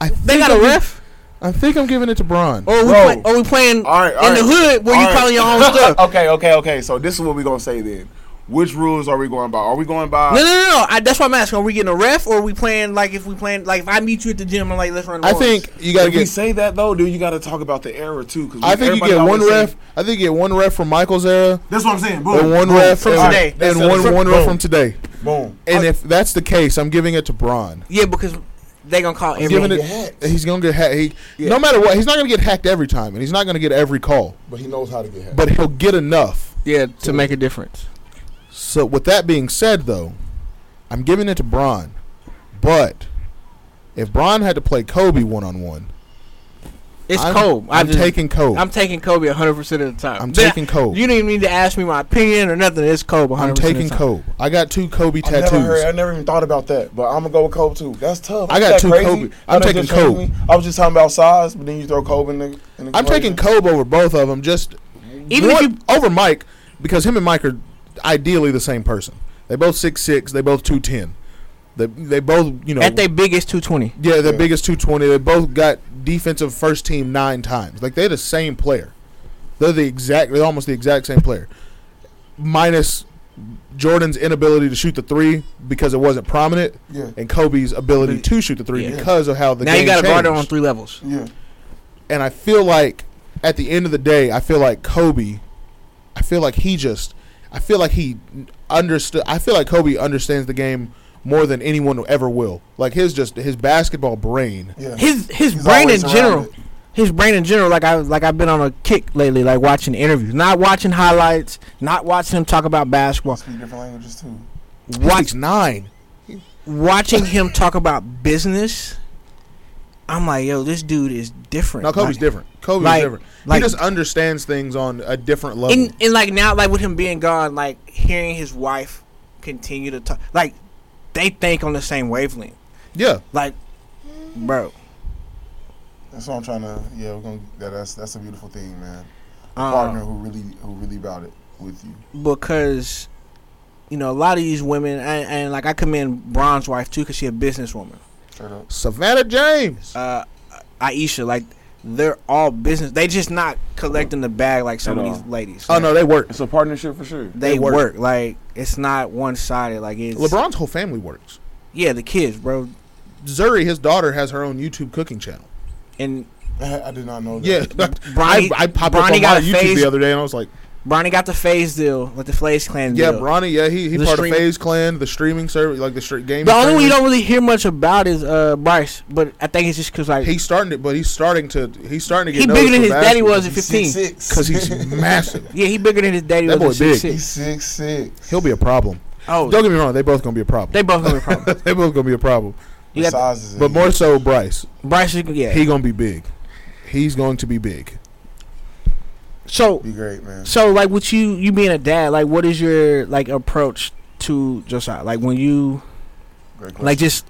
Speaker 2: I think
Speaker 1: They got
Speaker 2: I'm
Speaker 1: a
Speaker 2: gi-
Speaker 1: ref? Oh,
Speaker 2: I think I'm giving it to Braun.
Speaker 1: Or we,
Speaker 7: Bro.
Speaker 1: play, or we playing
Speaker 7: All right, all
Speaker 1: in the
Speaker 7: right.
Speaker 1: hood where you
Speaker 7: All
Speaker 1: calling your own
Speaker 7: right.
Speaker 1: stuff?
Speaker 7: okay, okay, okay. So this is what we're gonna say then. Which rules are we going by? Are we going by
Speaker 1: No, no, no, no. I, that's why I'm asking. Are we getting a ref, or are we playing like if we playing like if I meet you at the gym and like let's run?
Speaker 2: I
Speaker 1: rounds?
Speaker 2: think you got to
Speaker 7: if we
Speaker 2: get.
Speaker 7: say that though, dude, you got to talk about the error too. Cause
Speaker 2: I think you
Speaker 7: everybody
Speaker 2: get one
Speaker 7: always say-
Speaker 2: ref. I think you get one ref from Michael's era,
Speaker 7: That's what I'm saying. Boom.
Speaker 2: and one
Speaker 7: boom,
Speaker 2: ref
Speaker 1: from
Speaker 2: and-
Speaker 1: today.
Speaker 7: That's
Speaker 2: and
Speaker 7: it.
Speaker 2: one
Speaker 7: From-
Speaker 2: one ref
Speaker 7: boom.
Speaker 2: from today.
Speaker 7: Boom.
Speaker 2: And if that's the case, I'm giving it to Braun.
Speaker 1: Yeah, because they gonna call every.
Speaker 2: Given it, he's gonna get hacked. He,
Speaker 1: Yeah.
Speaker 2: No matter what, he's not gonna get hacked every time, and he's not gonna get every call.
Speaker 7: But he knows how to get hacked.
Speaker 2: But he'll get enough.
Speaker 1: yeah, to make a difference.
Speaker 2: So with that being said, though, I'm giving it to Braun. But if Braun had to play Kobe one on one,
Speaker 1: It's
Speaker 2: I'm,
Speaker 1: Kobe.
Speaker 2: I'm
Speaker 1: just-
Speaker 2: taking Kobe.
Speaker 1: I'm taking Kobe 100 percent of the time.
Speaker 2: I'm
Speaker 1: Then
Speaker 2: taking Kobe.
Speaker 1: You don't even need to ask me my opinion or nothing. It's Kobe 100.
Speaker 2: I'm taking Kobe. I got two Kobe
Speaker 3: I never heard.
Speaker 2: tattoos.
Speaker 3: I never even thought about that, but I'm gonna go with Kobe too. That's tough.
Speaker 2: I
Speaker 3: Ain't
Speaker 2: got
Speaker 3: that
Speaker 2: two
Speaker 3: crazy?
Speaker 2: Kobe.
Speaker 3: How
Speaker 2: I'm
Speaker 3: that
Speaker 2: taking
Speaker 3: just changed
Speaker 2: Kobe.
Speaker 3: me? I was just talking about size, but then you throw Kobe in the. In the
Speaker 2: I'm taking
Speaker 3: equation.
Speaker 2: Kobe over both of them, just
Speaker 1: Even if
Speaker 2: one-
Speaker 1: you-
Speaker 2: over Mike because him and Mike are ideally the same person. They both six six. They both two ten. They they both you know
Speaker 1: At their biggest 220.
Speaker 2: yeah their
Speaker 3: Yeah.
Speaker 2: biggest two twenty. They both got defensive first team nine times. Like they're the same player. They're the exact. They're almost the exact same player, minus Jordan's inability to shoot the three because it wasn't prominent,
Speaker 7: Yeah.
Speaker 2: and Kobe's ability to shoot the three
Speaker 1: Yeah.
Speaker 2: because of how the
Speaker 1: Now
Speaker 2: game
Speaker 1: you got to guard it
Speaker 2: changed
Speaker 1: on three levels.
Speaker 7: Yeah.
Speaker 2: and I feel like at the end of the day, I feel like Kobe. I feel like he just. I feel like he understood. I feel like Kobe understands the game more than anyone ever will. Like his just his basketball brain.
Speaker 7: Yeah.
Speaker 1: his his
Speaker 7: He's
Speaker 1: brain in
Speaker 7: always around
Speaker 1: general,
Speaker 7: it.
Speaker 1: his brain in general. Like I like I've been on a kick lately, like watching interviews, not watching highlights, not watching him talk about basketball,
Speaker 7: Speak different languages too.
Speaker 2: Watch nine.
Speaker 1: watching him talk about business. I'm like, yo, this dude is different.
Speaker 2: No, Kobe's
Speaker 1: Like-
Speaker 2: different. Kobe's
Speaker 1: like-
Speaker 2: different. he
Speaker 1: like-
Speaker 2: just understands things on a different level.
Speaker 1: And, and like now, like with him being gone, like hearing his wife continue to talk, like they think on the same wavelength.
Speaker 2: yeah,
Speaker 1: Like, bro,
Speaker 7: That's what I'm trying to. Yeah, we're gonna. Yeah, that's that's a beautiful thing, man.
Speaker 2: Uh,
Speaker 7: Partner
Speaker 1: um,
Speaker 7: who really who really about it with you.
Speaker 1: because you know a lot of these women, and, and like I commend Braun's wife too, because she a businesswoman.
Speaker 7: Straight up.
Speaker 2: Savannah James.
Speaker 1: uh, Aisha, like they're all business. They just not collecting the bag like some
Speaker 3: At
Speaker 1: of
Speaker 3: all.
Speaker 1: these ladies.
Speaker 2: oh no, they work.
Speaker 3: It's a partnership for sure.
Speaker 1: they,
Speaker 2: they work.
Speaker 1: work. Like it's not one sided. Like it's
Speaker 2: LeBron's whole family works.
Speaker 1: Yeah, the kids, bro,
Speaker 2: Zuri, his daughter, has her own YouTube cooking channel.
Speaker 1: and
Speaker 7: I, I did not know that.
Speaker 2: Yeah, I,
Speaker 1: Bronny-
Speaker 2: I popped
Speaker 1: Bronny
Speaker 2: up on
Speaker 1: got
Speaker 2: my
Speaker 1: a
Speaker 2: YouTube
Speaker 1: phase-
Speaker 2: the other day and I was like.
Speaker 1: Bronny got the phase deal, like the Phase Clan
Speaker 2: Yeah,
Speaker 1: deal.
Speaker 2: Bronny. Yeah, he he
Speaker 1: The
Speaker 2: part
Speaker 1: stream-
Speaker 2: of Phase Clan, the streaming service, like the street game.
Speaker 1: The only one you
Speaker 2: streaming.
Speaker 1: don't really hear much about is uh Bryce, but I think it's just because like
Speaker 2: He's starting it, but he's starting to he's starting to get.
Speaker 1: he bigger than his daddy was at fifteen.
Speaker 2: because he's massive.
Speaker 1: Yeah, he bigger than his daddy
Speaker 2: That
Speaker 1: was
Speaker 2: boy
Speaker 1: at
Speaker 2: big.
Speaker 1: 6'6".
Speaker 7: He's six six.
Speaker 2: He'll be a problem.
Speaker 1: Oh,
Speaker 2: Don't get me wrong; they both gonna be a problem.
Speaker 1: they both gonna be a problem.
Speaker 2: They, both gonna be a problem.
Speaker 1: You got
Speaker 7: Sizes.
Speaker 2: But more so, Bryce.
Speaker 1: Bryce, is- yeah.
Speaker 2: He gonna be big. He's going to be big.
Speaker 1: so
Speaker 7: be great, man.
Speaker 1: So like with you you being a dad, like what is your like approach to Josiah? Like when you
Speaker 7: Great question.
Speaker 1: like just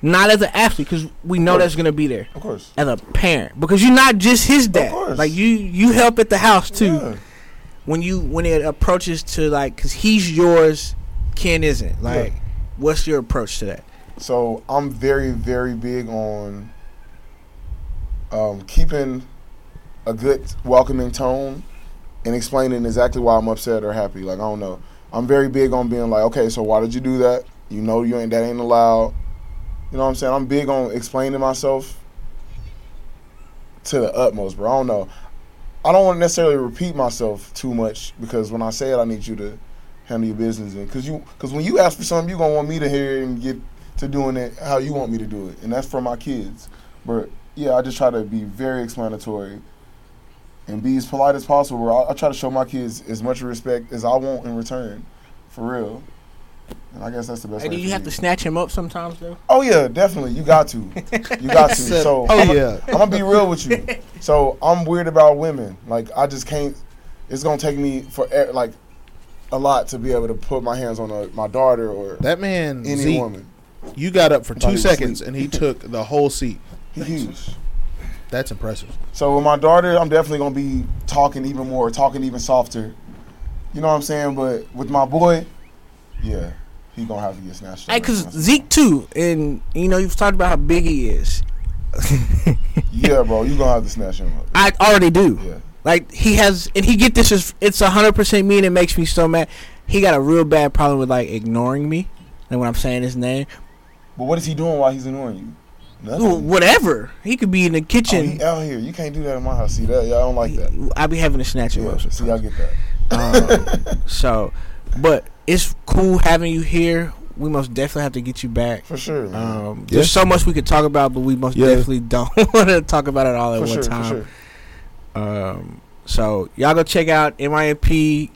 Speaker 1: not as an athlete because we know that's gonna be there
Speaker 7: of course.
Speaker 1: as a parent because you're not just his dad.
Speaker 7: course.
Speaker 1: Like you you help at the house too
Speaker 7: Yeah.
Speaker 1: when you when it approaches to like because he's yours, Ken isn't. Like what's your approach to that?
Speaker 7: So I'm very, very big on um, keeping a good, welcoming tone and explaining exactly why I'm upset or happy. Like I don't know. I'm very big on being like, okay, so why did you do that? You know, you ain't that ain't allowed. You know what I'm saying? I'm big on explaining myself to the utmost, bro. I don't know. I don't want to necessarily repeat myself too much because when I say it, I need you to handle your business and because you because when you ask for something, you gonna want me to hear it and get to doing it how you want me to do it, and that's for my kids. But yeah, I just try to be very explanatory and be as polite as possible. I, I try to show my kids as much respect as I want in return, for real. And I guess that's the best.
Speaker 1: And
Speaker 7: way
Speaker 1: do you
Speaker 7: for
Speaker 1: have
Speaker 7: me.
Speaker 1: to snatch him up sometimes though?
Speaker 7: Oh yeah, definitely. You got to. You got to. So
Speaker 2: oh yeah,
Speaker 7: I'm gonna be real with you. So I'm weird about women. Like I just can't. It's gonna take me for e, like a lot to be able to put my hands on a, my daughter or
Speaker 2: that man
Speaker 7: any
Speaker 2: Zeke.
Speaker 7: woman.
Speaker 2: You got up for
Speaker 7: Thought he
Speaker 2: two
Speaker 7: was
Speaker 2: seconds
Speaker 7: asleep.
Speaker 2: and he took the whole seat.
Speaker 7: He huge.
Speaker 2: That's impressive.
Speaker 7: So with my daughter, I'm definitely gonna be talking even more, talking even softer. You know what I'm saying? But with my boy, yeah, he gonna have to get snatched. up.
Speaker 1: Hey, cause Zeke too, and you know you've talked about how big he is.
Speaker 7: yeah, bro, you gonna have to snatch him up.
Speaker 1: I already do.
Speaker 7: Yeah,
Speaker 1: Like he has, and he get this is it's hundred percent me, and it makes me so mad. He got a real bad problem with like ignoring me, and when I'm saying his name,
Speaker 7: but what is he doing while he's annoying you?
Speaker 1: Ooh,
Speaker 7: Nothing.
Speaker 1: whatever. He could be in the
Speaker 7: Oh,
Speaker 1: kitchen.
Speaker 7: he out here. You can't do that in my house. See that? Yeah, I don't Oh, like that.
Speaker 1: I be having to snatch him
Speaker 7: Yeah,
Speaker 1: up.
Speaker 7: see, I
Speaker 1: sometimes.
Speaker 7: get that.
Speaker 1: Um, so, but it's cool having you here. we most definitely have to get you back.
Speaker 7: for sure. man.
Speaker 1: Um,
Speaker 2: Yeah.
Speaker 1: There's so much we could talk about, but we most
Speaker 2: Yeah.
Speaker 1: definitely don't want to talk about it all at
Speaker 7: for
Speaker 1: one
Speaker 7: sure,
Speaker 1: time.
Speaker 7: for sure.
Speaker 1: Um, so y'all go check out MIMP